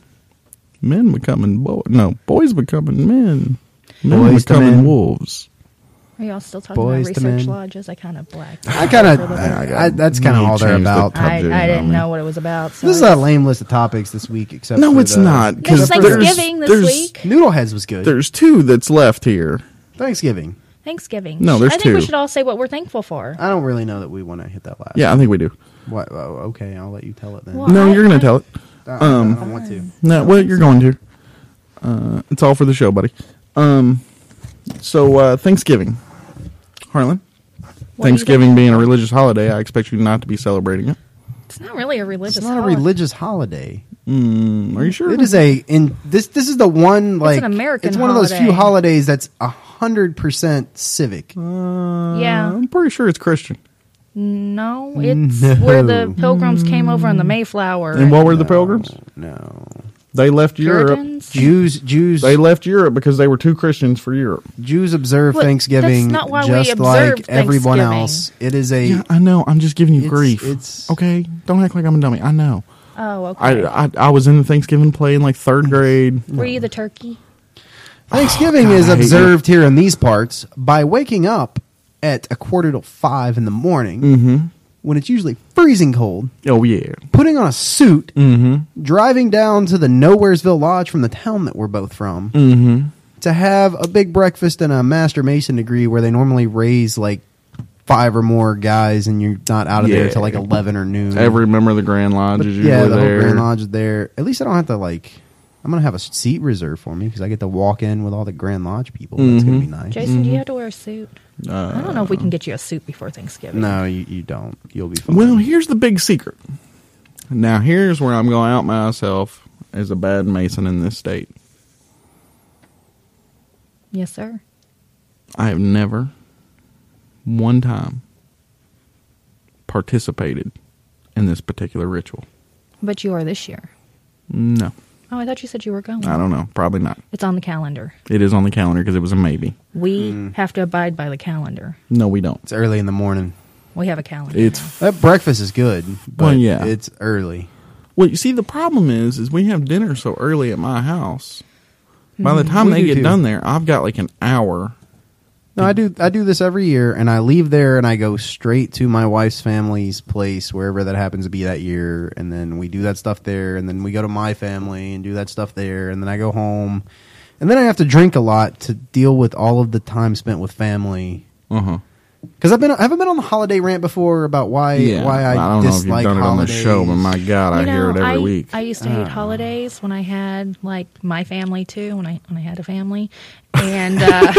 S2: Men becoming boy no, boys becoming men. Men
S3: Boys to
S2: becoming
S3: men.
S2: wolves.
S4: are y'all still talking
S3: Boys
S4: about
S3: to
S4: research
S3: men.
S4: lodges? I kind of blacked.
S3: I kind of,
S4: I,
S3: that's kind of
S2: You
S3: all they're
S2: changed the
S3: about.
S2: topic.
S4: I,
S2: Dude,
S4: I
S2: I
S4: didn't
S2: mean-
S4: know what it was about. So
S3: This is a lame list of topics this week, except
S2: No,
S3: for
S2: it's
S3: the-
S2: not. Because
S4: It's Thanksgiving this
S2: there's,
S4: week.
S3: Noodleheads was good.
S2: There's two that's left here.
S3: Thanksgiving.
S4: Thanksgiving.
S2: No, there's
S4: I think
S2: two.
S4: we should all say what we're thankful for.
S3: I don't really know that we want to hit that last.
S2: Yeah, I think we do.
S3: What, oh, okay, I'll let you tell it then.
S4: Well,
S2: No,
S4: I-
S2: you're gonna tell it.
S3: I, don't- I don't want to.
S2: No, well, you're going to. Uh, it's all for the show, buddy. Um, so uh, Thanksgiving, Harlan.
S4: What do you
S2: Thanksgiving
S4: think?
S2: being a religious holiday, I expect you not to be celebrating it.
S4: It's not really a religious.
S3: It's not a
S4: holiday.
S3: religious holiday.
S2: Mm, Are you sure?
S3: It is a in this. This is the one like
S4: an American
S3: It's one of those few
S4: holiday.
S3: holidays that's hundred percent civic.
S2: Mm.
S4: yeah.
S2: I'm pretty sure it's Christian.
S4: No, it's where the pilgrims came over on the Mayflower.
S2: And what were the pilgrims?
S3: no,
S2: They left Europe.
S4: Puritans.
S3: Jews Jews
S2: They left Europe because they were too Christians for Europe.
S3: Jews observe
S4: Look,
S3: Thanksgiving
S4: that's not why we
S3: just
S4: observe
S3: like everyone
S4: Thanksgiving.
S3: else. It is a
S2: Yeah, I know. I'm just giving you
S3: It's-
S2: grief.
S3: it's-
S2: okay. Don't act like I'm a dummy. I know.
S4: Oh, okay.
S2: I, I I was in the Thanksgiving play in like third grade.
S3: Mm.
S4: were you the turkey?
S3: Thanksgiving
S2: God,
S3: is
S2: I hate
S3: observed here in these parts by waking up at a quarter to five in the morning
S2: Mm-hmm.
S3: when it's usually freezing cold,
S2: Oh yeah.
S3: putting on a suit,
S2: Mm-hmm.
S3: driving down to the Nowheresville Lodge from the town that we're both from
S2: Mm-hmm.
S3: to have a big breakfast and a master mason degree where they normally raise like five or more guys and you're not out of there
S2: Yeah.
S3: till like 11 or noon.
S2: Mm-hmm. Every member of the Grand Lodge
S3: But,
S2: is usually
S3: yeah, the
S2: there.
S3: whole Grand Lodge is there. At least I don't have to like. I'm gonna have a seat reserved for me because I get to walk in with all the Grand Lodge people. That's gonna be
S2: Mm-hmm.
S3: nice.
S4: Jason, do you have to wear a suit?
S2: Uh,
S4: I don't know if we can get you a suit before Thanksgiving.
S3: No, you, you don't. You'll be fine.
S2: Well, here's the big secret. Now here's where I'm going to out myself as a bad Mason in this state.
S4: Yes, sir.
S2: I have never, one time, participated in this particular ritual.
S4: But you are this year.
S2: No,
S4: Oh, I thought you said you were going.
S2: I don't know. Probably not.
S4: It's on the calendar.
S2: It is on the calendar because it was a maybe.
S4: We
S2: Mm.
S4: have to abide by the calendar.
S2: No, we don't.
S3: it's early in the morning.
S4: We have a calendar.
S2: It's
S3: That breakfast is good, but
S2: Well, yeah.
S3: it's early.
S2: well. You see, the problem is, is we have dinner so early at my house. By the time
S3: Mm-hmm. We
S2: they
S3: do
S2: get
S3: too.
S2: done there, I've got like an hour.
S3: No, I do. I do this every year, and I leave there and I go straight to my wife's family's place, wherever that happens to be that year, and then we do that stuff there, and then we go to my family and do that stuff there, and then I go home, and then I have to drink a lot to deal with all of the time spent with family.
S2: Uh huh.
S3: Because I've been, I haven't been on the holiday rant before about why
S2: Yeah.
S3: why I,
S2: don't know if you've
S3: dislike
S2: done it on the
S3: holidays.
S2: show, but my God, I
S4: You
S2: hear it
S4: know,
S2: every
S4: I,
S2: week. Ah.
S4: I used to hate holidays when I had like my family too. When I when I had a family, and uh,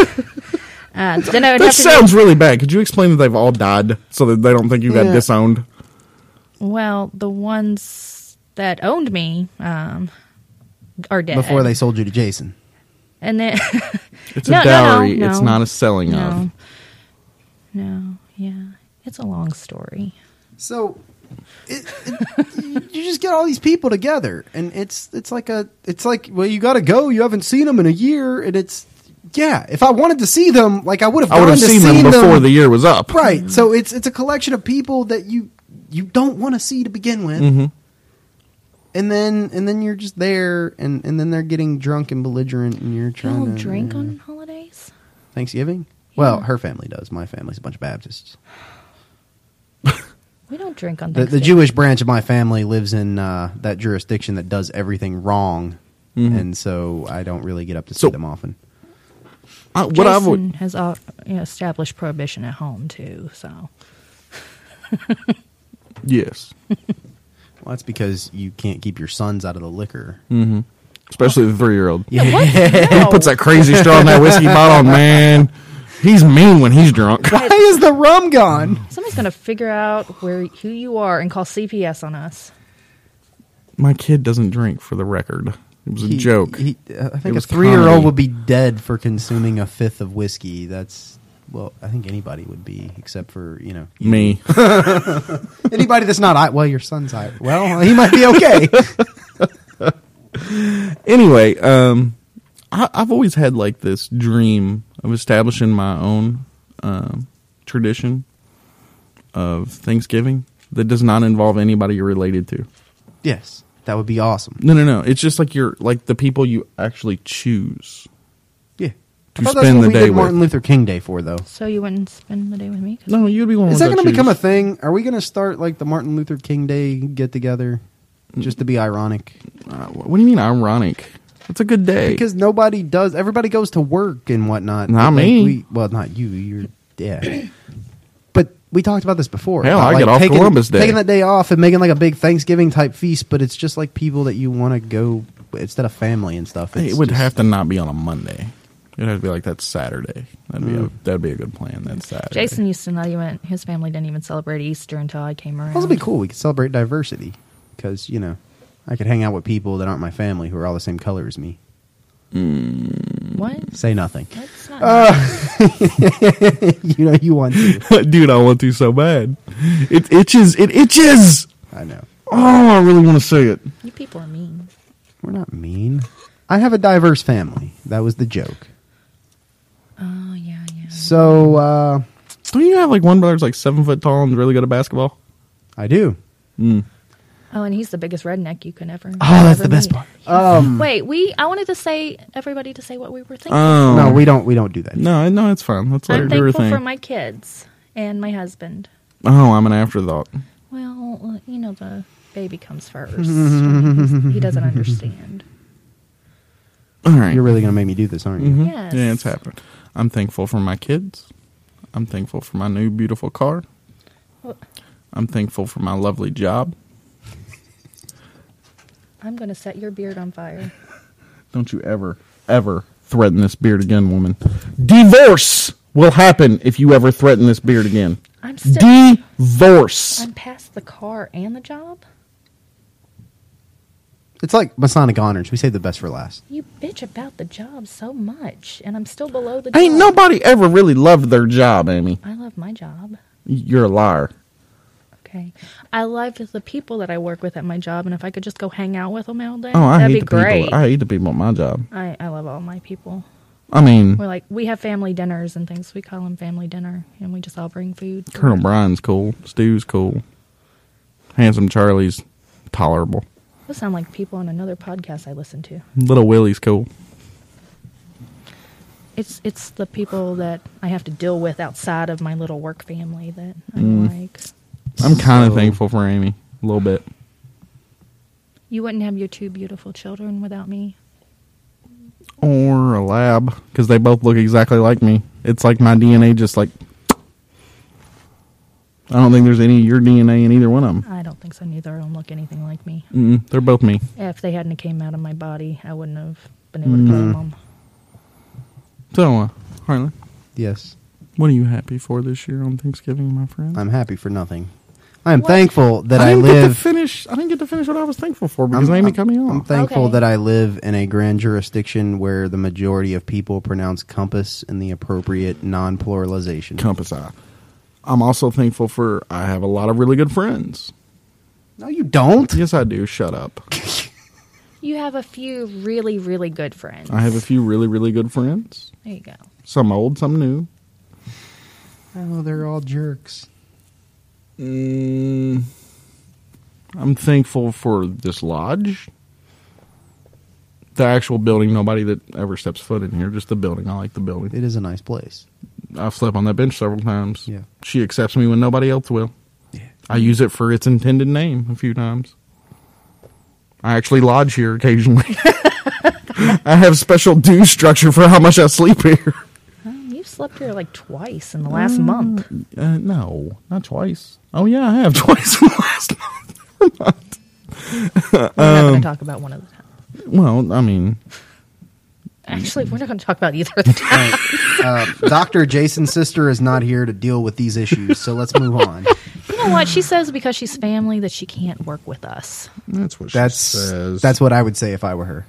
S4: uh, then I would
S2: That
S4: have to. go-
S2: sounds really bad. Could you explain that they've all died so that they don't think you got
S3: Yeah.
S2: disowned?
S4: well, the ones that owned me um, are dead
S3: before they sold you to Jason.
S4: And then
S2: It's
S4: No,
S2: a
S4: no,
S2: dowry.
S4: no, no.
S2: It's not a selling
S4: no,
S2: of.
S4: no, yeah, it's a long story.
S3: So it, it, you just get all these people together, and it's it's like a it's like well, you got to go. You haven't seen them in a year, and it's yeah. If I wanted to see them, like I would have.
S2: I would have seen them before the year was up.
S3: right. So it's it's a collection of people that you you don't want to see to begin with.
S2: Mm-hmm.
S3: And then and then you're just there, and, and then they're getting drunk and belligerent, and you're
S4: You
S3: trying
S4: don't
S3: to
S4: drink on holidays.
S3: Thanksgiving. Well, her family does. My family's a bunch of Baptists.
S4: We don't drink on
S3: The, the
S4: Thanksgiving.
S3: Jewish branch of my family lives in uh, that jurisdiction that does everything wrong, and so I don't really get up to see
S2: Mm-hmm. So-
S3: them often.
S2: I, what I've
S4: Jason
S2: always-
S4: has uh, you know, established prohibition at home too. So
S2: yes,
S3: Well, that's because you can't keep your sons out of the liquor.
S2: Mm. especially the three year old.
S4: yeah, what? No.
S2: He puts that crazy straw in that whiskey bottle, man. He's mean when he's drunk.
S3: Why is the rum gone?
S2: Mm-hmm.
S4: Somebody's gonna figure out where who you are and call CPS on us.
S2: My kid doesn't drink, for the record. It was a
S3: He-
S2: joke.
S3: he- uh, I
S2: It
S3: think a
S2: was
S3: three-year-old
S2: comedy.
S3: would be dead for consuming a fifth of whiskey. That's well, I think anybody would be, except for you know you-
S2: Me.
S3: anybody that's not. I, well, your son's. I, well, he might be okay.
S2: anyway, um, I, I've always had like this dream of establishing my own um, tradition of Thanksgiving that does not involve anybody you're related to.
S3: yes, that would be awesome.
S2: No, no, no. It's just like you're like the people you actually choose.
S3: Yeah,
S2: To
S3: I thought
S2: spend
S3: that's what
S2: the
S3: we
S2: day
S3: did
S2: with.
S3: Martin Luther King Day for, though.
S4: So you wouldn't spend the day with me. 'Cause-
S2: No, you'd be one.
S3: Is
S2: of
S3: that
S2: the
S3: going to become a
S2: choose.
S3: thing? Are we going to start like the Martin Luther King Day get together just to be ironic?
S2: Uh, what do you mean ironic? It's a good day.
S3: Because nobody does. Everybody goes to work and whatnot.
S2: Not
S3: But,
S2: me.
S3: well, not you. You're yeah. but we talked about this before.
S2: Hell,
S3: about,
S2: I get off
S3: taking,
S2: Columbus Day.
S3: taking that day off and making like a big Thanksgiving type feast. But it's just like people that you want to go instead of family and stuff. It's
S2: it would
S3: just-
S2: have to not be on a Monday. It'd have to be like that Saturday. That'd be a,
S3: Mm.
S2: that'd be a good plan. That Saturday.
S4: Jason used to not even his family didn't even celebrate Easter until I came around.
S3: That'd be cool. We could celebrate diversity because you know I could hang out with people that aren't my family who are all the same color as me.
S4: What?
S3: Say nothing.
S4: That's not
S3: you know you want to.
S2: Dude, I want to so bad. It itches. It itches.
S3: I know.
S2: Oh, I really want to say it.
S4: nice. you people are mean.
S3: We're not mean. I have a diverse family. That was the joke.
S4: Oh yeah, yeah.
S3: So uh,
S2: Don't you have like one brother's like seven foot tall and really good at basketball?
S3: I do.
S4: Oh, and he's the biggest redneck you can ever.
S2: Oh, that's the
S4: ever
S2: best
S4: meet.
S2: part. Um,
S4: Wait, we. I wanted to say everybody to say what we were thinking.
S2: Oh
S3: No, we don't. We don't do that.
S2: no, no, it's fine. Let's let her
S4: I'm
S2: do her
S4: thankful
S2: thing.
S4: for my kids and my husband.
S2: oh, I'm an afterthought.
S4: Well, you know the baby comes first. He's- he doesn't understand.
S2: All right.
S3: You're really gonna make me do this, aren't you?
S2: Mhm.
S4: Yes.
S2: Yeah, it's happened. I'm thankful for my kids. I'm thankful for my new beautiful car.
S4: Well-
S2: I'm thankful for my lovely job.
S4: I'm going to set your beard on fire.
S2: Don't you ever, ever threaten this beard again, woman. Divorce will happen if you ever threaten this beard again.
S4: I'm still.
S2: Divorce.
S4: I'm past the car and the job.
S3: It's like Masonic honors. We save the best for last.
S4: You bitch about the job so much, and I'm still below the.
S2: Ain't
S4: job.
S2: nobody ever really loved their job, Amy.
S4: I love my job.
S2: You're a liar.
S4: Okay, I love the people that I work with at my job, and if I could just go hang out with them all day,
S2: Oh, I
S4: that'd
S2: hate
S4: be
S2: the
S4: great.
S2: people. I hate the people at my job.
S4: I, I love all my people.
S2: I mean,
S4: We're like we have family dinners and things. We call them family dinner, and we just all bring food.
S2: Colonel Bryan's cool. Stu's cool. Handsome Charlie's tolerable.
S4: Those sound like people on another podcast I listen to.
S2: Little Willie's cool.
S4: It's it's the people that I have to deal with outside of my little work family that I'm
S2: Mm.
S4: like.
S2: I'm kind of
S3: So-
S2: thankful for Amy a little bit.
S4: You wouldn't have your two beautiful children without me.
S2: Or a lab because they both look exactly like me. It's like my DNA just like. I don't think there's any of your DNA in either one of them.
S4: I don't think so. Neither of them look anything like me.
S2: Mm-mm, they're both me.
S4: If they hadn't came out of my body, I wouldn't have been able to
S2: Mm.
S4: claim them.
S2: So, uh, Harlan,
S3: Yes,
S2: what are you happy for this year on Thanksgiving, my friend?
S3: I'm happy for nothing. I am
S4: What?
S3: thankful that I,
S2: didn't get to
S3: live.
S2: finish. I didn't get to finish what I was thankful for because
S3: I'm-
S2: Amy
S3: I'm-
S2: cut me
S3: I'm
S2: off.
S3: thankful
S4: Okay.
S3: that I live in a grand jurisdiction where the majority of people pronounce compass in the appropriate non-pluralization.
S2: Compass Eye. I'm also thankful for I have a lot of really good friends.
S3: no, you don't.
S2: Yes, I do. Shut up.
S4: You have a few really, really good friends.
S2: I have a few really really good friends.
S4: There you go.
S2: Some old, some new.
S3: Oh, they're all jerks.
S2: Mm, I'm thankful for this lodge. The actual building, nobody that ever steps foot in here, just the building. I like the building.
S3: It is a nice place.
S2: I've slept on that bench several times.
S3: Yeah.
S2: She accepts me when nobody else will.
S3: Yeah.
S2: I use it for its intended name a few times. I actually lodge here occasionally. I have special due structure for how much I sleep here.
S4: Um, you've slept here like twice in the last month.
S2: Uh, no, not twice. Oh yeah, I have twice in the last month.
S4: We're not
S2: Um,
S4: going to talk about one of the times.
S2: Well, I mean,
S4: Actually, we're not going to talk about either of the times.
S3: Uh, Doctor Jason's sister is not here to deal with these issues, so let's move on.
S4: You know what? She says because she's family that she can't work with us.
S2: that's what she
S3: That's
S2: says.
S3: that's what I would say if I were her.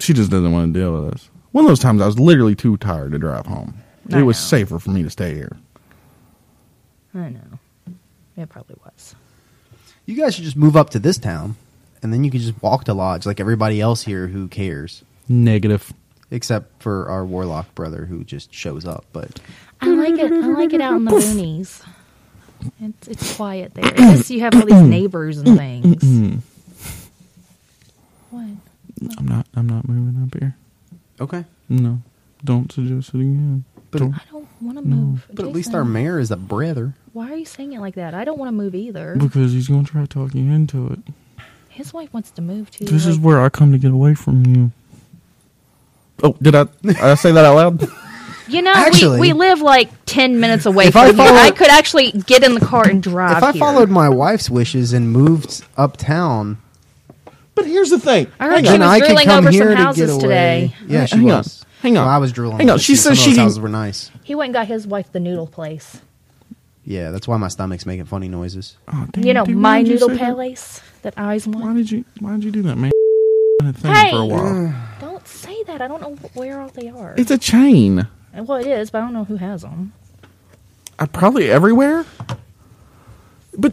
S2: she just doesn't want to deal with us. One of those times, I was literally too tired to drive home.
S4: I
S2: it was
S4: know.
S2: safer for me to stay here.
S4: I know. It probably was.
S3: You guys should just move up to this town, and then you can just walk to lodge like everybody else here who cares,
S2: Negative.
S3: except for our warlock brother who just shows up. But
S4: I like it. I like it out in the boonies. It's it's quiet there. Plus, you have all these neighbors and things. what?
S2: I'm not. I'm not moving up here.
S3: okay,
S2: No, don't suggest it again.
S3: But-
S2: Don't-
S4: I don't want to move.
S3: but at least
S4: Jason,
S3: our mayor is a brother.
S4: Why are you saying it like that? I don't want to move either.
S2: because he's gonna try talking into it.
S4: His wife wants to move too.
S2: This is
S4: Like,
S2: where I come to get away from you. Oh, did I? I say that out loud?
S4: you know.
S3: Actually-
S4: we, we live like ten minutes away
S3: If
S4: from
S3: I
S4: here. I
S3: followed-
S4: could actually get in the car and drive.
S3: If I
S4: here.
S3: followed my wife's wishes and moved uptown,
S2: But here's the thing.
S4: I heard
S2: Hang
S4: she
S2: on.
S4: was
S3: then I could
S4: drooling
S3: come
S4: over
S3: here
S4: some
S3: to
S4: houses
S3: get away.
S4: today.
S3: Yeah, she
S2: Hang on.
S3: was.
S2: Hang on.
S3: Well, I was drooling.
S2: Hang on.
S3: but
S2: She
S3: some
S2: says
S3: of
S2: she
S3: those
S2: can-
S3: houses were nice.
S4: He went and got his wife the noodle place.
S3: Yeah, that's why my stomach's making funny noises.
S2: Oh, damn,
S4: You know,
S2: dude, why
S4: my
S2: did you
S4: noodle
S2: say that?
S4: palace that eyes
S2: Why
S4: want.
S2: did you Why did you do that, man? That Thing for a
S4: Hey!
S2: while.
S4: Don't say that. I don't know wh- where all they are.
S2: It's a chain.
S4: well, it is, but I don't know who has them.
S2: I probably everywhere.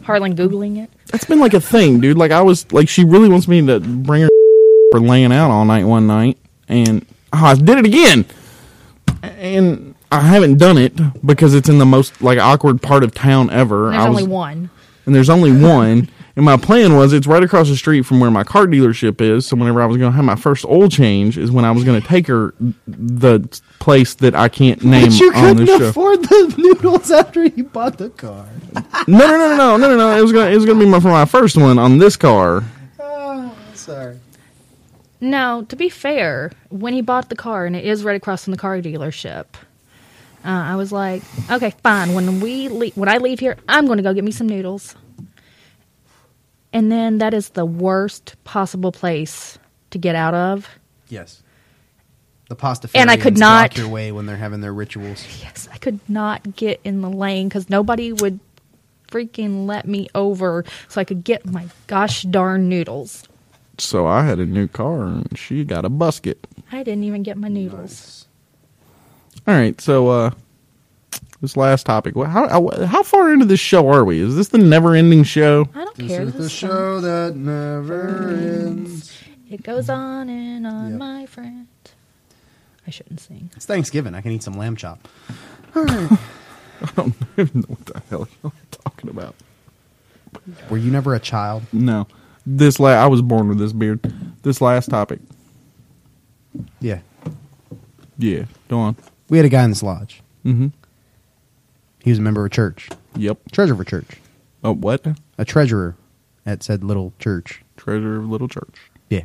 S4: Harlan googling it.
S2: That's been like a thing, dude. Like I was like she really wants me to bring her for laying out all night one night, and oh, I did it again, and I haven't done it because it's in the most like awkward part of town ever.
S4: There's
S2: I was,
S4: only one.
S2: and there's only one. and my plan was it's right across the street from where my car dealership is. So whenever I was going to have my first oil change is when I was going to take her the place that I can't name
S3: But you
S2: on this
S3: couldn't
S2: show.
S3: afford the noodles after you bought the car.
S2: no, no, no, no, no, no, no. It was going to it was going to be my for my first one on this car.
S3: Sorry.
S4: No, to be fair, when he bought the car, and it is right across from the car dealership, uh, I was like, okay, fine. When we le- when I leave here, I'm going to go get me some noodles. And then that is the worst possible place to get out of.
S3: Yes. The pasta
S4: And I could
S3: Farians
S4: not-
S3: block your way when they're having their rituals.
S4: Yes, I could not get in the lane because nobody would freaking let me over so I could get my gosh darn noodles.
S2: So I had a new car and she got a busket.
S4: I didn't even get my noodles.
S2: All right, so uh this last topic. Well, How how- how far into this show are we? Is this the never-ending show?
S4: I don't care. This is fun.
S3: that never ends.
S4: It goes on and on,
S3: Mm-hmm. Yep.
S4: my friend. I shouldn't sing.
S3: It's Thanksgiving. I can eat some lamb chop.
S2: I don't know what the hell you're talking about.
S3: Were you never a child?
S2: No, this la- I was born with this beard. This last topic.
S3: Yeah.
S2: Yeah, go on.
S3: We had a guy in this lodge.
S2: Mm-hmm.
S3: He was a member of a church,
S2: Yep.
S3: treasurer of a church,
S2: Oh, what?
S3: a treasurer at said little church.
S2: Treasure of Little Church.
S3: Yeah.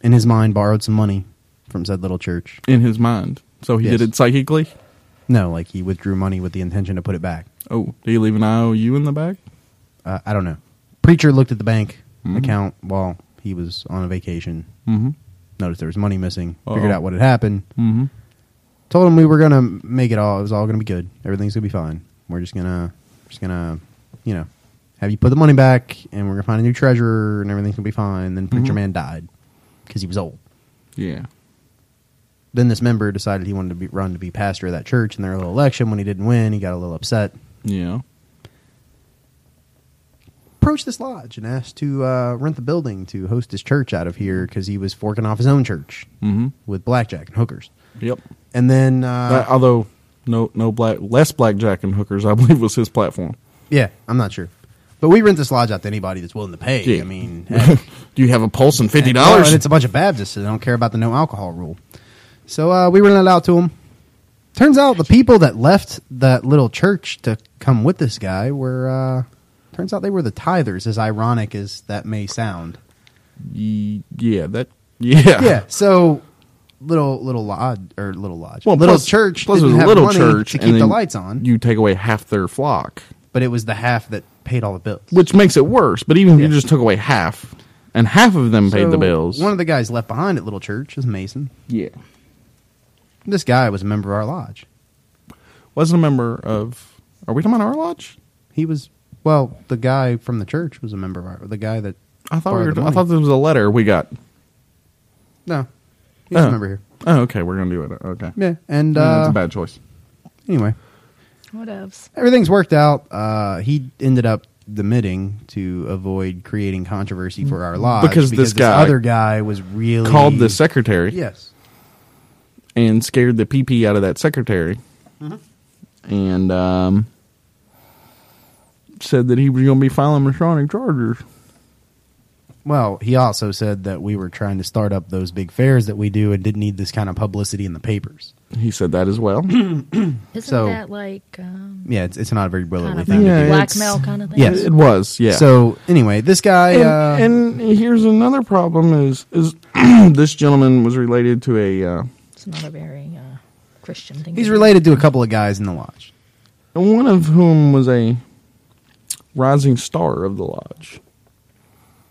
S3: In his mind, borrowed some money from said little church.
S2: In his mind, so he
S3: Yes.
S2: did it psychically.
S3: No, like he withdrew money with the intention to put it back.
S2: Oh, do you leave an IOU in the back?
S3: Uh, I don't know. Preacher looked at the bank
S2: Mhm.
S3: account while he was on a vacation.
S2: Mm-hmm.
S3: Noticed there was money missing. Figured
S2: Uh-oh.
S3: out what had happened.
S2: Mm-hmm.
S3: Told him we were gonna make it all. It was all gonna be good. Everything's gonna be fine. We're just gonna, just gonna, you know, have you put the money back, and we're gonna find a new treasurer, and everything's gonna be fine. Then preacher
S2: Mhm.
S3: man died because he was old.
S2: Yeah.
S3: Then this member decided he wanted to be run to be pastor of that church in their little election. When he didn't win, he got a little upset.
S2: Yeah.
S3: approached this lodge and asked to uh, rent the building to host his church out of here because he was forking off his own church
S2: Mm-hmm.
S3: with blackjack and hookers.
S2: Yep.
S3: And then,
S2: Uh,
S3: uh,
S2: although no no black less blackjack and hookers, I believe was his platform.
S3: yeah, I'm not sure, but we rent this lodge out to anybody that's willing to pay.
S2: Yeah.
S3: I mean, heck,
S2: Do you have a pulse and fifty
S3: no,
S2: dollars?
S3: and it's a bunch of Baptists that don't care about the no alcohol rule. So uh, we rented it out to him. Turns out the people that left that little church to come with this guy were. Uh, turns out they were the tithers, as ironic as that may sound.
S2: yeah. That. Yeah.
S3: yeah. So little little lodge or little lodge,
S2: Well,
S3: little
S2: plus-
S3: church.
S2: Plus,
S3: didn't
S2: it was
S3: have
S2: a little
S3: money
S2: church
S3: to
S2: and
S3: keep the
S2: then
S3: lights on.
S2: You take away half their flock,
S3: but it was the half that paid all the bills.
S2: which makes it worse. But even if
S3: Yeah.
S2: you just took away half, and half of them paid the
S3: So,
S2: bills.
S3: One of the guys left behind at little church is Mason.
S2: yeah.
S3: This guy was a member of our lodge.
S2: Wasn't a member of. Are we talking about our lodge?
S3: He was well, the guy from the church was a member of our. The guy that
S2: I thought we
S3: borrowed
S2: were.
S3: the
S2: I
S3: money.
S2: thought this was a letter we got.
S3: no, he was
S2: Oh.
S3: a member here.
S2: Oh, okay. We're gonna do it. Okay.
S3: Yeah, and
S2: Mm,
S3: uh,
S2: that's a bad choice.
S3: anyway,
S4: Whatevs.
S3: everything's worked out. Uh, he ended up demitting to avoid creating controversy for our lodge
S2: Mm. Because this guy
S3: other guy was really
S2: Called the secretary.
S3: Yes.
S2: and scared the pee pee out of that secretary, and um, said that he was going to be filing Masonic charges.
S3: Well, he also said that we were trying to start up those big fairs that we do and didn't need this kind of publicity in the papers.
S2: He said that as well.
S4: Isn't
S3: So-
S4: that like um,
S3: Yeah, it's, it's not a very
S4: kind
S3: brotherly
S4: of
S3: thing.
S2: Yeah,
S4: a
S2: it's-
S4: blackmail kind of thing?
S3: Yes.
S2: it was, yeah.
S3: So anyway, this guy.
S2: and,
S3: uh,
S2: and here's another problem: is is this gentleman was related to a uh,
S4: It's not a very uh, Christian thing.
S3: he's
S4: to do.
S3: related to a couple of guys in the lodge.
S2: one of whom was a rising star of the lodge,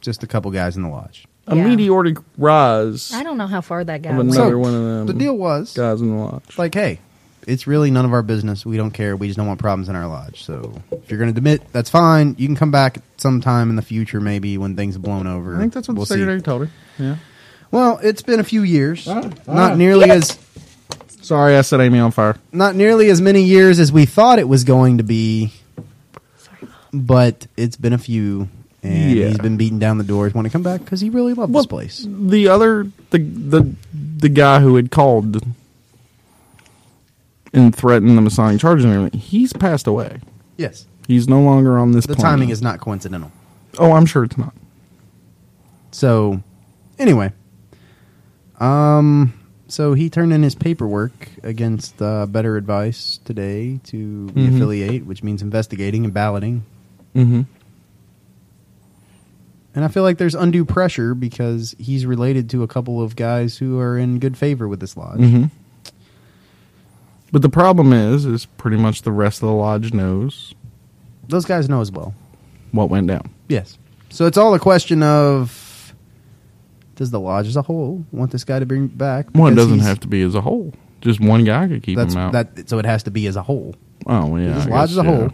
S3: Just a couple guys in the lodge.
S2: a
S4: Yeah.
S2: meteoric rise
S4: I don't know how far that guy
S2: of
S4: went.
S2: another one of them.
S3: The deal was
S2: guys in the lodge.
S3: like, hey, it's really none of our business. We don't care. We just don't want problems in our lodge. So if you're going to demit, that's fine. You can come back sometime in the future, maybe when things have blown over.
S2: I think that's what
S3: We'll
S2: the
S3: see.
S2: secretary told her. Yeah.
S3: Well, it's been a few years.
S2: Ah,
S3: not
S2: ah.
S3: nearly as
S2: Sorry, I set Amy on fire.
S3: not nearly as many years as we thought it was going to be,
S4: Sorry.
S3: but it's been a few. And
S2: Yeah.
S3: he's been beating down the doors. Want to come back because he really loved
S2: Well,
S3: this place.
S2: The other the the the guy who had called and threatened the Masonic charges and everything, he's passed away.
S3: Yes,
S2: He's no longer on this
S3: the
S2: planet.
S3: timing is not coincidental.
S2: Oh, I'm sure it's not.
S3: So, anyway, um, so he turned in his paperwork against uh, Better Advice today to
S2: Mhm.
S3: affiliate, which means investigating and balloting.
S2: Mm-hmm.
S3: And I feel like there's undue pressure because he's related to a couple of guys who are in good favor with this lodge.
S2: Mm-hmm. But the problem is, is pretty much the rest of the lodge knows
S3: Those guys know as well.
S2: what went down.
S3: Yes. So it's all a question of does the lodge as a whole want this guy to bring back?
S2: Well, it
S3: Because
S2: doesn't
S3: he's-
S2: have to be as a whole. Just one guy could keep
S3: That's
S2: him out.
S3: that. So it has to be as a whole.
S2: oh yeah,
S3: this
S2: I
S3: lodge
S2: guess,
S3: as a
S2: yeah.
S3: whole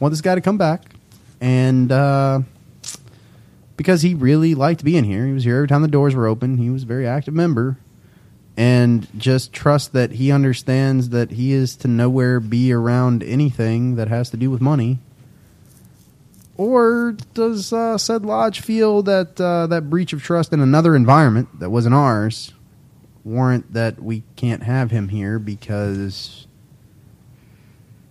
S3: want this guy to come back and uh, because he really liked being here he was here every time the doors were open he was a very active member and just trust that he understands that he is to nowhere be around anything that has to do with money or does uh, said lodge feel that uh, that breach of trust in another environment that wasn't ours warrant that we can't have him here because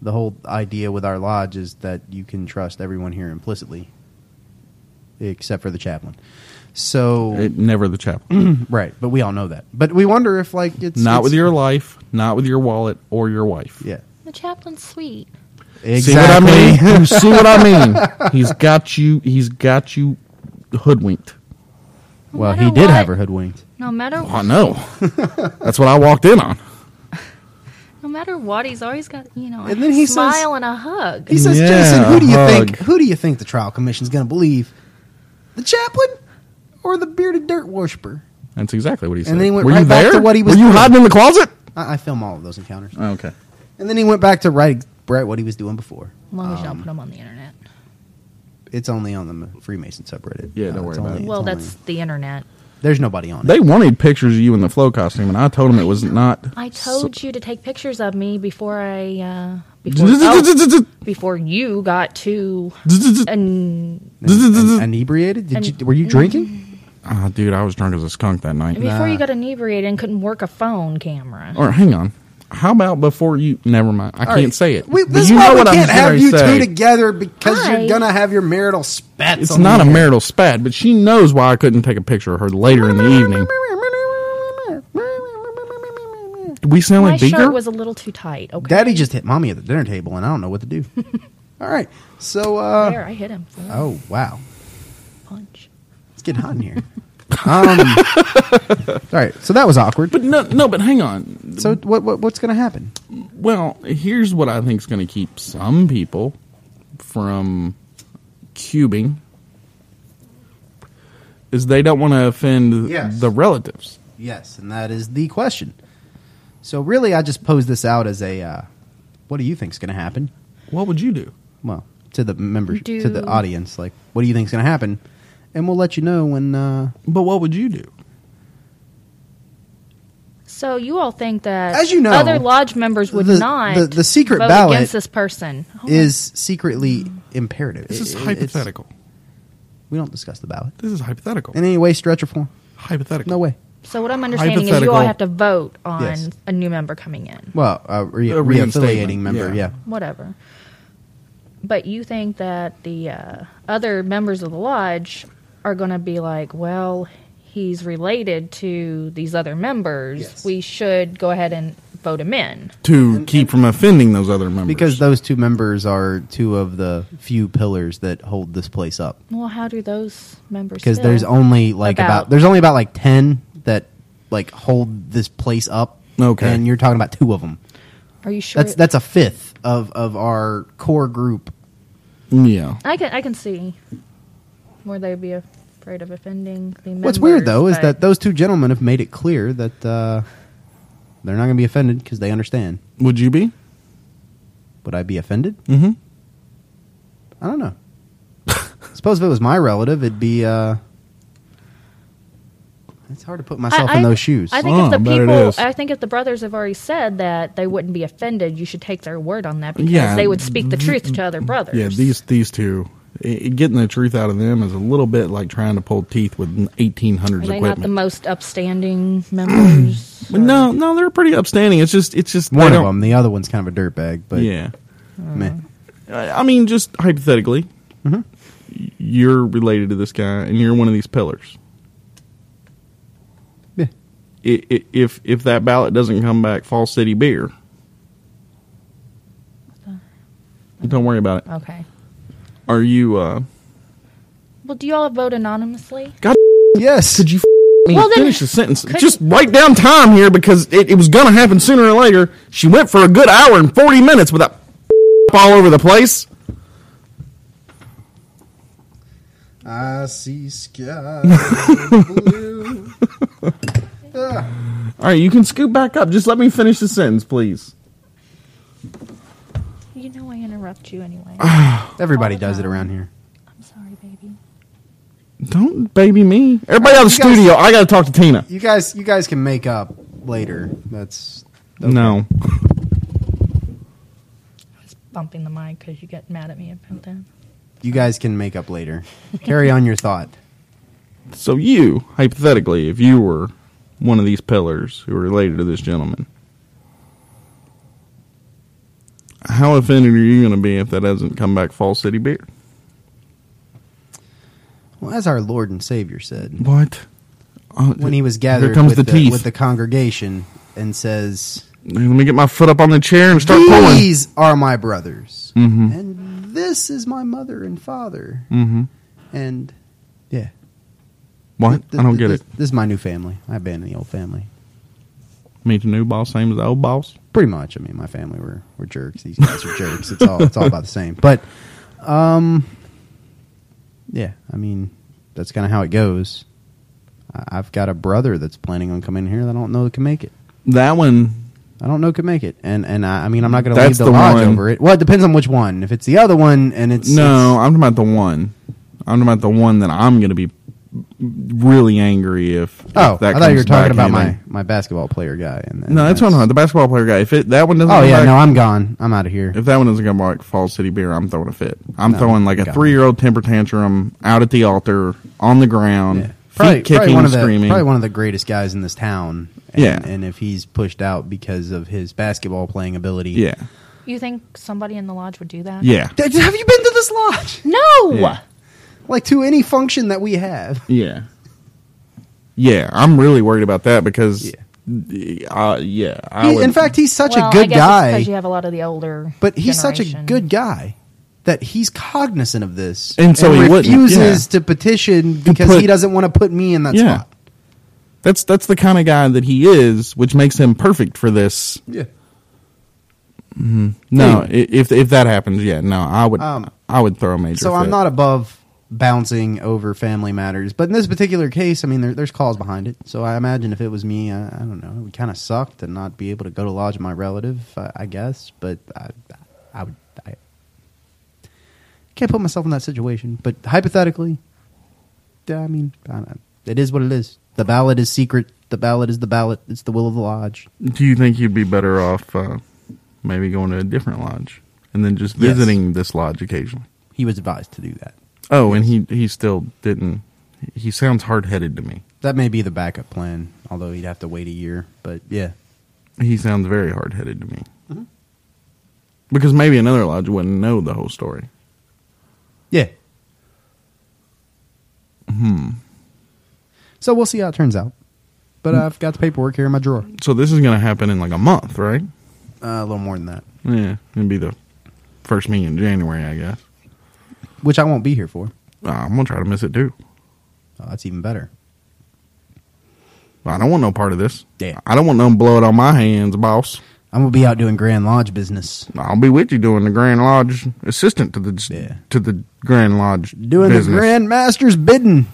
S3: the whole idea with our lodge is that you can trust everyone here implicitly, except for the chaplain. So
S2: It- never the chaplain.
S3: right, but we all know that. But we wonder if like it's
S2: not with
S3: it's-
S2: your life, not with your wallet or your wife.
S3: yeah
S4: The chaplain's sweet.
S3: exactly.
S2: See what I mean? You see what I mean? He's got you. He's got you hoodwinked.
S4: No
S3: Well,
S4: matter
S3: he did
S4: what-
S3: have her hoodwinked.
S4: No matter
S2: Oh, I know. That's what I walked in on.
S4: no matter what, he's always got you know
S3: And then he
S4: a smile
S3: says-
S4: and a hug.
S3: He says,
S2: Yeah,
S3: Jason, who do you
S2: hug.
S3: think? Who do you think the trial commission's going to believe? The chaplain or the bearded dirt worshiper?
S2: That's exactly what he said.
S3: then he went
S2: Were
S3: right
S2: you
S3: back
S2: there?
S3: to what he was
S2: Were you
S3: doing. Oh,
S2: hiding in the closet?
S3: I, I film all of those encounters,
S2: Okay.
S3: and then he went back to right, right what he was doing before.
S4: As long as you don't
S3: Um,
S4: put him on the internet.
S3: It's only on the Freemason subreddit. Uh,
S2: Yeah, don't
S3: it's
S2: worry about
S3: only-
S2: it.
S3: it's
S4: Well,
S3: only-
S4: that's the internet.
S3: there's nobody on it.
S2: They wanted pictures of you in the flow costume, and I told them it was not.
S4: I told you to take pictures of me before I uh, before, oh, before you got too and
S3: And- and- inebriated? Did you, were you drinking?
S2: Ah, dude, I was drunk as a skunk that night.
S4: before you got inebriated and couldn't work a phone camera.
S2: Or hang on. How about before you? Never mind. I can't say it.
S3: We,
S2: But
S3: this
S2: you
S3: is why
S2: know
S3: we
S2: what I'm
S3: can't have
S2: gonna
S3: you
S2: say.
S3: two together because
S4: Hi.
S3: you're gonna have your marital spats.
S2: It's
S3: on
S2: not a
S3: the air.
S2: marital spat, but she knows why I couldn't take a picture of her later in the evening. Do we sound
S4: My
S2: like Beaker?
S4: shirt was a little too tight. Okay,
S3: Daddy just hit mommy at the dinner table, and I don't know what to do. All right, so uh,
S4: there I hit him. for a
S3: oh wow,
S4: punch.
S3: it's getting hot in here. Um, all right, so that was awkward.
S2: but no, no. But hang on.
S3: So what, what what's gonna happen?
S2: Well, here's what I think's going to keep some people from cubing is they don't want to offend
S3: Yes.
S2: the relatives.
S3: Yes, and that is the question. So really, I just pose this out as a uh, what do you think's gonna happen?
S2: What would you do?
S3: well to the members
S4: Do-
S3: to the audience like what do you think's going to happen and we'll let you know when uh,
S2: But what would you do?
S4: So you all think that,
S3: As you know,
S4: other lodge members would
S3: the-
S4: not
S3: the- the secret
S4: vote
S3: ballot
S4: against this person Oh my
S3: is secretly imperative
S2: This
S3: It-
S2: is
S3: it-
S2: hypothetical.
S3: it's- we don't discuss the ballot
S2: This is hypothetical.
S3: in any way stretch or form
S2: hypothetical.
S3: no way
S4: So what I'm understanding is you all
S2: Hypothetical.
S4: have to vote on
S3: Yes.
S4: a new member coming in,
S3: well uh, re-
S2: A
S3: reaffiliating
S2: reinstatement,
S3: member yeah,
S2: yeah.
S4: whatever. But you think that the uh, other members of the lodge are going to be like, well, he's related to these other members.
S3: Yes.
S4: We should go ahead and vote him in.
S2: To keep from offending those other members.
S3: because those two members are two of the few pillars that hold this place up
S4: Well, how do those members?
S3: because
S4: feel?
S3: there's only like about.
S4: About-
S3: there's only about like 10 that like hold this place up
S2: Okay.
S3: and you're talking about two of them
S4: Are you sure?
S3: that's that's a fifth of of our core group
S2: yeah.
S4: I can I can see where they'd be afraid of offending the members.
S3: What's weird though is
S4: but-
S3: that those two gentlemen have made it clear that uh, They're not going to be offended because they understand.
S2: Would you be?
S3: Would I be offended?
S2: Mm-hmm.
S3: I don't know. Suppose if it was my relative, it'd be. uh It's hard to put myself in those shoes.
S4: I think
S2: Oh,
S4: if the
S2: I bet it
S4: people,
S2: is.
S4: I think if the brothers have already said that they wouldn't be offended, you should take their word on that because
S2: Yeah.
S4: they would speak the truth to other brothers.
S2: Yeah, these these two. i- Getting the truth out of them is a little bit like trying to pull teeth with eighteen
S4: are
S2: hundreds
S4: they
S2: equipment.
S4: not the most upstanding members?
S2: But no, no, they're pretty upstanding. It's just, it's just they
S3: One of
S2: don't-
S3: them. The other one's kind of a dirtbag, but
S2: Yeah,
S3: meh.
S4: Mm-hmm.
S2: I I mean, just hypothetically,
S3: Mm-hmm.
S2: y- you're related to this guy, and you're one of these pillars.
S3: Yeah.
S2: I- i- If if that ballot doesn't come back, Fall City beer. Don't worry about it.
S4: Okay.
S2: Are you? uh
S4: Well, do you all vote anonymously?
S3: Yes. Did you?
S2: I mean,
S4: Well, then-
S2: finish the sentence.
S4: couldn't-
S2: Just write down time here because it, it was going to happen sooner or later. She went for a good hour and 40 minutes without all over the place.
S3: I see sky blue.
S2: All right, you can scoot back up. Just let me finish the sentence, please.
S4: You know I interrupt you anyway.
S3: Everybody does it around here.
S4: I'm sorry, baby.
S2: Don't baby me. Everybody out of the
S3: You guys-
S2: studio, I got to talk to Tina.
S3: You guys, you guys can make up later. That's
S2: No.
S4: I was bumping the mic because you get mad at me about that.
S3: you guys can make up later. Carry on your thought.
S2: So you, hypothetically, if you were one of these pillars who were related to this gentleman, how offended are you going to be if that doesn't come back Fall City beer?
S3: Well, as our Lord and Savior said,
S2: What? Oh,
S3: when he was gathered
S2: Here comes
S3: with,
S2: the
S3: the
S2: teeth.
S3: with the congregation and says,
S2: Let me get my foot up on the chair and start Mm-hmm. pulling.
S3: "These are my brothers, and this is my mother and father."
S2: Mm-hmm.
S3: And yeah,
S2: What?
S3: Th-
S2: I don't
S3: th-
S2: get
S3: this,
S2: it.
S3: This is my new family. I abandoned the old family.
S2: Meet the new boss, same as the old boss.
S3: Pretty much. I mean, my family were were jerks. These guys are jerks. It's all it's all about the same. But um, yeah. I mean, that's kind of how it goes. I, I've got a brother that's planning on coming here that I don't know can make it.
S2: That one,
S3: I don't know can make it, and and I, I mean I'm not going to leave
S2: That's
S3: the,
S2: the
S3: lodge
S2: one.
S3: over it. Well, it depends on which one. If it's the other one, and it's
S2: no, I'm talking about the one. I'm talking about the one that I'm going to be really angry if.
S3: it's- oh,
S2: if that
S3: I thought you
S2: comes
S3: were talking
S2: back
S3: about
S2: anything.
S3: my, my basketball player guy. And, and
S2: No, that's what I'm The basketball player guy. If it, that one doesn't.
S3: Oh
S2: come
S3: yeah,
S2: back,
S3: no, I'm gone. I'm out of here.
S2: If that one doesn't come back, Fall City beer, I'm throwing a fit. I'm
S3: No,
S2: throwing like a
S3: God.
S2: three year old temper tantrum out at the altar on the ground,
S3: Yeah.
S2: feet kicking,
S3: one of the,
S2: screaming.
S3: Probably one of the greatest guys in this town. And,
S2: Yeah.
S3: and if he's pushed out because of his basketball playing ability,
S2: yeah,
S4: You think somebody in the lodge would do that?
S2: yeah,
S3: Dad, Have you been to this lodge?
S4: No.
S2: yeah.
S3: Like to any function that we have?
S2: Yeah. Yeah, I'm really worried about that because,
S3: Yeah.
S2: yeah, uh, yeah I
S3: He-
S2: would-
S3: in fact, he's such
S4: well,
S3: a
S4: I
S3: good
S4: guess
S3: guy.
S4: because you have a lot of the older.
S3: but he's such a
S4: generation.
S3: good guy that he's cognizant of this,
S2: And so he wouldn't,
S3: refuses
S2: yeah.
S3: to petition because
S2: put-
S3: he doesn't want to put me in that
S2: Yeah.
S3: spot.
S2: that's that's the kind of guy that he is, which makes him perfect for this.
S3: Yeah.
S2: No, i if if that happens, yeah, no, I would
S3: Um,
S2: I would throw a major.
S3: So I'm
S2: fit.
S3: not above bouncing over family matters, but in this particular case, I mean, there, there's cause behind it. So I imagine if it was me, I, I don't know, it would kind of suck to not be able to go to lodge my relative, I, I guess. But I, I would, I can't put myself in that situation. But hypothetically, yeah, I mean, I don't know. it is what it is. The ballot is secret. The ballot is the ballot. It's the will of the lodge.
S2: Do you think you'd be better off uh, maybe going to a different lodge and then just
S3: Yes.
S2: visiting this lodge occasionally?
S3: He was advised to do that.
S2: Oh, and he he still didn't. He sounds hard headed to me.
S3: That may be the backup plan, although he'd have to wait a year. But yeah,
S2: He sounds very hard headed to me.
S3: Mm-hmm.
S2: Because maybe another lodge wouldn't know the whole story.
S3: Yeah. Hmm. So we'll see how it turns out. But I've got the paperwork here in my drawer.
S2: So this is going to happen in like a month, right?
S3: Uh, a little more than that,
S2: Yeah, it'd be the first meeting in January, I guess.
S3: which I won't be here for.
S2: Uh, I'm gonna try to miss it too.
S3: Oh, that's even better.
S2: I don't want no part of this.
S3: Yeah.
S2: I don't want no blood on my hands, boss.
S3: I'm gonna be out doing Grand Lodge business,
S2: I'll be with you doing the Grand Lodge assistant to the
S3: Yeah.
S2: to the Grand Lodge
S3: doing
S2: business. Mm.
S3: the Grand Master's bidding.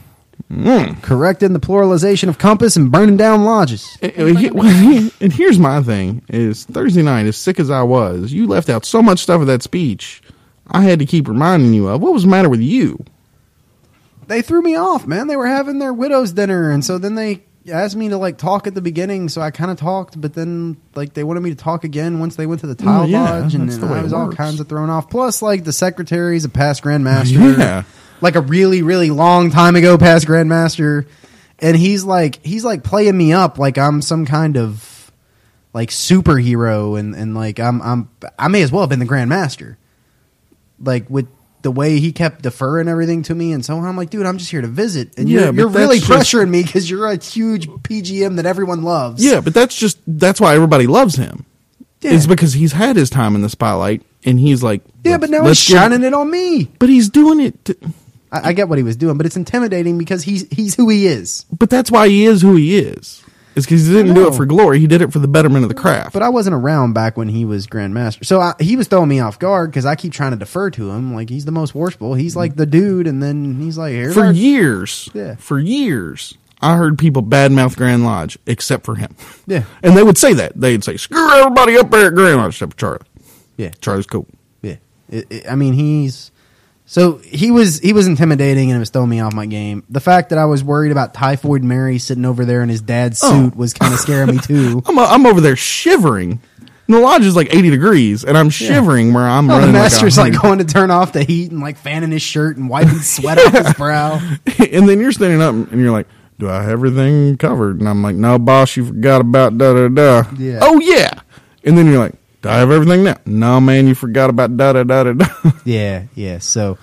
S3: Correcting the pluralization of compass and burning down lodges.
S2: And- and he- and here's my thing: is Thursday night, as sick as I was, you left out so much stuff of that speech. I had to keep reminding you of what was the matter with you.
S3: They threw me off, man. They were having their widow's dinner, and so then they asked me to like talk at the beginning. So I kind of talked, but then like they wanted me to talk again once they went to the tile
S2: Oh, yeah,
S3: lodge, and
S2: that's
S3: then
S2: the way
S3: I
S2: it
S3: was all
S2: works.
S3: kinds of thrown off. Plus, like the secretary's a past grandmaster,
S2: Yeah.
S3: like a really really long time ago past grandmaster, and he's like he's like playing me up like I'm some kind of like superhero and and like I'm I'm I may as well have been the grandmaster. Like with the way he kept deferring everything to me and so on, I'm like, dude, I'm just here to visit, and
S2: Yeah,
S3: you're,
S2: but
S3: you're really
S2: that's just-
S3: pressuring me because you're a huge PGM that everyone loves.
S2: Yeah, but that's just that's why everybody loves him.
S3: Yeah.
S2: It's because he's had his time in the spotlight, and he's like,
S3: yeah, but now
S2: "Let's
S3: he's
S2: give-
S3: shining it on me.
S2: But he's doing it. To,
S3: I, I get what he was doing, but it's intimidating because he's he's who he is.
S2: but that's why he is who he is. It's because he didn't do
S3: know.
S2: it for glory. He did it for the betterment of the craft.
S3: But I wasn't around back when he was grandmaster, so I, he was throwing me off guard because I keep trying to defer to him. Like he's the most worshipful. He's like the dude, and then he's like, here,
S2: for
S3: Mark.
S2: years,
S3: Yeah.
S2: for years, I heard people badmouth Grand Lodge except for him.
S3: Yeah.
S2: and they would say that they'd say, "Screw everybody up there at Grand Lodge except for Charlie."
S3: yeah.
S2: Charlie's cool.
S3: Yeah, it, it, I mean he's so he was he was intimidating and it was throwing me off my game. The fact that I was worried about Typhoid Mary sitting over there in his dad's suit was kind of scaring me too.
S2: I'm uh, I'm over there shivering. And the lodge is like 80 degrees, and I'm shivering where I'm
S3: Oh,
S2: running.
S3: the master's like,
S2: 100.
S3: going to turn off the heat and like fanning his shirt and wiping sweat off his brow.
S2: and then you're standing up and you're like, "Do I have everything covered?" And I'm like, "No, boss, you forgot about da da da."
S3: Yeah.
S2: Oh yeah. And then you're like, "Do I have everything now?" No, man, you forgot about da da da da da.
S3: Yeah, yeah. So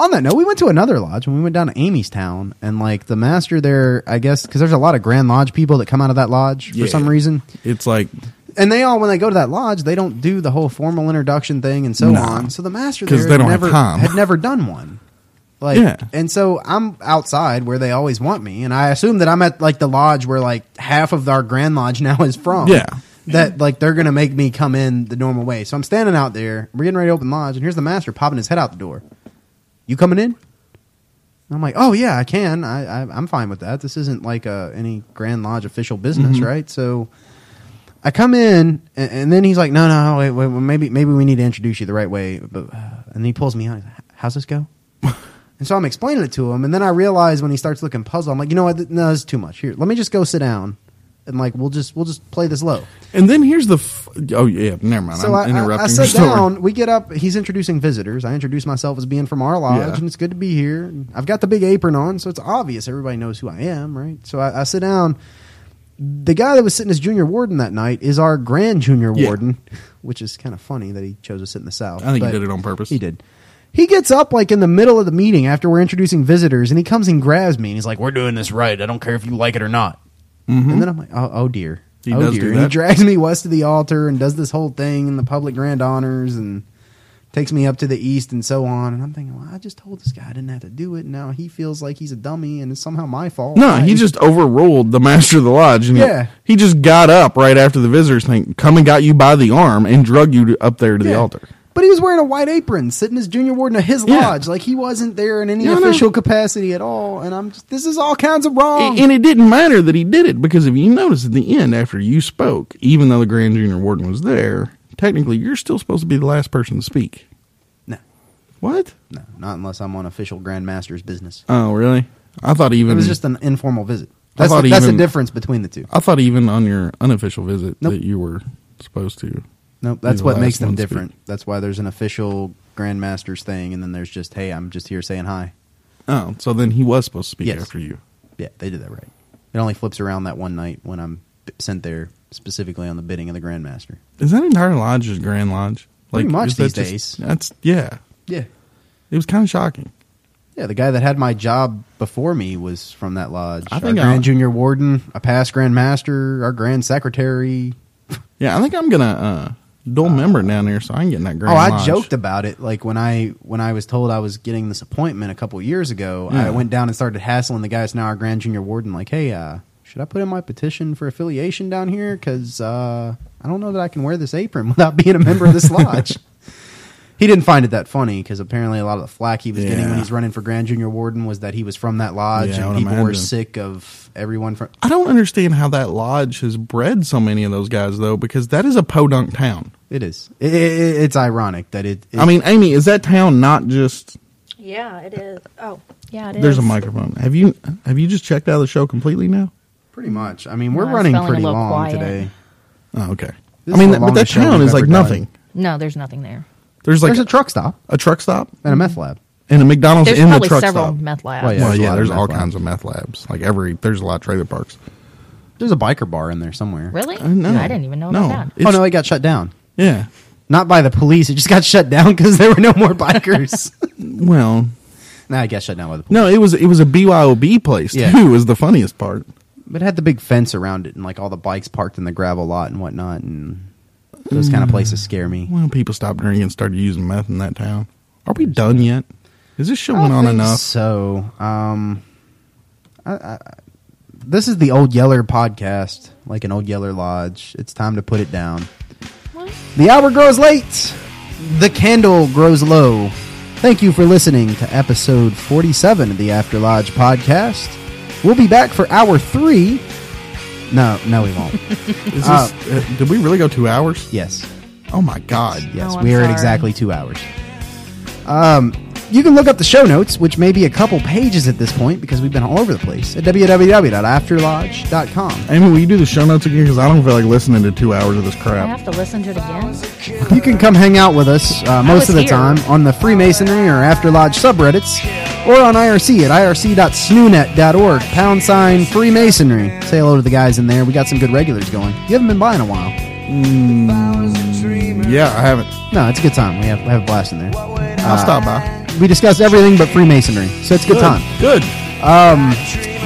S3: on that note, we went to another lodge when we went down to Amy's town, and like the master there, I guess, because there's a lot of Grand Lodge people that come out of that lodge
S2: Yeah.
S3: for some reason.
S2: It's like
S3: and they all when they go to that lodge they don't do the whole formal introduction thing and so
S2: Nah.
S3: on so the master
S2: 'Cause
S3: there
S2: they
S3: had
S2: don't have
S3: never,
S2: time.
S3: had never done one like
S2: Yeah.
S3: and so i'm outside where they always want me and i assume that i'm at like the lodge where like half of our grand lodge now is from
S2: Yeah.
S3: that like they're gonna make me come in the normal way so i'm standing out there we're getting ready to open lodge and here's the master popping his head out the door you coming in and I'm like, oh yeah, I can. I, I I'm fine with that. This isn't like uh any Grand Lodge official business, right? So I come in, and, and then he's like, no, no, wait, wait, well, maybe maybe we need to introduce you the right way. But and he pulls me out. He's like, How's this go? and so I'm explaining it to him, and then I realize when he starts looking puzzled, I'm like, you know what? Th- No, this is too much. Here, let me just go sit down, and like we'll just we'll just play this low.
S2: And then here's the. F- oh yeah, never mind.
S3: So I,
S2: I'm
S3: I,
S2: interrupting
S3: I
S2: your
S3: sit
S2: story.
S3: down. We get up. He's introducing visitors. I introduce myself as being from our lodge,
S2: Yeah.
S3: and it's good to be here. And I've got the big apron on, so it's obvious everybody knows who I am, right? So I, I sit down. The guy that was sitting as junior warden that night is our grand junior
S2: Yeah.
S3: warden, which is kind of funny that he chose to sit in the south.
S2: I think he
S3: but
S2: did it on purpose.
S3: He did. He gets up like in the middle of the meeting after we're introducing visitors, and he comes and grabs me, and he's like, "We're doing this right. I don't care if you like it or not." And then I'm like, "Oh, oh dear."
S2: Mm-hmm. He
S3: oh
S2: does
S3: dear.
S2: do
S3: And he
S2: that.
S3: drags me west to the altar and does this whole thing in the public grand honors and takes me up to the east and so on. And I'm thinking, well, I just told this guy I didn't have to do it. Now he feels like he's a dummy and it's somehow my fault.
S2: No, he
S3: I-
S2: just overruled the master of the lodge, and
S3: Yeah.
S2: he, just got up right after the visitors thing, come and got you by the arm and drug you to, up there to the
S3: Yeah.
S2: altar.
S3: But he was wearing a white apron, sitting as junior warden of his
S2: Yeah.
S3: lodge. Like he wasn't there in any
S2: Yeah, I know.
S3: official capacity at all. And I'm just, this is all kinds of
S2: A-
S3: wrong.
S2: And it didn't matter that he did it because if you notice at the end, after you spoke, even though the grand junior warden was there, technically you're still supposed to be the last person to speak.
S3: no,
S2: What?
S3: no, not unless I'm on official grandmaster's business.
S2: Oh, really? I thought even
S3: It was just an informal visit.
S2: I
S3: That's,
S2: thought
S3: the, that's the
S2: even-
S3: difference between the two.
S2: I thought even on your unofficial visit
S3: Nope.
S2: that you were supposed to.
S3: Nope,
S2: Be
S3: that's
S2: the
S3: what
S2: last
S3: makes them
S2: one to
S3: different. That's why there's an official grandmaster's thing, and then there's just, hey, I'm just here saying hi.
S2: Oh, so then he was supposed to speak
S3: Yes.
S2: after you.
S3: Yeah, they did that right. It only flips around that one night when I'm b- sent there specifically on the bidding of the grandmaster.
S2: Is that entire lodge just Grand Lodge?
S3: Pretty much
S2: is that
S3: these
S2: just-
S3: days.
S2: That's yeah.
S3: Yeah,
S2: It was kind of shocking.
S3: yeah. The guy that had my job before me was from that lodge.
S2: I
S3: our
S2: think
S3: grand
S2: I'll-
S3: junior warden, a past grandmaster, our grand secretary.
S2: Yeah, I think I'm gonna uh, dual member down there, so I can get in that Grand.
S3: oh, I
S2: Lodge.
S3: joked about it. Like when I when I was told I was getting this appointment a couple years ago,
S2: Yeah.
S3: I went down and started hassling the guy that's now our grand junior warden. Like, hey, uh, should I put in my petition for affiliation down here? Because uh, I don't know that I can wear this apron without being a member of this lodge. He didn't find it that funny because apparently a lot of the flack he was getting
S2: Yeah.
S3: when he's running for grand junior warden was that he was from that lodge
S2: Yeah, I
S3: and
S2: would
S3: people were
S2: imagine.
S3: sick of everyone from.
S2: I don't understand how that lodge has bred so many of those guys though, because that is a podunk town.
S3: It is. It, it, it's ironic that it. it
S2: I mean, Amy, is that town not just?
S4: Yeah, it is. Oh, yeah, it is.
S2: There's a microphone. Have you have you just checked out of the show completely now?
S3: pretty much. I mean, we're
S4: No, it's
S3: running
S4: feeling a
S3: pretty
S4: little
S3: long
S4: quiet.
S3: today.
S2: Oh, okay.
S3: This
S2: I mean,
S3: is
S2: that,
S3: the
S2: but that
S3: longest show
S2: town
S3: we've
S2: is like
S3: ever done.
S2: nothing.
S4: No, there's nothing there.
S2: There's like
S3: There's a
S2: a,
S3: truck stop
S2: a truck stop
S3: and a meth lab.
S2: and a McDonald's
S4: There's
S2: in the
S4: probably
S2: truck
S4: several
S2: stop.
S4: meth labs.
S3: Well, yeah.
S2: well,
S3: There's a
S2: yeah,
S3: lot
S2: there's
S3: of
S2: all
S3: meth
S2: kinds of meth labs. Like every there's a lot of trailer parks.
S3: There's a biker bar in there somewhere.
S4: Really?
S2: I know.
S4: I didn't even know
S2: No.
S4: about that.
S3: Oh
S2: It's-
S3: no, it got shut down.
S2: Yeah.
S3: Not by the police. It just got shut down because there were no more bikers.
S2: Well,
S3: nah, it got shut down by the police.
S2: no, it was it was a BYOB place
S3: Yeah.
S2: too. Is the funniest part.
S3: But it had the big fence around it and like all the bikes parked in the gravel lot and whatnot. And those kind of places scare me.
S2: Well, people stopped drinking and started using meth in that town. Are we done yet? Is this show
S3: I
S2: went on
S3: think
S2: enough?
S3: So, um, I, I, this is the Old Yeller podcast, like an Old Yeller Lodge. It's time to put it down.
S4: What?
S3: The hour grows late, the candle grows low. Thank you for listening to episode 47 of the After Lodge podcast. We'll be back for hour three. No, no, we won't.
S2: Is this, uh, did we really go two hours?
S3: yes.
S2: Oh my god!
S3: Yes,
S4: Oh, I'm
S3: we are at
S4: sorry.
S3: exactly two hours. Um, you can look up the show notes, which may be a couple pages at this point because we've been all over the place at www.afterlodge.com.
S2: Amy, will you do the show notes again? Because I don't feel like listening to two hours of this
S4: I
S2: crap.
S4: have to listen to it again.
S3: You can come hang out with us uh, most
S4: was
S3: of the
S4: here.
S3: time on the Freemasonry or After Lodge subreddits or on IRC at E irc.snoonet.org, pound sign Freemasonry. Say hello to the guys in there. We got some good regulars going. You haven't been by in a while.
S2: Yeah, I haven't.
S3: No, it's a good time. We have, we have a blast in there.
S2: I'll stop by.
S3: We discuss everything but Freemasonry, so it's a good time.
S2: Good.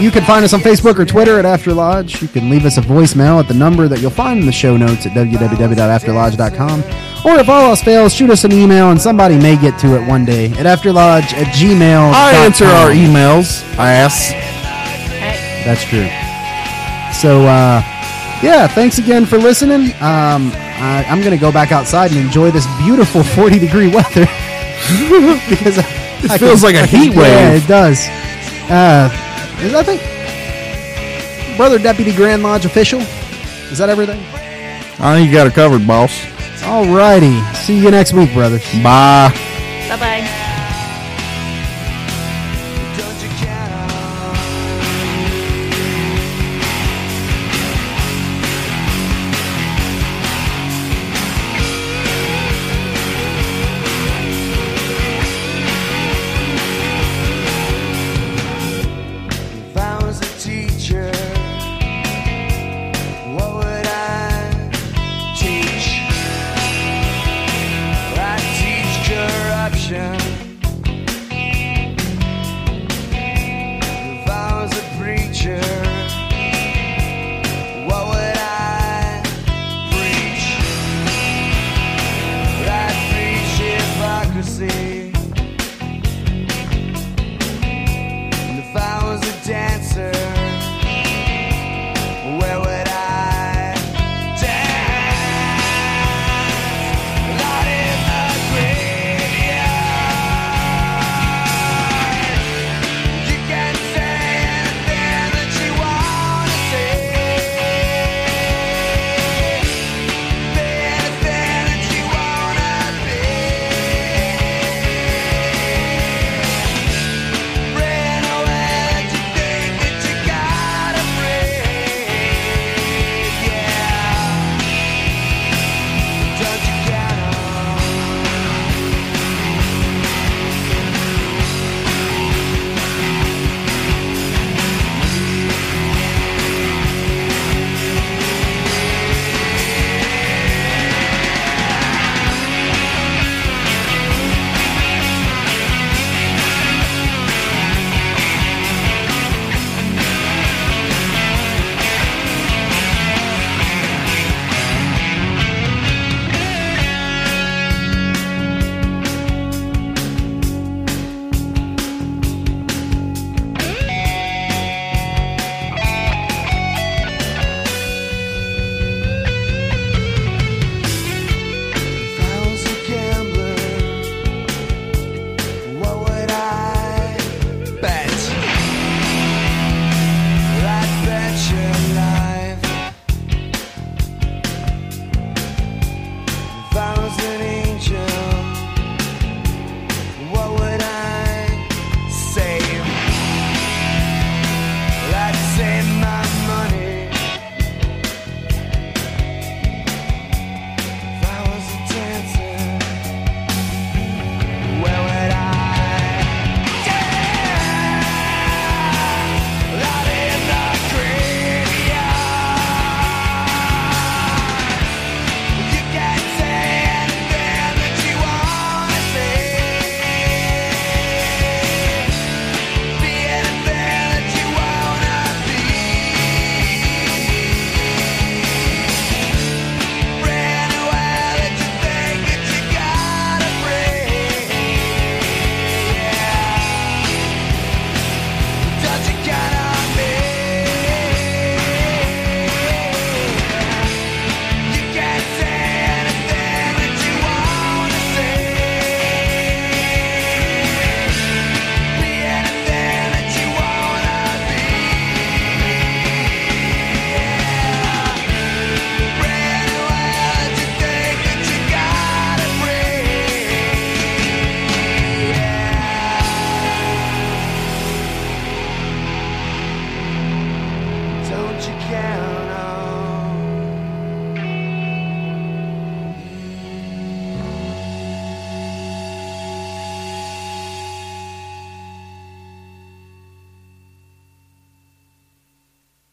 S3: You can find us on Facebook or Twitter at After Lodge. You can leave us a voicemail at the number that you'll find in the show notes at www.afterlodge.com. Or if all else fails, shoot us an email and somebody may get to it one day at afterlodge at gmail.
S2: I answer our emails. I ask.
S3: That's true. So, uh, yeah, thanks again for listening. Um, I, I'm going to go back outside and enjoy this beautiful 40 degree weather because I, it
S2: feels like a heat
S3: Yeah,
S2: wave.
S3: it does. Uh, is- I think brother deputy grand lodge official. Is that everything?
S2: I think you got it covered, boss.
S3: Alrighty. See you next week, brothers.
S2: Bye.
S4: Bye bye.
S1: Oh,